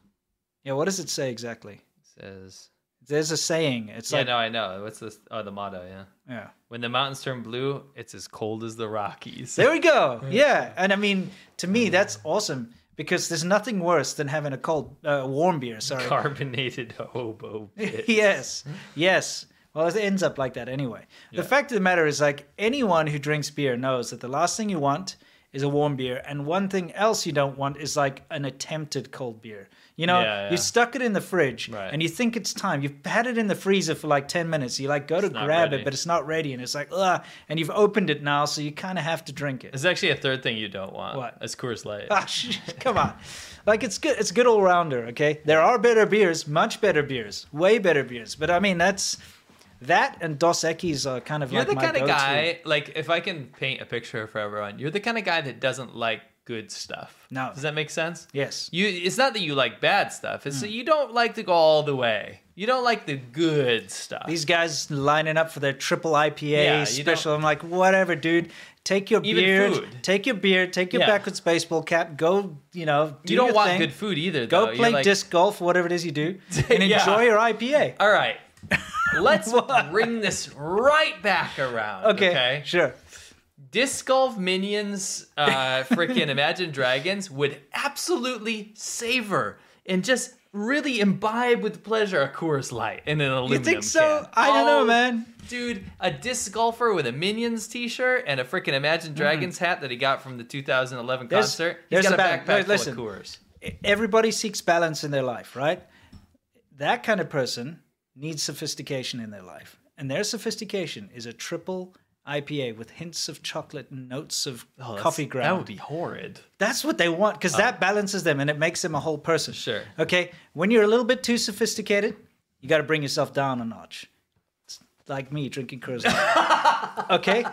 A: yeah. What does it say exactly?
B: says.
A: There's a saying. It's
B: yeah,
A: like
B: no, I know. What's this? Oh, the motto. Yeah.
A: yeah.
B: When the mountains turn blue, it's as cold as the Rockies.
A: There we go. Yeah, and I mean to me
B: Mm.
A: that's awesome because there's nothing worse than having a cold, uh, warm beer. Sorry,
B: Carbonated hobo. Bitch.
A: yes, yes. Well, it ends up like that anyway. The fact of the matter is, like anyone who drinks beer knows that the last thing you want is a warm beer, and one thing else you don't want is like an attempted cold beer. You know,
B: Yeah, yeah.
A: you stuck it in the fridge, and you think it's time. You've had it in the freezer for like ten minutes. You like go to
B: not
A: grab
B: ready.
A: it, but it's not ready, and it's like ugh. And you've opened it now, so you kind of have to drink it.
B: There's actually a third thing you don't want.
A: What?
B: It's Coors Light.
A: Ah, sh- come on. Like it's good. It's good all rounder. Okay, there are better beers, much better beers, way better beers. But I mean, that's that and Dos Equis are kind of
B: You're
A: like
B: the
A: my
B: kind of
A: go-to.
B: guy, like, if I can paint a picture for everyone, you're the kind of guy that doesn't like good stuff.
A: No.
B: Does that make sense?
A: Yes. Hmm.
B: You. It's not that you like bad stuff. It's that you don't like to go all the way. You don't like the good stuff.
A: These guys lining up for their triple IPA
B: Yeah, you
A: special. I'm like, whatever, dude. Take your
B: Even
A: beard.
B: food.
A: Take your beard. Take your
B: Yeah.
A: backwards baseball cap. Go. You know. Do
B: you don't
A: your
B: want
A: thing.
B: good food either,
A: Go
B: though. You're
A: play
B: like,
A: disc golf, whatever it is you do, and
B: Yeah.
A: enjoy your IPA.
B: All right. Let's bring this right back around.
A: Okay,
B: okay?
A: sure.
B: Disc golf minions, uh, freaking Imagine Dragons would absolutely savor and just really imbibe with the pleasure of Coors Light in an aluminum
A: think so?
B: can.
A: I don't know,
B: Oh,
A: man.
B: Dude, a disc golfer with a Minions T-shirt and a freaking Imagine Dragons hat that he got from the 2011
A: Mm. There's-
B: concert.
A: there's
B: He's got
A: a
B: a
A: bad-
B: backpack
A: no,
B: full
A: listen.
B: of Coors.
A: e, Everybody seeks balance in their life, right? That kind of person needs sophistication in their life. And their sophistication is a triple IPA with hints of chocolate and notes of
B: Oh, that's-
A: coffee ground.
B: That would be horrid.
A: That's what they want because that balances them and it makes them a whole person.
B: Sure.
A: Okay. When you're a little bit too sophisticated, you got to bring yourself down a notch. It's like me drinking Coors Light. okay.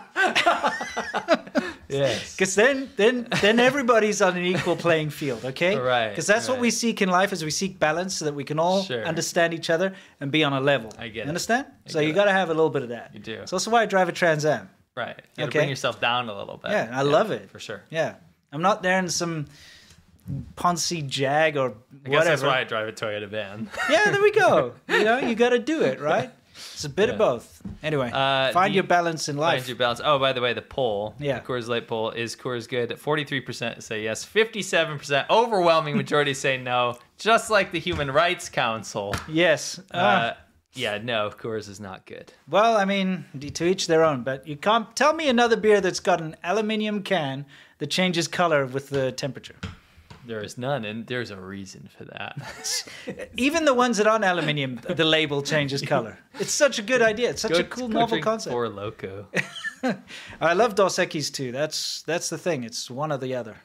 B: Yes.
A: Because then, then, then everybody's on an equal playing field. Okay.
B: Right,
A: Because that's what
B: right.
A: we seek in life: is we seek balance so that we can all
B: Sure.
A: understand each other and be on a level. I
B: get
A: you
B: it.
A: Understand?
B: I
A: so
B: get
A: you
B: it.
A: got to have a little bit of that.
B: You do.
A: So that's why I drive a Trans Am.
B: Right. You gotta
A: Okay.
B: bring yourself down a little bit.
A: Yeah, I love it.
B: Uh, For sure.
A: Yeah. I'm not there in some Ponzi Jag or
B: I guess
A: whatever.
B: that's why I drive a Toyota van.
A: yeah, there we go. You know, you got to do it, right? It's a bit of both. Anyway,
B: Uh,
A: find
B: the-
A: your balance in life.
B: Find your balance. Oh, by the way, the poll,
A: Yeah.
B: the Coors Light poll, is Coors good? 43% say yes, 57%, overwhelming majority say no, just like the Human Rights Council.
A: Yes.
B: Uh,
A: Ah.
B: yeah, no, Coors is not good.
A: well, I mean, to each their own, but you can't tell me another beer that's got an aluminium can that changes color with the temperature.
B: There is none, and there's a reason for that.
A: Even the ones that aren't aluminium, the label changes color. It's such a good idea. It's such a cool novel concept.
B: Or Loco.
A: I love Dos Equis too. That's that's the thing. It's one or the other.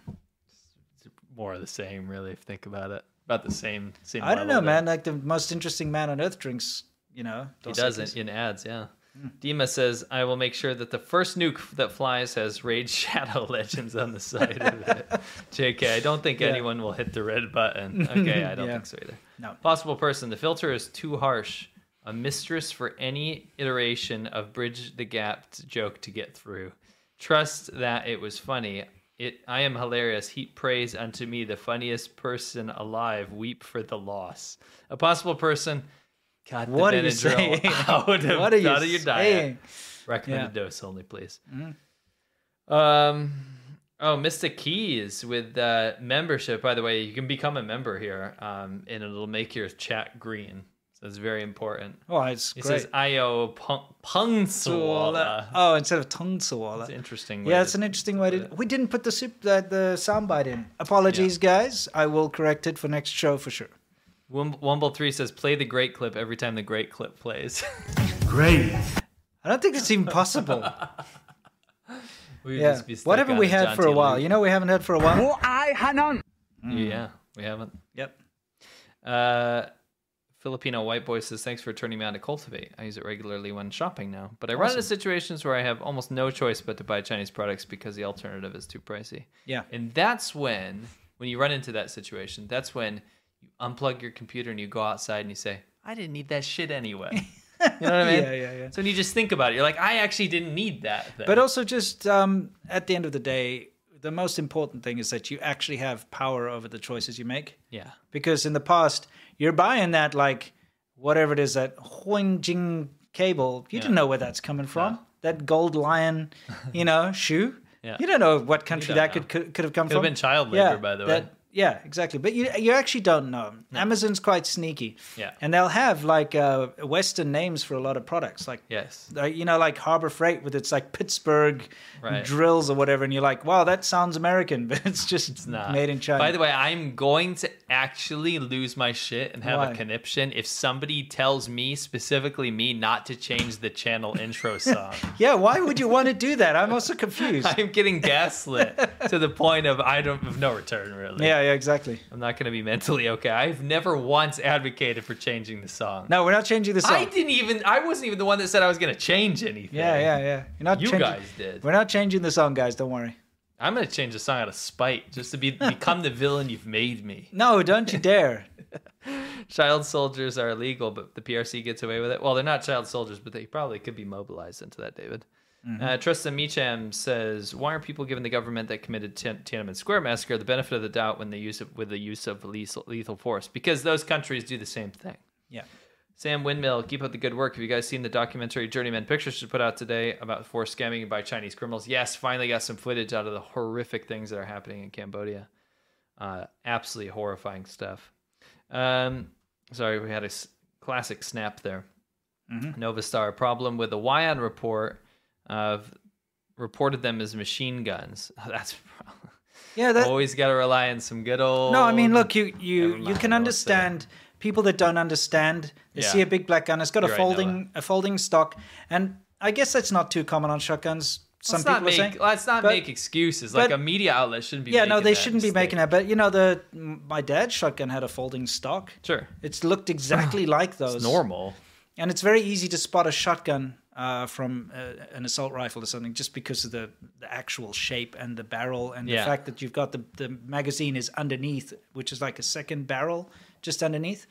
B: More of the same, really, if you think about it. About the same. same
A: I don't
B: level
A: know,
B: there.
A: man. Like the most interesting man on earth drinks, you know.
B: He
A: Dos
B: doesn't
A: Equis.
B: in ads, yeah.
A: Hmm.
B: Dima says, I will make sure that the first nuke that flies has Raid Shadow Legends on the side of it. JK, I don't think
A: Yeah.
B: anyone will hit the red button. Okay, I don't
A: Yeah.
B: think so either.
A: No.
B: Possible person, the filter is too harsh. A mistress for any iteration of Bridge the Gap t- joke to get through. Trust that it was funny. It, I am hilarious. Heap praise unto me, the funniest person alive. Weep for the loss. A possible person, God,
A: What
B: the
A: are you
B: Benadryl
A: saying?
B: Out of,
A: What are you
B: out of your
A: saying?
B: diet. Recommended dose only, please. Um, oh, Mr. Keys with uh, membership. By the way, you can become a member here, um, and it'll make your chat green. So it's very important.
A: Oh, it's
B: He
A: great.
B: says Io Pun- Punsawa.
A: Oh, instead of tongue It's
B: interesting. way
A: Yeah,
B: to-
A: it's an interesting way to. We didn't put the soup, the, the soundbite in. Apologies, guys. I will correct it for next show for sure.
B: Wum- Wumble three says play the great clip every time the great clip plays.
A: Great. I don't think it's even possible.
B: we would
A: yeah.
B: just be stuck
A: Whatever
B: on
A: we
B: a
A: had
B: John
A: for a
B: T.
A: while.
B: Luke.
A: You know, we haven't heard for a while.
B: Yeah, we haven't.
A: Yep.
B: Uh, Filipino white boy says, Thanks for turning me on to Cultivate. I use it regularly when shopping now, but I run into
A: Awesome.
B: situations where I have almost no choice but to buy Chinese products because the alternative is too pricey.
A: Yeah.
B: And that's when, when you run into that situation, that's when you unplug your computer and you go outside and you say, I didn't need that shit anyway. You know what I mean?
A: Yeah, yeah, yeah.
B: So when you just think about it, you're like, I actually didn't need that. Then.
A: But also, just um, at the end of the day, the most important thing is that you actually have power over the choices you make.
B: yeah.
A: because in the past you're buying that like whatever it is that Huanjing cable you don't know where that's coming from that gold lion you know shoe
B: Yeah.
A: you don't know what country
B: don't
A: that
B: know.
A: could, could could have come
B: Could have
A: from
B: been child labor, by the way.
A: yeah exactly but you you actually don't know Amazon's quite sneaky
B: Yeah.
A: and they'll have like uh, western names for a lot of products like
B: Yes.
A: like, you know, like Harbor Freight with its like Pittsburgh
B: Right.
A: drills or whatever, and you're like, wow, that sounds American, but it's just
B: Nah.
A: made in China.
B: By the way, I'm going to actually lose my shit and have
A: Why?
B: a conniption if somebody tells me, specifically me, not to change the channel intro song.
A: Yeah, why would you want to do that? I'm also confused.
B: I'm getting gaslit to the point of I don't of no return really.
A: yeah, yeah, exactly.
B: I'm not going to be mentally okay. I've never once advocated for changing the song.
A: No, we're not changing the song.
B: I didn't even. I wasn't even the one that said I was going to change anything.
A: yeah, yeah, yeah. You're not
B: You
A: changing,
B: guys did.
A: We're not changing the song, guys. Don't worry.
B: I'm going to change the song out of spite, just to be become the villain you've made me.
A: No, don't you dare.
B: child soldiers are illegal, but the PRC gets away with it. Well, they're not child soldiers, but they probably could be mobilized into that, David. Uh, Tristan Meacham says, "Why aren't people giving the government that committed Tian- Tiananmen Square massacre the benefit of the doubt when they use of, with the use of lethal, lethal force? Because those countries do the same thing."
A: Yeah.
B: Sam Windmill, keep up the good work. Have you guys seen the documentary Journeyman Pictures should put out today about forced scamming by Chinese criminals? Yes, finally got some footage out of the horrific things that are happening in Cambodia. Uh, absolutely horrifying stuff. Um, sorry, we had a s- classic snap there.
A: Mm-hmm.
B: Nova Star problem with the Wyon report of reported them as machine guns. That's
A: yeah. That,
B: always got to rely on some good old.
A: No, I mean, look, you you
B: Oh, Never
A: you can
B: mind, I'll say.
A: understand people that don't understand. They
B: Yeah.
A: see a big black gun. It's got
B: You're
A: a
B: right,
A: folding a folding stock, and I guess that's not too common on shotguns. Some
B: let's
A: people
B: not
A: are
B: make,
A: saying.
B: let's not
A: but-
B: make excuses. Like
A: but-
B: a media outlet shouldn't be.
A: yeah, no,
B: making
A: they
B: that
A: shouldn't be making that. But you know, the my dad's shotgun had a folding stock.
B: Sure.
A: It's looked exactly like those.
B: It's normal.
A: and it's very easy to spot a shotgun uh, from uh, an assault rifle or something just because of the, the actual shape and the barrel and
B: Yeah.
A: the fact that you've got the, the magazine is underneath which is like a second barrel just underneath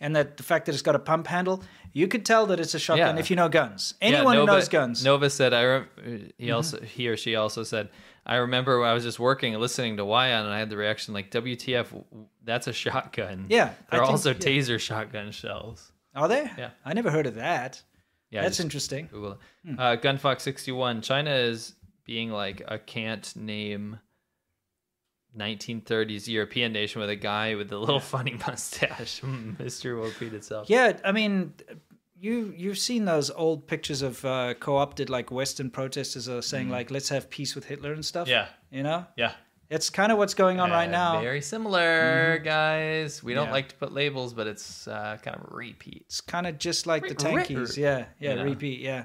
A: and that the fact that it's got a pump handle you could tell that it's a shotgun
B: Yeah.
A: if you know guns
B: Yeah,
A: anyone
B: Nova-
A: who knows guns
B: Nova said, "I re- he
A: Mhm.
B: also he or she also said, I remember when I was just working and listening to Wyon, and I had the reaction like, WTF? w- That's a shotgun.
A: Yeah, I
B: they're
A: think-
B: also
A: yeah.
B: taser shotgun shells.
A: are they
B: Yeah.
A: i never heard of that
B: Yeah,
A: that's
B: just
A: interesting
B: Google it.
A: Hmm.
B: Uh, Gunfox sixty one. China is being like a can't name." 1930s European nation with a guy with a little funny mustache. Hmm, History will repeat itself.
A: Yeah, I mean, you you've seen those old pictures of uh, co-opted like Western protesters are saying
B: Mhm.
A: like, "Let's have peace with Hitler and stuff."
B: Yeah.
A: you know.
B: Yeah.
A: It's kind of what's going on right
B: Uh,
A: now. Mm-hmm.
B: Very similar, guys. We don't
A: Yeah.
B: like to put labels, but it's uh, kind of a repeat.
A: It's kind of just like the
B: Rip-
A: tankies. Yeah, yeah.
B: You know.
A: Repeat. Yeah.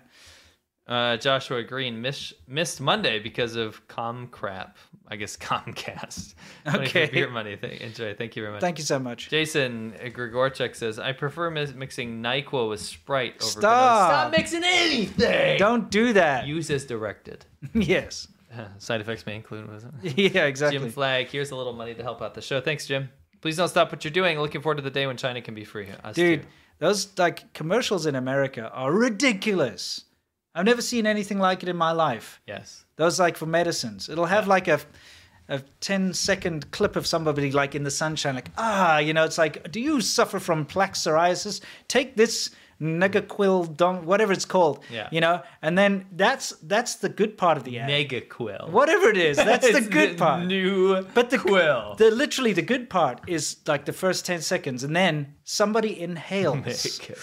B: Uh, Joshua Green miss, missed Monday because of com crap. I guess Comcast. Money for
A: Okay.
B: Beer money. Thank, enjoy. Thank you very much.
A: Thank you so much.
B: Jason uh, Grigorchuk says, I prefer mis- mixing NyQuil with Sprite over
A: Stop.
B: Vanilla. Stop mixing anything.
A: Don't do that.
B: Use as directed. Uh,
A: yes.
B: Side effects may include, wasn't it?
A: Yeah. Exactly.
B: Jim Flag, here's a little money to help out the show. Thanks, Jim. Please don't stop what you're doing. Looking forward to the day when China can be free. Us
A: Dude,
B: too.
A: those like commercials in America are ridiculous. I've never seen anything like it in my life.
B: Yes.
A: Those like for medicines. It'll have like a a 10 second clip of somebody like in the sunshine, like, ah, you know, it's like, do you suffer from plaque psoriasis? Take this Negaquil dong whatever it's called.
B: Yeah.
A: You know? And then that's that's the good part of the ad.
B: Mega Quill.
A: Whatever it is, that's the
B: It's
A: good
B: the
A: part.
B: New
A: but the
B: quill.
A: the literally the good part is like the first ten seconds, and then somebody inhales,
B: Mega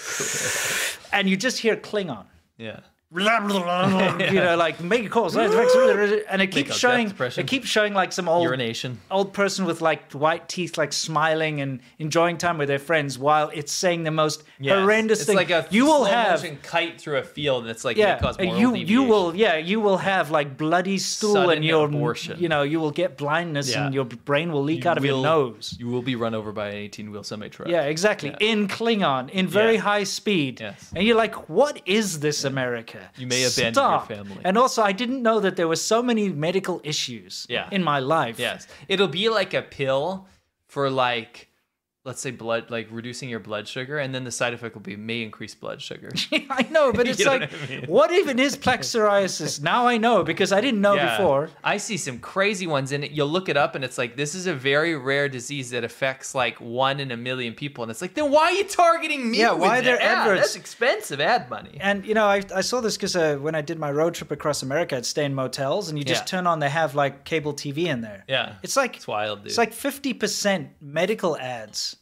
A: and you just hear Klingon.
B: Yeah.
A: you know, like mega calls, and it
B: Make up
A: keeps showing.
B: depth depression.
A: It keeps showing like some old
B: Urination.
A: old person with like white teeth, like smiling and enjoying time with their friends, while it's saying the most
B: Yes.
A: horrendous
B: it's
A: thing.
B: like a
A: you will
B: slow
A: have
B: motion kite through a field, and it's like
A: yeah,
B: may cause
A: and
B: moral
A: you you
B: deviation.
A: will yeah you will have like bloody stool
B: Sudden
A: and your
B: abortion.
A: you know you will get blindness
B: Yeah.
A: and your brain will leak
B: You
A: out of
B: will-
A: your nose.
B: You will be run over by an 18 wheel semi truck.
A: Yeah, exactly. In Klingon, in very high speed.
B: Yes.
A: And you're like, what is this, America?
B: You may abandon your
A: Stop."
B: family.
A: And also, I didn't know that there were so many medical issues
B: Yeah.
A: in my life.
B: Yes. It'll be like a pill for like let's say blood like reducing your blood sugar and then the side effect will be may increase blood sugar.
A: I know, but it's
B: know
A: like,
B: what
A: what,
B: I mean?
A: even is plaque psoriasis? now I know because I didn't know
B: Yeah.
A: before.
B: I see some crazy ones in it. You'll look it up and it's like this is a very rare disease that affects like one in a million people and it's like then why are you targeting me?
A: Yeah,
B: with
A: why
B: that?
A: their
B: ad?
A: adverts?
B: That's expensive ad money.
A: And you know, I, I saw this because uh, when I did my road trip across America, I'd stay in motels, and you just
B: Yeah.
A: turn on, they have like cable TV in there.
B: Yeah.
A: It's like
B: It's wild, dude.
A: it's like fifty percent medical ads.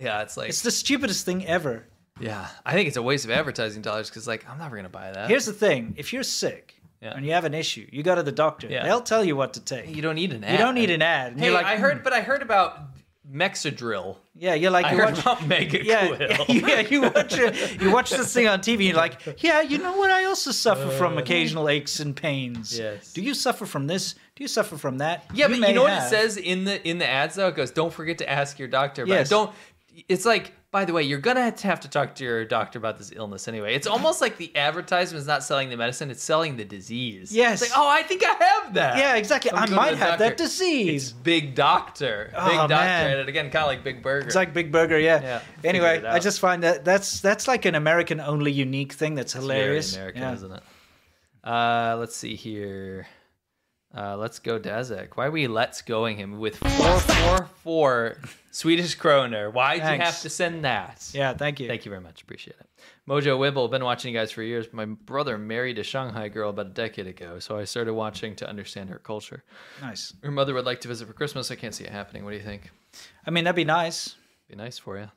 B: yeah, it's like
A: It's the stupidest thing ever.
B: yeah. I think it's a waste of advertising dollars because like I'm never gonna buy that.
A: Here's the thing: if you're sick and you have an issue, you go to the doctor.
B: Yeah.
A: They'll tell you what to take.
B: you don't need an ad.
A: You don't need an ad. And
B: Hey,
A: you're like,
B: I heard,
A: "Hmm."
B: but I heard about Mexadrill.
A: Yeah, you're like,
B: I
A: you
B: heard
A: watch-
B: about Mega
A: yeah,
B: Quill.
A: yeah, you watch it, you watch this thing on TV. You're like, yeah, you know what? I also suffer from occasional aches and pains.
B: Uh, Yes.
A: Do you suffer from this? Do you suffer from that?
B: Yeah, but
A: may
B: you know what
A: have.
B: it says in the in the ads though? It goes, "Don't forget to ask your doctor." About
A: Yes.
B: it. Don't. It's like, by the way, you're gonna have to have to talk to your doctor about this illness anyway. It's almost like the advertisement is not selling the medicine; it's selling the disease.
A: Yes.
B: It's like, oh, I think I have that.
A: Yeah, exactly.
B: Let me
A: I
B: go to
A: might
B: the
A: have that
B: doctor.
A: disease.
B: Big doctor. Big
A: Oh,
B: doctor
A: man.
B: at it again, kind of like Big Burger.
A: It's like Big Burger, yeah.
B: Yeah,
A: anyway,
B: figured it
A: I
B: out.
A: just find that that's that's like an American only unique thing that's
B: It's very
A: hilarious.
B: American,
A: Yeah.
B: isn't it? Uh, let's see here. Uh, let's go Dazek. Why are we let's going him with four four four Swedish kroner? Why'd you have
A: Thanks.
B: to send that?
A: Yeah, thank you.
B: Thank you very much. Appreciate it. Mojo Wibble, been watching you guys for years. My brother married a Shanghai girl about a decade ago, so I started watching to understand her culture.
A: Nice.
B: Her mother would like to visit for Christmas. I can't see it happening. What do you think?
A: I mean, that'd be nice.
B: be nice for you.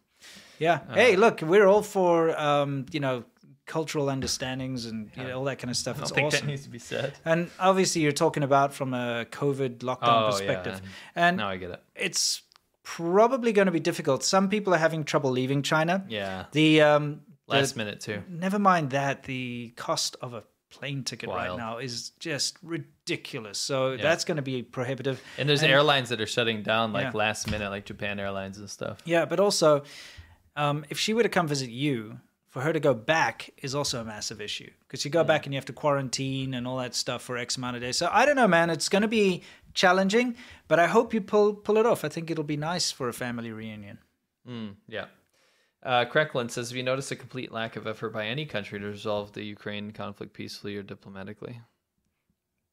A: Yeah.
B: Uh-huh.
A: hey, look, we're all for um, you know cultural understandings and you know, all that kind of stuff.
B: I don't
A: It's
B: think
A: awesome.
B: that needs to be said.
A: And obviously, you're talking about from a COVID lockdown
B: Oh,
A: perspective.
B: yeah.
A: And
B: Now I get it.
A: It's probably going to be difficult. Some people are having trouble leaving China.
B: Yeah.
A: The um, the-
B: Last minute too.
A: Never mind that. The cost of a plane ticket right
B: Wild.
A: now is just ridiculous. So that's going to be prohibitive.
B: And there's airlines that are shutting down like
A: Yeah.
B: last minute, like Japan Airlines and stuff.
A: Yeah, but also, um, if she were to come visit you, for her to go back is also a massive issue because you go back and you have to quarantine and all that stuff for X amount of days. So I don't know, man. It's going to be challenging, but I hope you pull pull it off. I think it'll be nice for a family reunion.
B: Mm, yeah. Uh, Kreklin says, "Have you noticed a complete lack of effort by any country to resolve the Ukraine conflict peacefully or diplomatically?"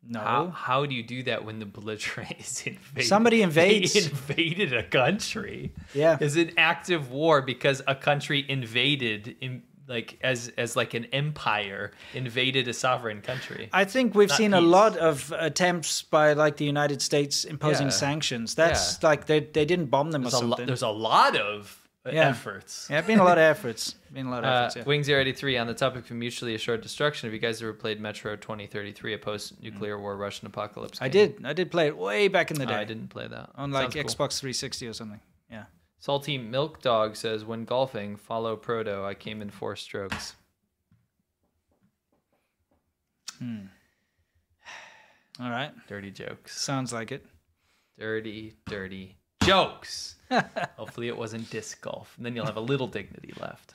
A: No.
B: How, how do you do that when the belligerent is invaded?
A: Somebody invades.
B: They invaded a country.
A: Yeah.
B: Is an active war because a country invaded in like as as like an empire invaded a sovereign country.
A: I think we've
B: Not
A: seen a
B: peace.
A: lot of attempts by like the United States imposing
B: Yeah.
A: sanctions. That's like they they didn't bomb them
B: There's
A: or
B: a, lo-
A: something.
B: there's a lot of uh, efforts.
A: Yeah, been a lot of efforts. Been a lot of
B: Uh,
A: efforts. Yeah.
B: Wings Air 83 on the topic of mutually assured destruction. Have you guys ever played Metro 2033, a post nuclear war Russian apocalypse?
A: Mm. I
B: game?
A: did. I did play it way back in the
B: Oh,
A: day.
B: I didn't play that.
A: on like
B: Sounds cool.
A: Xbox 360 or something. Yeah.
B: Salty Milk Dog says, when golfing, follow Proto. I came in four strokes.
A: Hmm. All right.
B: Dirty jokes.
A: Sounds like it.
B: Dirty, dirty jokes. Hopefully it wasn't disc golf. And then you'll have a little dignity left.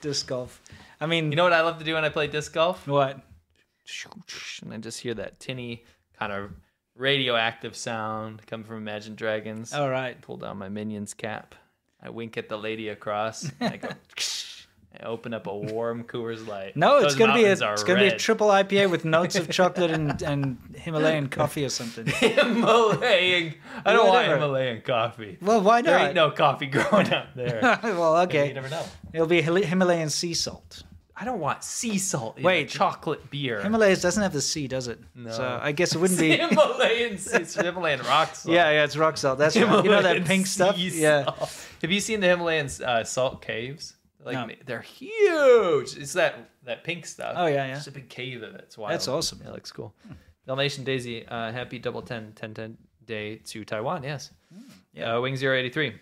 A: Disc golf. I mean,
B: you know what I love to do when I play disc golf?
A: What?
B: And I just hear that tinny kind of radioactive sound come from Imagine Dragons.
A: All right.
B: Pull down my minion's cap. I wink at the lady across. And I go. I open up a warm Coors Light.
A: No, it's
B: Those
A: gonna be a,
B: mountains are
A: it's gonna be a
B: red.
A: triple IPA with notes of chocolate and, and Himalayan coffee or something.
B: Himalayan. I don't want
A: Whatever.
B: Himalayan coffee.
A: Well, why
B: There
A: not?
B: ain't no coffee growing up there.
A: well,
B: And
A: okay.
B: You never know.
A: It'll be Hil- Himalayan sea salt.
B: I don't want sea salt. In
A: Wait.
B: a chocolate beer.
A: Himalayas doesn't have the sea, does it?
B: No.
A: So I guess it wouldn't be. yeah,
B: Himalayan, it's Himalayan rock salt.
A: yeah, it's rock salt. That's right. You know that
B: Himalayan
A: pink stuff?
B: sea
A: Yeah.
B: salt. Have you seen the Himalayan uh, salt caves? Like
A: No.
B: ma- they're huge. It's that that pink stuff.
A: Oh, yeah, yeah.
B: It's just a big cave of it. It's wild.
A: That's awesome.
B: It looks cool. Dalmatian Daisy, uh, happy double 10, 10, 10 day to Taiwan. Yes.
A: Hmm,
B: Yeah. Uh, Wing 083.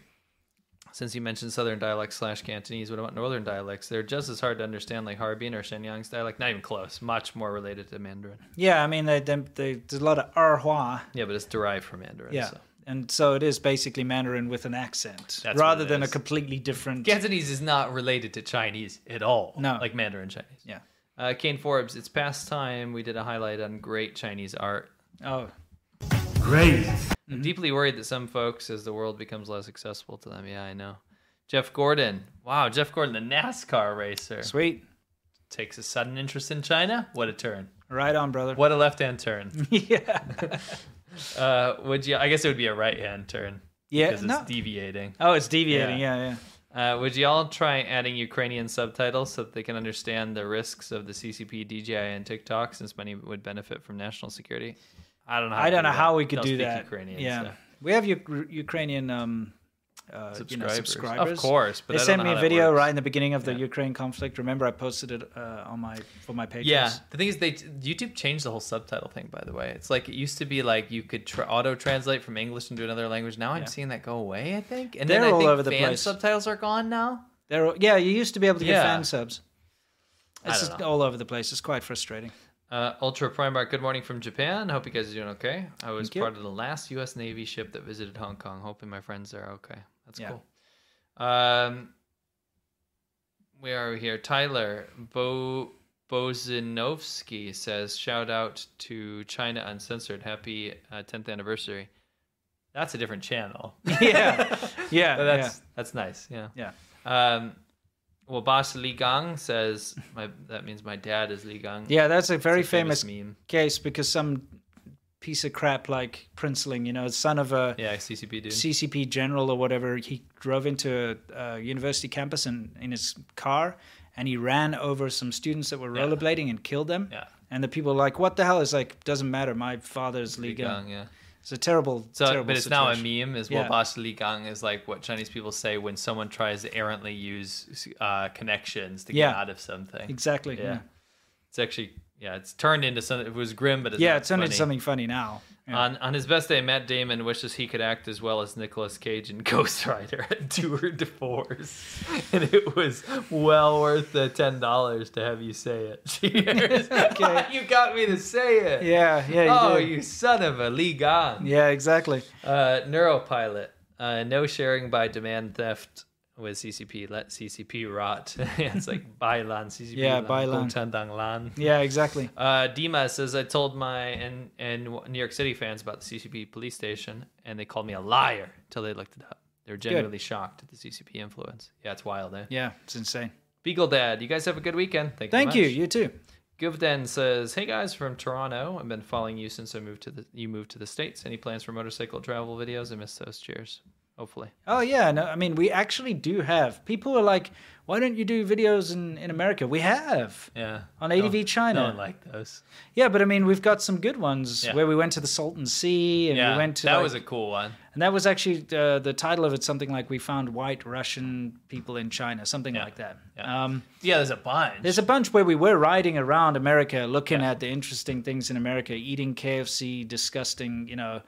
B: Since you mentioned Southern dialects slash Cantonese, what about Northern dialects? They're just as hard to understand, like Harbin or Shenyang's dialect. Not even close. Much more related to Mandarin.
A: Yeah, I mean, they, they, they, there's a lot of er hua.
B: Yeah, but it's derived from Mandarin.
A: Yeah.
B: So.
A: And so it is basically Mandarin with an accent
B: That's
A: rather
B: what it
A: than
B: is.
A: a completely different.
B: Cantonese is not related to Chinese at all.
A: No.
B: Like Mandarin Chinese.
A: Yeah.
B: Uh, Kane Forbes, it's past time we did a highlight on great Chinese art.
A: Oh.
L: Great.
A: Mm-hmm.
B: I'm deeply worried that some folks, as the world becomes less accessible to them, yeah, I know. Jeff Gordon. Wow, Jeff Gordon, the NASCAR racer.
A: Sweet.
B: Takes a sudden interest in China. What a turn.
A: Right on, brother.
B: What a left hand turn.
A: yeah.
B: uh, would you? I guess it would be a right hand turn.
A: Yeah,
B: Because
A: no.
B: it's deviating.
A: Oh, it's deviating. Yeah, yeah.
B: Uh, would y'all try adding Ukrainian subtitles so that they can understand the risks of the CCP, DJI, and TikTok, since many would benefit from national security? I don't know. How
A: I
B: to
A: don't know
B: that.
A: how we could
B: Don't
A: do
B: speak
A: that.
B: Ukrainian,
A: yeah.
B: so.
A: We have U- Ukrainian um, uh, you know,
B: Subscribers.
A: subscribers.
B: Of course, but
A: they
B: I don't
A: sent
B: know
A: me
B: how
A: a
B: that
A: video
B: works.
A: right in the beginning of the Ukraine conflict. Remember, I posted it uh, on my for my pages.
B: Yeah, the thing is, they YouTube changed the whole subtitle thing. By the way, it's like it used to be like you could tr auto translate from English into another language. Now I'm
A: Yeah.
B: seeing that go away. I think, and
A: They're
B: then I
A: all
B: think
A: over the
B: fan
A: place.
B: Subtitles are gone now.
A: They're all- yeah. You used to be able to get
B: Yeah.
A: fan subs.
B: I
A: It's
B: don't
A: just
B: know.
A: all over the place. It's quite frustrating.
B: Uh, Ultra Primark, good morning from Japan. Hope you guys are doing okay. I was
A: Thank you.
B: part of the last U.S. Navy ship that visited Hong Kong. Hoping my friends are okay. That's
A: Yeah.
B: cool. Um, where are we here? Tyler Bo Bozinovsky says, "Shout out to China Uncensored. Happy uh, 10th anniversary." That's a different channel.
A: Yeah, yeah,
B: But that's
A: yeah.
B: that's nice. Yeah,
A: Yeah.
B: Um, well, boss Li Gang says my that means my dad is Li Gang.
A: Yeah, that's a
B: It's
A: very famous,
B: meme.
A: case because some piece of crap like Princeling, you know, son of a
B: Yeah, CCP dude.
A: CCP general or whatever, he drove into a, a university campus in, in his car and he ran over some students that were rollerblading and killed them.
B: Yeah.
A: And the people were like, what the hell? It's like, doesn't matter. My father's Liga.
B: Gang, yeah.
A: It's a terrible,
B: So,
A: terrible
B: but it's
A: situation.
B: now a meme. Is what
A: Yeah.
B: Basili Gang is like what Chinese people say when someone tries to errantly use uh, connections to get
A: Yeah.
B: out of something.
A: Exactly,
B: Yeah.
A: yeah.
B: It's actually yeah. It's turned into something. It was grim, but it's
A: yeah,
B: not
A: it's turned into
B: funny.
A: something funny now. Yeah.
B: On on his best day, Matt Damon wishes he could act as well as Nicolas Cage in Ghost Rider at Tour de Force, and it was well worth the ten dollars to have you say it. Cheers. you got me to say it.
A: Yeah, yeah, you
B: oh,
A: did.
B: you son of a Lee Gong.
A: yeah, exactly.
B: Uh, Neuropilot. Uh, no sharing by demand theft with CCP. Let CCP rot. it's like buy lan CCP.
A: Yeah,
B: lan,
A: buy lan.
B: Gongtandang lan.
A: Yeah, exactly.
B: Uh, Dima says I told my and and New York City fans about the CCP police station, and they called me a liar until they looked it up. They were genuinely shocked at the CCP influence. Yeah, it's wild, eh?
A: Yeah, it's insane.
B: Beagle Dad, you guys have a good weekend. Thank,
A: Thank
B: you.
A: you.
B: much.
A: You too.
B: Govden says, "Hey guys from Toronto. I've been following you since I moved to the you moved to the states. Any plans for motorcycle travel videos? I miss those. Cheers. Hopefully.
A: Oh yeah, no, I mean we actually do have people are like, why don't you do videos in, in America? We have.
B: Yeah.
A: On ADV
B: Don't-
A: China.
B: Don't like those.
A: Yeah, but I mean we've got some good ones
B: Yeah.
A: where we went to the Salton Sea and
B: Yeah,
A: we went to
B: that
A: like-
B: was a cool one.
A: and that was actually uh, the title of it something like we found white Russian people in China, something like that. Um,
B: Yeah, there's a bunch.
A: there's a bunch where we were riding around America, looking at the interesting things in America, eating KFC, disgusting, you know,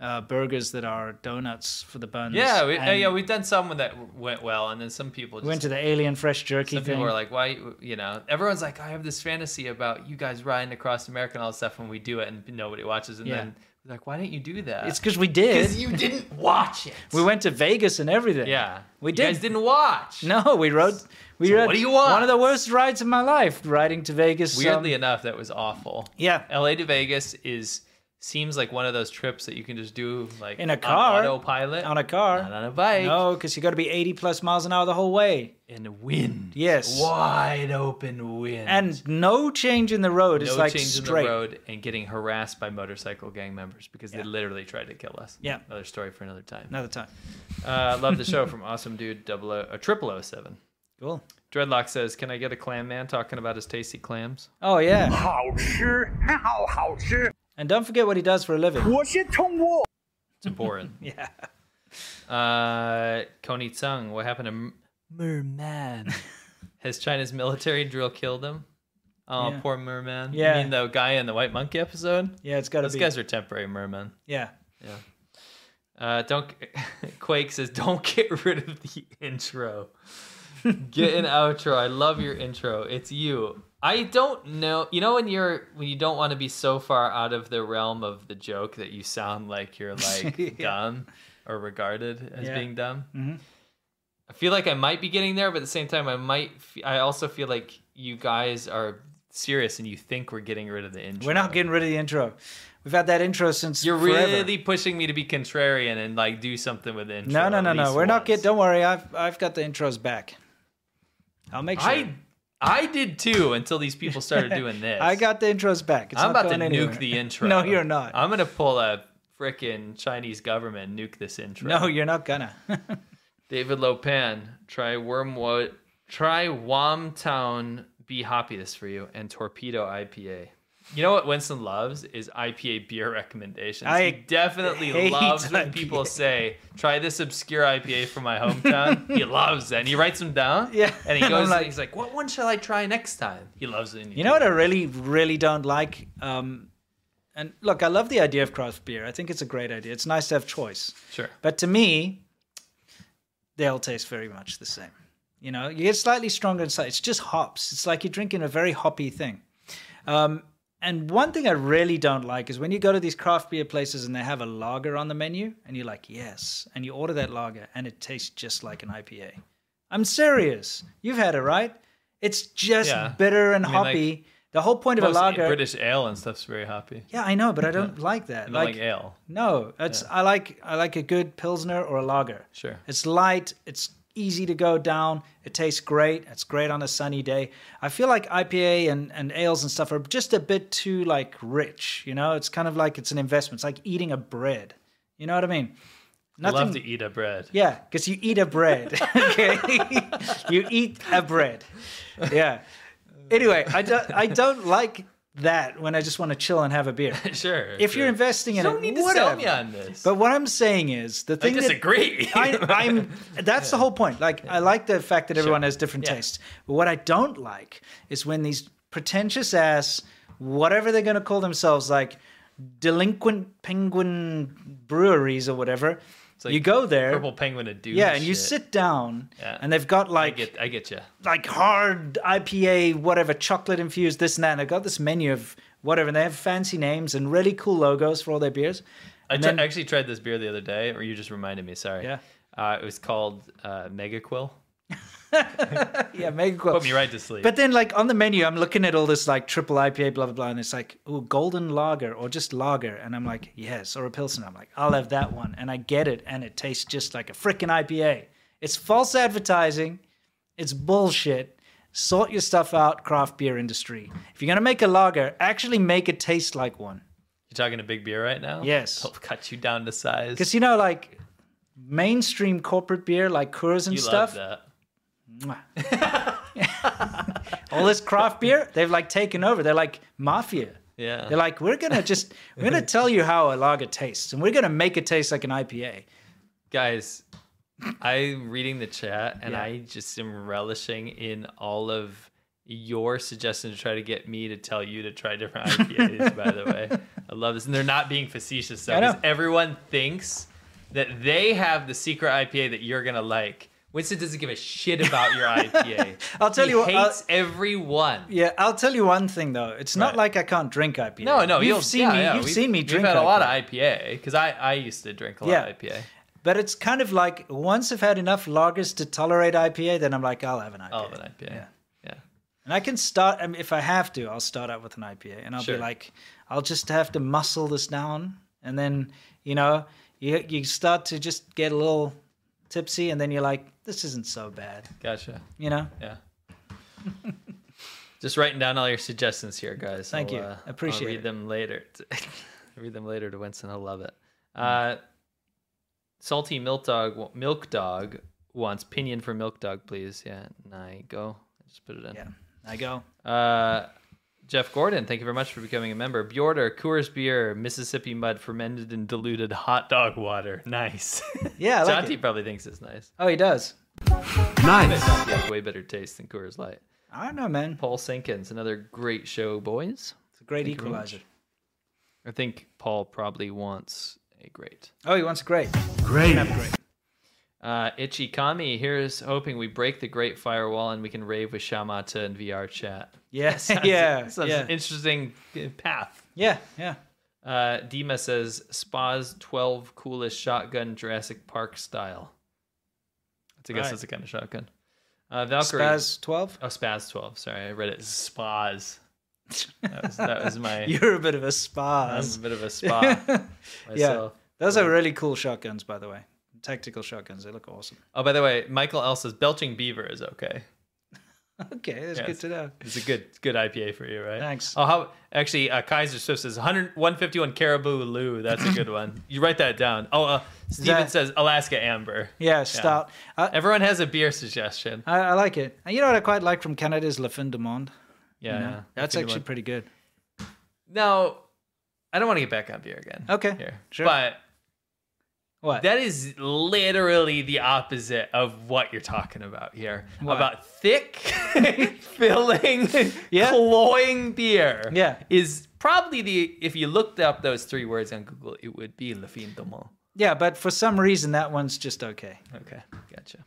A: uh, burgers that are donuts for the buns.
B: Yeah, we, uh,
A: and
B: yeah, we've done some that went well, and then some people just
A: we went to the alien fresh jerky
B: Some
A: thing.
B: people are like, why, you know, everyone's like, I have this fantasy about you guys riding across America and all this stuff, and we do it, and nobody watches. And
A: Yeah.
B: then we're like, why didn't you do that?
A: It's 'cause we did.
B: Because you didn't watch it.
A: we went to Vegas and everything.
B: Yeah.
A: we
B: You
A: did.
B: guys didn't watch.
A: No, we rode. We
B: So
A: rode.
B: what do you want?
A: One of the worst rides of my life, riding to Vegas. um,
B: Weirdly enough, that was awful.
A: Yeah.
B: LA to Vegas is seems like one of those trips that you can just do like
A: in a
B: on
A: car,
B: autopilot.
A: um, on a car,
B: not on a bike.
A: No, because you got to be 80 plus miles an hour the whole way.
B: In the wind.
A: Yes.
B: Wide open wind.
A: And no change in the road.
B: no
A: it's like
B: change
A: straight.
B: in the road and getting harassed by motorcycle gang members because they literally tried to kill us.
A: Yeah.
B: Another story for another time.
A: Another time.
B: Uh, love the show from Awesome Dude 00, uh, 0007.
A: Cool.
B: Dreadlock says, Can I get a clam man talking about his tasty clams?
A: Oh, yeah.
L: 好吃，好好吃。
A: And don't forget what he does for a living.
L: 我是宠物。
B: It's boring.
A: yeah.
B: Uh, Kony Tsung, what happened to M- Merman? Has China's military drill killed him? Oh,
A: Yeah.
B: poor Merman.
A: Yeah.
B: You mean the guy in the White Monkey episode?
A: Yeah, it's got to
B: Those
A: be.
B: guys are temporary mermen.
A: yeah.
B: Yeah. Uh, don't Quake says don't get rid of the intro. Get an outro. I love your intro. It's you. I don't know. You know when you're when you don't want to be so far out of the realm of the joke that you sound like you're like
A: Yeah.
B: dumb or regarded as
A: Yeah.
B: being dumb.
A: Mhm.
B: I feel like I might be getting there, but at the same time, I might. f- I also feel like you guys are serious and you think we're getting rid of the intro.
A: We're not getting rid of the intro. We've had that intro since
B: You're
A: forever.
B: really pushing me to be contrarian and like do something with the intro.
A: No, no,
B: at
A: no, no.
B: least
A: We're not
B: once.
A: getting. Don't worry. I've I've got the intros back. I'll make sure.
B: I I did too until these people started doing this.
A: I got the intros back. It's
B: I'm
A: not
B: about to
A: going anywhere.
B: nuke the intro.
A: no, you're not.
B: I'm gonna pull a frickin' Chinese government nuke this intro.
A: No, you're not gonna.
B: David Lopan, try Wormwood, try Womtown. Be happy this for you and Torpedo IPA. You know what Winston loves is IPA beer recommendations.
A: I
B: he definitely
A: hate
B: loves when
A: IPA.
B: people say, "Try this obscure IPA from my hometown." he loves that, and he writes them down.
A: Yeah.
B: and he
A: I'm
B: goes,
A: like-
B: and he's like, "What one shall I try next time?" He loves it. and he
A: You know what I really, really don't like? Um, and look, I love the idea of craft beer. I think it's a great idea. It's nice to have choice.
B: Sure.
A: But to me, they all taste very much the same. You know, you get slightly stronger inside. It's just hops. It's like you're drinking a very hoppy thing. Um, and one thing I really don't like is when you go to these craft beer places and they have a lager on the menu, and you're like, yes, and you order that lager, and it tastes just like an IPA. I'm serious. You've had it, right? It's just
B: Yeah.
A: bitter and
B: I mean, like,
A: hoppy. the whole point of a
B: Most
A: lager.
B: British ale and stuff's very hoppy.
A: yeah, I know, but I don't like that.
B: I don't like ale.
A: No, it's I like I like a good pilsner or a lager.
B: Sure.
A: It's light, it's easy to go down, it tastes great, it's great on a sunny day. I feel like IPA and, and ales and stuff are just a bit too like rich, you know? It's kind of like it's an investment. It's like eating a bread. You know what I mean?
B: I love to eat a bread.
A: Yeah, because you eat a bread. Okay, you eat a bread. Yeah. Anyway, I don't. I don't like that when I just want to chill and have a beer.
B: sure.
A: If you're investing in
B: You
A: it,
B: don't need to sell
A: whatever.
B: me on this.
A: But what I'm saying is the thing that-
B: disagree.
A: I, am that's the whole point. Like I like the fact that everyone has different
B: Yeah.
A: tastes. But what I don't like is when these pretentious ass whatever they're going to call themselves like delinquent penguin breweries or whatever. you go there,
B: Purple penguin to do.
A: yeah, and you
B: shit.
A: sit down,
B: Yeah.
A: and they've got like
B: I get you.
A: like hard IPA, whatever, chocolate infused, this and that. And they've got this menu of whatever, and they have fancy names and really cool logos for all their beers.
B: I
A: And
B: tri-
A: then-
B: actually tried this beer the other day, or you just reminded me. Sorry.
A: Yeah.
B: Uh, it was called uh, Mega Quill.
A: yeah, Mega Quill.
B: Put me right to sleep.
A: Oh, But then, like on the menu, I'm looking at all this like triple IPA, blah blah blah, and it's like, oh, golden lager or just lager, and I'm like, yes, or a pilsner. I'm like, I'll have that one, and I get it, and it tastes just like a freaking IPA. It's false advertising. It's bullshit. Sort your stuff out, craft beer industry. If you're gonna make a lager, actually make it taste like one.
B: You're talking to Big Beer right now?
A: Yes.
B: Help cut you down to size.
A: Because you know, like mainstream corporate beer, like Coors and
B: You love
A: stuff.
B: that.
A: Mwah. All this craft beer, they've like taken over. They're like mafia.
B: Yeah.
A: They're like, we're gonna just we're gonna tell you how a lager tastes, and we're gonna make it taste like an IPA.
B: Guys, I'm reading the chat and
A: Yeah.
B: I just am relishing in all of your suggestions to try to get me to tell you to try different IPAs, by the way. I love this. And they're not being facetious, though,
A: I know.
B: because everyone thinks that they have the secret IPA that you're going to like. Winston doesn't give a shit about your IPA.
A: I'll tell
B: He
A: you what, I'll-
B: hates everyone.
A: Yeah, I'll tell you one thing though. It's not like I can't drink IPA.
B: No, no, you'll-
A: you've seen
B: yeah,
A: me.
B: yeah,
A: you've
B: we've-
A: seen me drink
B: We've had a lot of IPA because I, I used to drink a lot
A: Yeah.
B: of IPA.
A: But it's kind of like once I've had enough lagers to tolerate IPA, then I'm like, I'll have an IPA.
B: All of an IPA. Yeah.
A: And I can start, I mean, if I have to, I'll start out with an IPA and I'll
B: Sure.
A: be like, I'll just have to muscle this down. And then, you know, you, you start to just get a little tipsy and then you're like, this isn't so bad.
B: Gotcha.
A: You know?
B: Yeah. Just writing down all your suggestions here, guys.
A: Thank you.
B: uh,
A: Appreciate
B: I'll read
A: it.
B: them later. read them later to Winston. I love it.
A: Mm.
B: Uh, salty milk dog. wa- Milk dog wants pinion for milk dog, please. Yeah. I go. Just put it in.
A: I go.
B: Uh, Jeff Gordon, thank you very much for becoming a member. Bjorder, Coors Beer, Mississippi Mud, fermented and diluted hot dog water. Nice.
A: Yeah, I like
B: Jonty probably thinks it's nice.
A: Oh, he does.
B: But Jonty has way better taste than Coors Light.
A: I don't know, man.
B: Paul Sinkins, another great show, boys.
A: It's a great
B: Thank you very
A: equalizer.
B: much. I think Paul probably wants a great.
A: Oh, he wants a great.
B: Great.
A: Have a great.
B: Uh, Itchy Kami, here's hoping we break the great firewall and we can rave with Shamata and VR chat.
A: Yeah,
B: Sounds-
A: yeah,
B: sounds
A: yeah.
B: interesting
A: uh,
B: path.
A: Yeah, yeah.
B: Uh, Dima says Spa's 12 coolest shotgun Jurassic Park style. I guess
A: Right.
B: that's the kind of shotgun. Uh, Valkyrie.
A: Spaz 12?
B: Oh, Spaz 12. Sorry, I read it. Spaz. That was, that was my.
A: You're a bit of a spa.
B: I'm a bit of a spa
A: yeah.
B: myself.
A: Those are really cool shotguns, by the way. Tactical shotguns. They look awesome.
B: Oh, by the way, Michael L says belching beaver is okay.
A: Okay, that's
B: Yeah,
A: good to know.
B: It's a good good IPA for you, right?
A: Thanks.
B: Oh, how actually uh, Kaiser Swift says 100, 151 Caribou Lou. That's a good one. You write that down. Oh, uh, Steven
A: That-
B: says Alaska Amber.
A: Yeah, stout.
B: Everyone has a beer suggestion.
A: I, I like it. And you know what I quite like from Canada is La Fin du Monde.
B: Yeah,
A: You know?
B: yeah.
A: That's
B: La Fin du
A: actually
B: Monde.
A: pretty good.
B: Now, I don't want to get back on beer again.
A: Okay,
B: Here.
A: sure.
B: But
A: What?
B: That is literally the opposite of what you're talking about here.
A: What?
B: About thick, filling, cloying beer.
A: Yeah.
B: Is probably the if you looked up those three words on Google, it would be La Fin du Monde.
A: Yeah, but for some reason that one's just okay.
B: Okay, gotcha.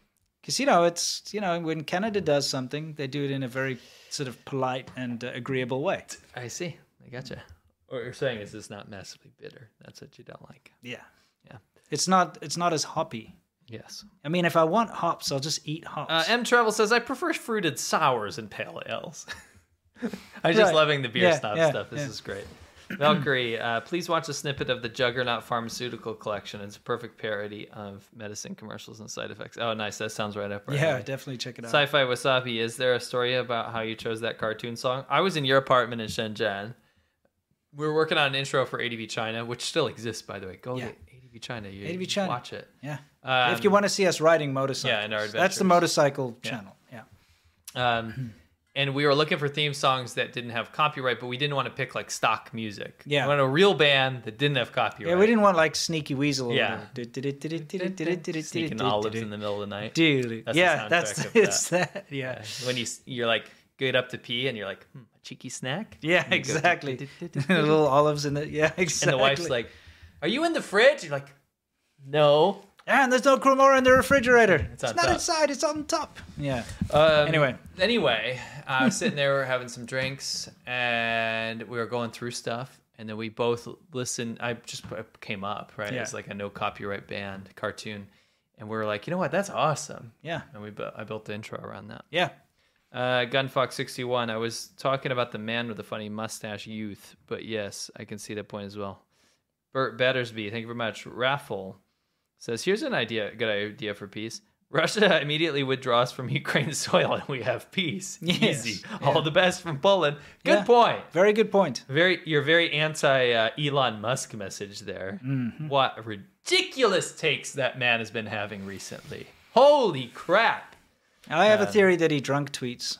A: Because you know it's you know when Canada does something, they do it in a very sort of polite and uh, agreeable way.
B: I see. I gotcha. What you're saying is it's not massively bitter. That's what you don't like.
A: Yeah,
B: Yeah.
A: It's not it's not as hoppy.
B: Yes.
A: I mean, if I want hops, I'll just eat hops.
B: Uh, M Travel says I prefer fruited sours and pale ales. I'm just
A: Right.
B: loving the beer
A: Yeah,
B: snob
A: yeah,
B: stuff. This
A: yeah.
B: is great. Valkyrie, uh, please watch a snippet of the Juggernaut Pharmaceutical Collection. It's a perfect parody of medicine commercials and side effects. Oh, nice. That sounds right up. Right
A: yeah, definitely check it out.
B: Sci-fi wasabi. Is there a story about how you chose that cartoon song? I was in your apartment in Shenzhen. We were working on an intro for ADV China, which still exists, by the way. Go
A: Yeah.
B: to ADV China. You,
A: ADV
B: you
A: China.
B: Watch it.
A: Yeah.
B: Um,
A: if you want to see us riding motorcycles,
B: yeah, in our
A: that's the
B: adventures.
A: motorcycle
B: Yeah.
A: channel. Yeah.
B: Um, and we were looking for theme songs that didn't have copyright, but we didn't want to pick like stock music.
A: Yeah.
B: we wanted a real band that didn't have copyright.
A: Yeah, we didn't want like Sneaky Weasel.
B: Yeah.
A: Sneaking
B: Sneaking olives in the middle of the night.
A: Dude,
B: That's the
A: yeah,
B: soundtrack
A: that's
B: of
A: it's that. Yeah,
B: When you s- you're like get up to pee and you're like hmm, a cheeky snack.
A: yeah,
B: And you go,
A: exactly. Little olives in the yeah, exactly.
B: And the wife's like, "Are you in the fridge?" You're like, "No."
A: and there's no cremora in the refrigerator.
B: It's
A: It's,
B: on
A: not
B: top."
A: inside. It's on top. Yeah.
B: Um,
A: Anyway.
B: anyway, I was sitting there, we were having some drinks, and we were going through stuff, and then we both listened. I just p- came up, right?
A: Yeah.
B: It's like a no copyright band cartoon, and we were like, you know what? That's awesome.
A: Yeah.
B: And we bu- I built the intro around that.
A: Yeah.
B: Uh, Gunfox sixty one. I was talking about the man with the funny mustache, youth, but yes, I can see that point as well. Bert Battersby, thank you very much. Raffle says, "Here's an idea, good idea for peace. Russia immediately withdraws from Ukraine's soil, and we have peace.
A: Yes.
B: Easy. All the best from Poland. Good
A: Yeah.
B: point.
A: Very good point.
B: Very, you're very anti uh, Elon Musk message there.
A: Mm-hmm.
B: What ridiculous takes that man has been having recently. Holy crap!
A: I have a
B: Um,
A: theory that he drunk tweets.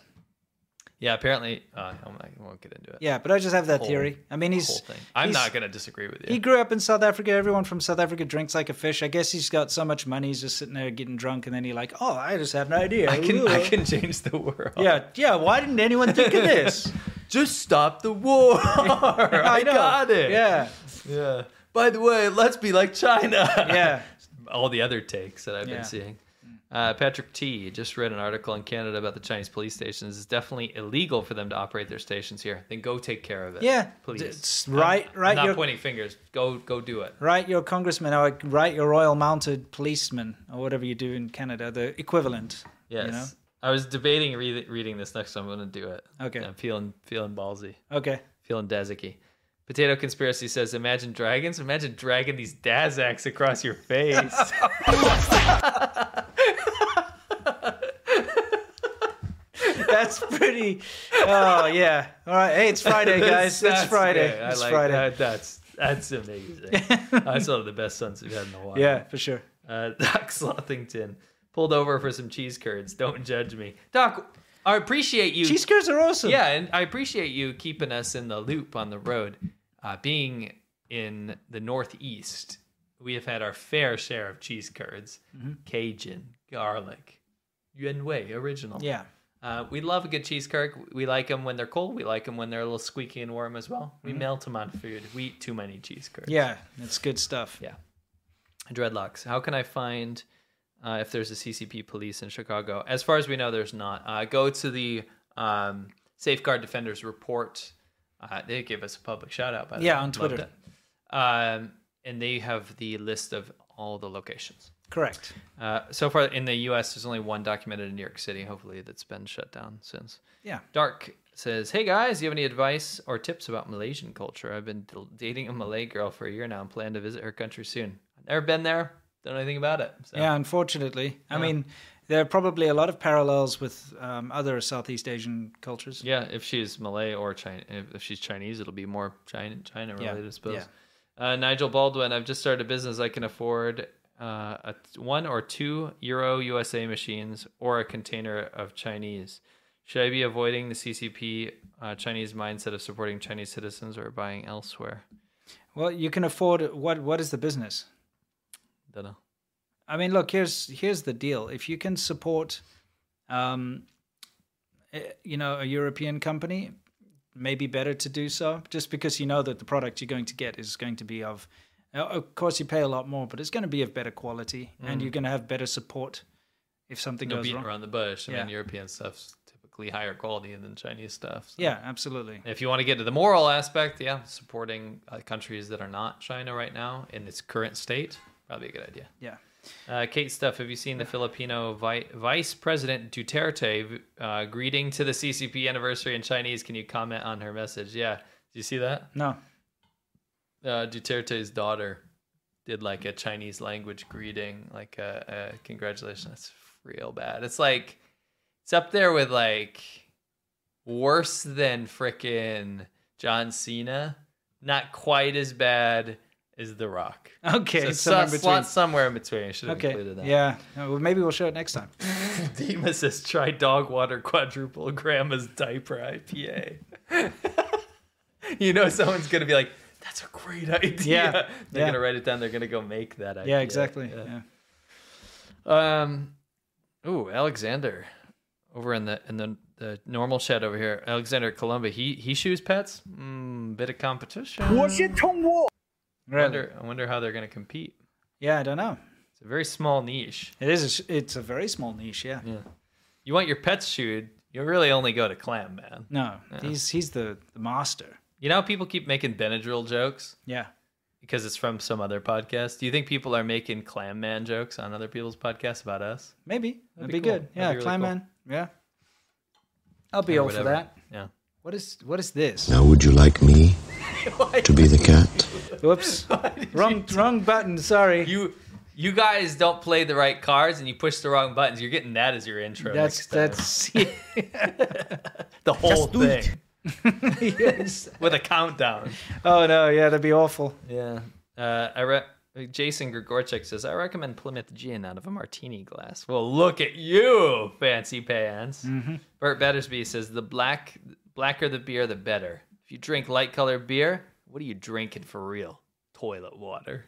B: Yeah, apparently, uh, I'm not- I won't get into it.
A: Yeah, but I just have that
B: Whole-
A: theory. I mean, he's-
B: whole thing. I'm
A: he's-
B: not going to disagree with you.
A: He grew up in South Africa. Everyone from South Africa drinks like a fish. I guess he's got so much money, he's just sitting there getting drunk, and then he like, oh, I just had an idea.
B: I can, I
A: Ooh.
B: can change the world.
A: Yeah, yeah. Why didn't anyone think of this?
B: Just stop the war. I,
A: know.
B: got it.
A: Yeah,
B: yeah. By the way, let's be like China.
A: Yeah.
B: All the other takes that I've
A: Yeah.
B: been seeing. Uh, Patrick T just read an article in Canada about the Chinese police stations. It's definitely illegal for them to operate their stations here. Then go take care of it.
A: Yeah.
B: please.
A: It's right-
B: I'm,
A: right,
B: I'm not
A: you're-
B: pointing fingers. Go, go do it.
A: Write your congressman or write your Royal Mounted Policeman or whatever you do in Canada, the equivalent. you
B: Yes.
A: know?
B: I was debating re- reading this next time. I'm going to do it.
A: Okay.
B: I'm feeling feeling ballsy.
A: Okay.
B: Feeling Dazicky. Potato Conspiracy says, imagine dragons. Imagine dragging these Dazaks across your face.
A: That's pretty. Oh yeah. All right. Hey, it's Friday, guys.
B: That's-
A: it's
B: that's
A: Friday.
B: good. I
A: It's
B: like
A: Friday.
B: that. That's that's amazing. that's one of the best sons we've had in a while.
A: Yeah, for sure.
B: Uh, Doc Slothington pulled over for some cheese curds. Don't judge me, Doc. I appreciate you.
A: Cheese curds are awesome.
B: Yeah, and I appreciate you keeping us in the loop on the road. Uh, being in the Northeast, we have had our fair share of cheese curds,
A: Mhm.
B: Cajun, garlic, Yuen Wei, original.
A: Yeah.
B: Uh, we love a good cheese curd. We like them when they're cold. We like them when they're a little squeaky and warm as well. We
A: Mhm.
B: melt them on food. We eat too many cheese curds.
A: Yeah, it's good stuff.
B: Yeah. Dreadlocks. How can I find uh, if there's a CCP police in Chicago? As far as we know, there's not. Uh, go to the um, Safeguard Defenders report. Uh, they gave us a public shout out, by the
A: Yeah,
B: way.
A: on
B: Loved
A: Twitter.
B: it. Um, and they have the list of all the locations.
A: Correct.
B: Uh, so far in the U.S., there's only one documented in New York City. Hopefully, that's been shut down since.
A: Yeah.
B: Dark says, "Hey guys, do you have any advice or tips about Malaysian culture? I've been d- dating a Malay girl for a year now and plan to visit her country soon. I've never been there. Don't know anything about it. So.
A: Yeah, unfortunately. I
B: Yeah.
A: mean, there are probably a lot of parallels with um, other Southeast Asian cultures.
B: Yeah, if she's Malay or China, if if she's Chinese, it'll be more China China
A: Yeah,
B: related, I suppose. Uh, Nigel Baldwin, I've just started a business. I can afford uh, a t- one or two Euro USA machines or a container of Chinese. Should I be avoiding the CCP uh, Chinese mindset of supporting Chinese citizens or buying elsewhere?
A: Well, you can afford what? What is the business?
B: Don't know.
A: I mean, look, here's here's the deal. If you can support, um, eh, you know, a European company, maybe better to do so, just because you know that the product you're going to get is going to be of. uh, Of course, you pay a lot more, but it's going to be of better quality, and
B: Mm.
A: you're going to have better support if something
B: No
A: goes
B: beating
A: wrong.
B: around the bush. I mean,
A: Yeah.
B: European stuff's typically higher quality than Chinese stuff. so.
A: Yeah, absolutely.
B: If you want to get to the moral aspect, yeah, supporting uh, countries that are not China right now in its current state, probably a good idea.
A: Yeah.
B: Uh, Kate Stuff, have you seen the Filipino vi- Vice President Duterte uh, greeting to the CCP anniversary in Chinese? Can you comment on her message? Yeah. Did you see that?
A: No.
B: Uh, Duterte's daughter did like a Chinese language greeting, like a, a congratulations. That's real bad. It's like, it's up there with like worse than frickin' John Cena. Not quite as bad is The Rock.
A: Okay,
B: so,
A: somewhere
B: so
A: in between.
B: slot somewhere in between. I should have
A: Okay.
B: included that.
A: Yeah. Uh, Well, maybe we'll show it next time.
B: Dima says try dog water quadruple grandma's diaper IPA. you know someone's gonna be like, "That's a great idea."
A: Yeah,
B: They're
A: yeah.
B: gonna write it down. They're gonna go make that idea.
A: Yeah, exactly. Yeah.
B: Um, ooh, Alexander, over in the in the, the normal shed over here, Alexander Columba. He he shoes pets. Mm, bit of competition. I wonder, I wonder how they're gonna compete.
A: Yeah, I don't know.
B: It's a very small niche.
A: It is. A, sh- it's a very small niche. Yeah.
B: Yeah. You want your pets shoed? You really only go to Clam, man.
A: No,
B: Yeah.
A: he's he's the, the master.
B: You know how people keep making Benadryl jokes
A: Yeah.
B: because it's from some other podcast? Do you think people are making Clam Man jokes on other people's podcasts about us?
A: Maybe that'd,
B: That'd
A: be,
B: be cool.
A: good.
B: That'd
A: Yeah,
B: be really
A: climb
B: cool.
A: man. Yeah. I'll be
B: Or
A: all for
B: whatever.
A: that.
B: Yeah.
A: What is what is this?
M: Now, would you like me to be the cat?
A: Whoops. wrong wrong button. Sorry.
B: You you guys don't play the right cards and you push the wrong buttons. You're getting that as your intro.
A: That's
B: next time.
A: that's
B: the whole
A: Just do
B: thing
A: it. yes.
B: with a countdown.
A: Oh no, yeah, that'd be awful.
B: Yeah. Uh, I re- Jason Grigorchik says, I recommend Plymouth Gin out of a martini glass. Well, look at you, fancy pants.
A: Mhm.
B: Bert Battersby says, the black, blacker the beer, the better. If you drink light colored beer, what are you drinking for real? Toilet water.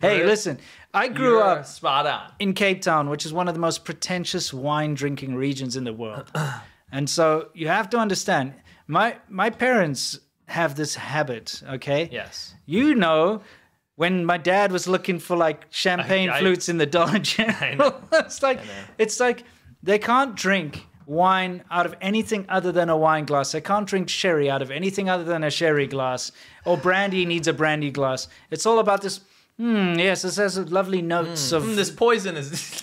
A: Hey, listen, I grew
B: You're
A: up
B: spot on.
A: in Cape Town, which is one of the most pretentious wine drinking regions in the world. and so you have to understand, my my parents have this habit, okay?
B: Yes.
A: You know, when my dad was looking for like champagne
B: I-
A: flutes in the Dollar General, it's like it's like they can't drink wine out of anything other than a wine glass. They can't drink sherry out of anything other than a sherry glass, or brandy needs a brandy glass. It's all about this. Hmm. Yes, this has lovely notes of
B: Mm, this poison is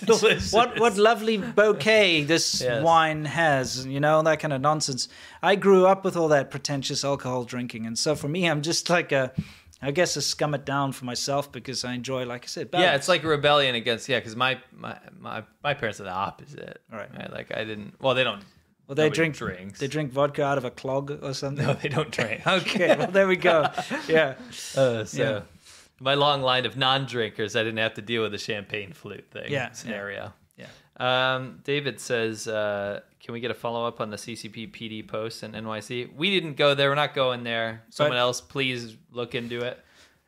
B: delicious.
A: what what lovely bouquet this
B: Yes.
A: wine has, you know, that kind of nonsense. I grew up with all that pretentious alcohol drinking, and so for me, I'm just like a, I guess, a scum it down for myself because I enjoy, like I said,
B: Yeah,
A: balance.
B: it's like a rebellion against yeah, because my, my my my parents are the opposite.
A: Right.
B: Like I didn't. Well, they don't.
A: well, they
B: nobody
A: drink
B: drinks.
A: They drink vodka out of a clog or something.
B: No, they don't drink.
A: okay, well there we go. Yeah,
B: Uh, so
A: Yeah.
B: my long line of non-drinkers, I didn't have to deal with the champagne flute thing
A: Yeah,
B: scenario.
A: yeah.
B: Um, David says, uh, "Can we get a follow up on the CCP PD post in NYC? We didn't go there. We're not going there. Someone
A: But-
B: else, please look into it.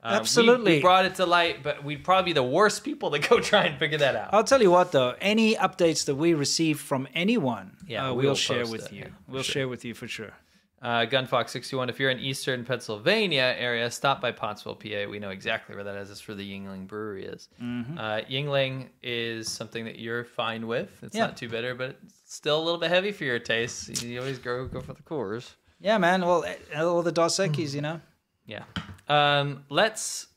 B: Um, we- We,
A: Absolutely.
B: brought it to light, but we'd probably be the worst people to go try and figure that out.
A: I'll tell you what though, any updates that we receive from anyone,
B: Yeah,
A: uh,
B: we
A: we'll
B: will
A: share
B: post
A: with
B: it,
A: you.
B: yeah, for
A: we'll
B: sure.
A: share with you for sure.
B: Uh, Gunfox61, if you're in eastern Pennsylvania area, stop by Pottsville, PA. We know exactly where that is. It's where the Yingling Brewery is.
A: Mhm.
B: Uh, Yingling is something that you're fine with. It's
A: Yeah.
B: not too bitter, but it's still a little bit heavy for your taste. You always go, go for the Coors.
A: Yeah, man. Well, eh, all the Dos Equis, you know.
B: Yeah. Um, let's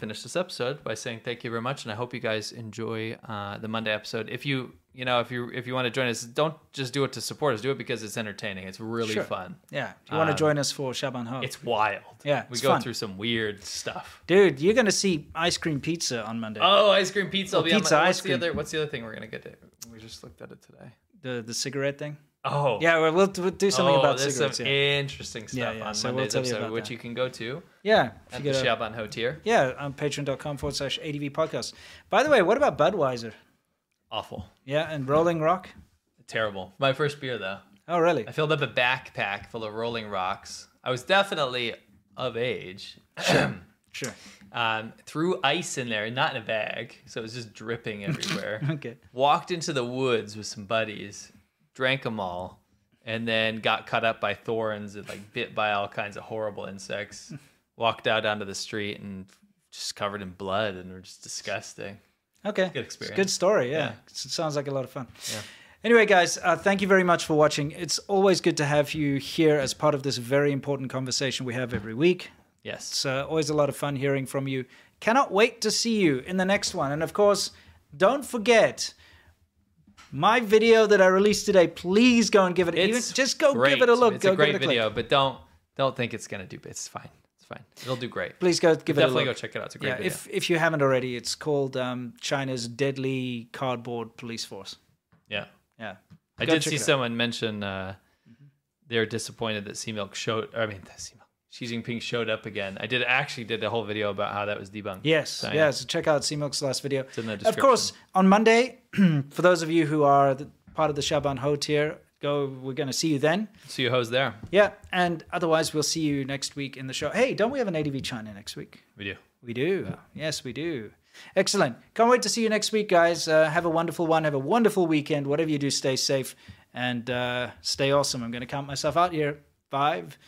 B: finish this episode by saying thank you very much, and I hope you guys enjoy uh, the Monday episode. If you you know if you if you want to join us, don't just do it to support us. Do it because it's entertaining. It's really
A: Sure.
B: fun.
A: Yeah. If you want to
B: Um,
A: join us for Shaban Ho?
B: It's wild.
A: Yeah,
B: we
A: it's
B: go
A: fun.
B: through some weird stuff.
A: Dude, you're gonna see ice cream pizza on Monday.
B: Oh, ice cream pizza. will
A: Oh,
B: be on
A: pizza,
B: my, what's
A: ice
B: The
A: cream.
B: other, what's the other thing we're gonna get? To? We just looked at it today.
A: the the cigarette thing.
B: Oh.
A: yeah, well, we'll, we'll do something
B: oh,
A: about
B: there's
A: cigarettes.
B: some
A: yeah.
B: interesting stuff
A: Yeah, yeah,
B: on
A: so we'll
B: Monday's
A: tell you
B: episode,
A: about
B: which
A: that.
B: you can go to
A: yeah, if
B: at
A: you
B: the
A: go to-
B: Shaban Hotier.
A: yeah, on patreon.com forward slash ADV podcast. By the way, what about Budweiser?
B: Awful,
A: Yeah, and Rolling Rock.
B: terrible. My first beer though.
A: Oh, really?
B: I filled up a backpack full of Rolling Rocks. I was definitely of age.
A: Sure.
B: Um, threw ice in there, not in a bag, so it was just dripping everywhere.
A: Okay.
B: Walked into the woods with some buddies, drank them all, and then got cut up by thorns and like bit by all kinds of horrible insects. Walked out onto the street and just covered in blood and were just disgusting.
A: Okay.
B: Good
A: It's a
B: experience.
A: Good story. Yeah.
B: Yeah.
A: It sounds like a lot of fun.
B: Yeah.
A: Anyway, guys, uh, thank you very much for watching. It's always good to have you here as part of this very important conversation we have every week.
B: Yes.
A: It's uh, always a lot of fun hearing from you. Cannot wait to see you in the next one. And of course, don't forget my video that I released today. Please go and give it. Even,
B: It's
A: just go
B: Great.
A: give it a look.
B: It's
A: go
B: a great
A: give it a
B: video,
A: click.
B: but don't don't think it's gonna do. It's fine. It's fine. It'll do great.
A: Please go give it a look.
B: Definitely go check it out. It's a great
A: yeah,
B: video.
A: If if you haven't already, it's called um, China's Deadly Cardboard Police Force.
B: yeah.
A: Yeah.
B: I
A: Go
B: did
A: check
B: see
A: it out. Mm-hmm.
B: someone mention uh, they're disappointed that Sea Milk showed. I mean, that Sea Milk. Xi Jinping showed up again. I did actually did a whole video about how that was debunked.
A: Yes,
B: So,
A: yeah. So check out CMOOC's last video.
B: It's in the
A: Of
B: description.
A: course, on Monday, for those of you who are the, part of the Shaban Ho tier, go. We're going to see you then.
B: See you hoes there.
A: Yeah, and otherwise we'll see you next week in the show. Hey, don't we have an ADV China next week?
B: We do.
A: We do. Yes, we do. Excellent. Can't wait to see you next week, guys. Uh, have a wonderful one. Have a wonderful weekend. Whatever you do, stay safe and uh, stay awesome. I'm going to count myself out here. Five.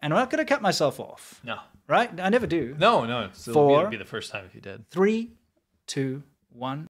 A: And I'm not going to cut myself off,
B: No.
A: right? I never do.
B: No, no. So it'd be-
A: Four.
B: it'd be the first time if you did.
A: Three, two, one.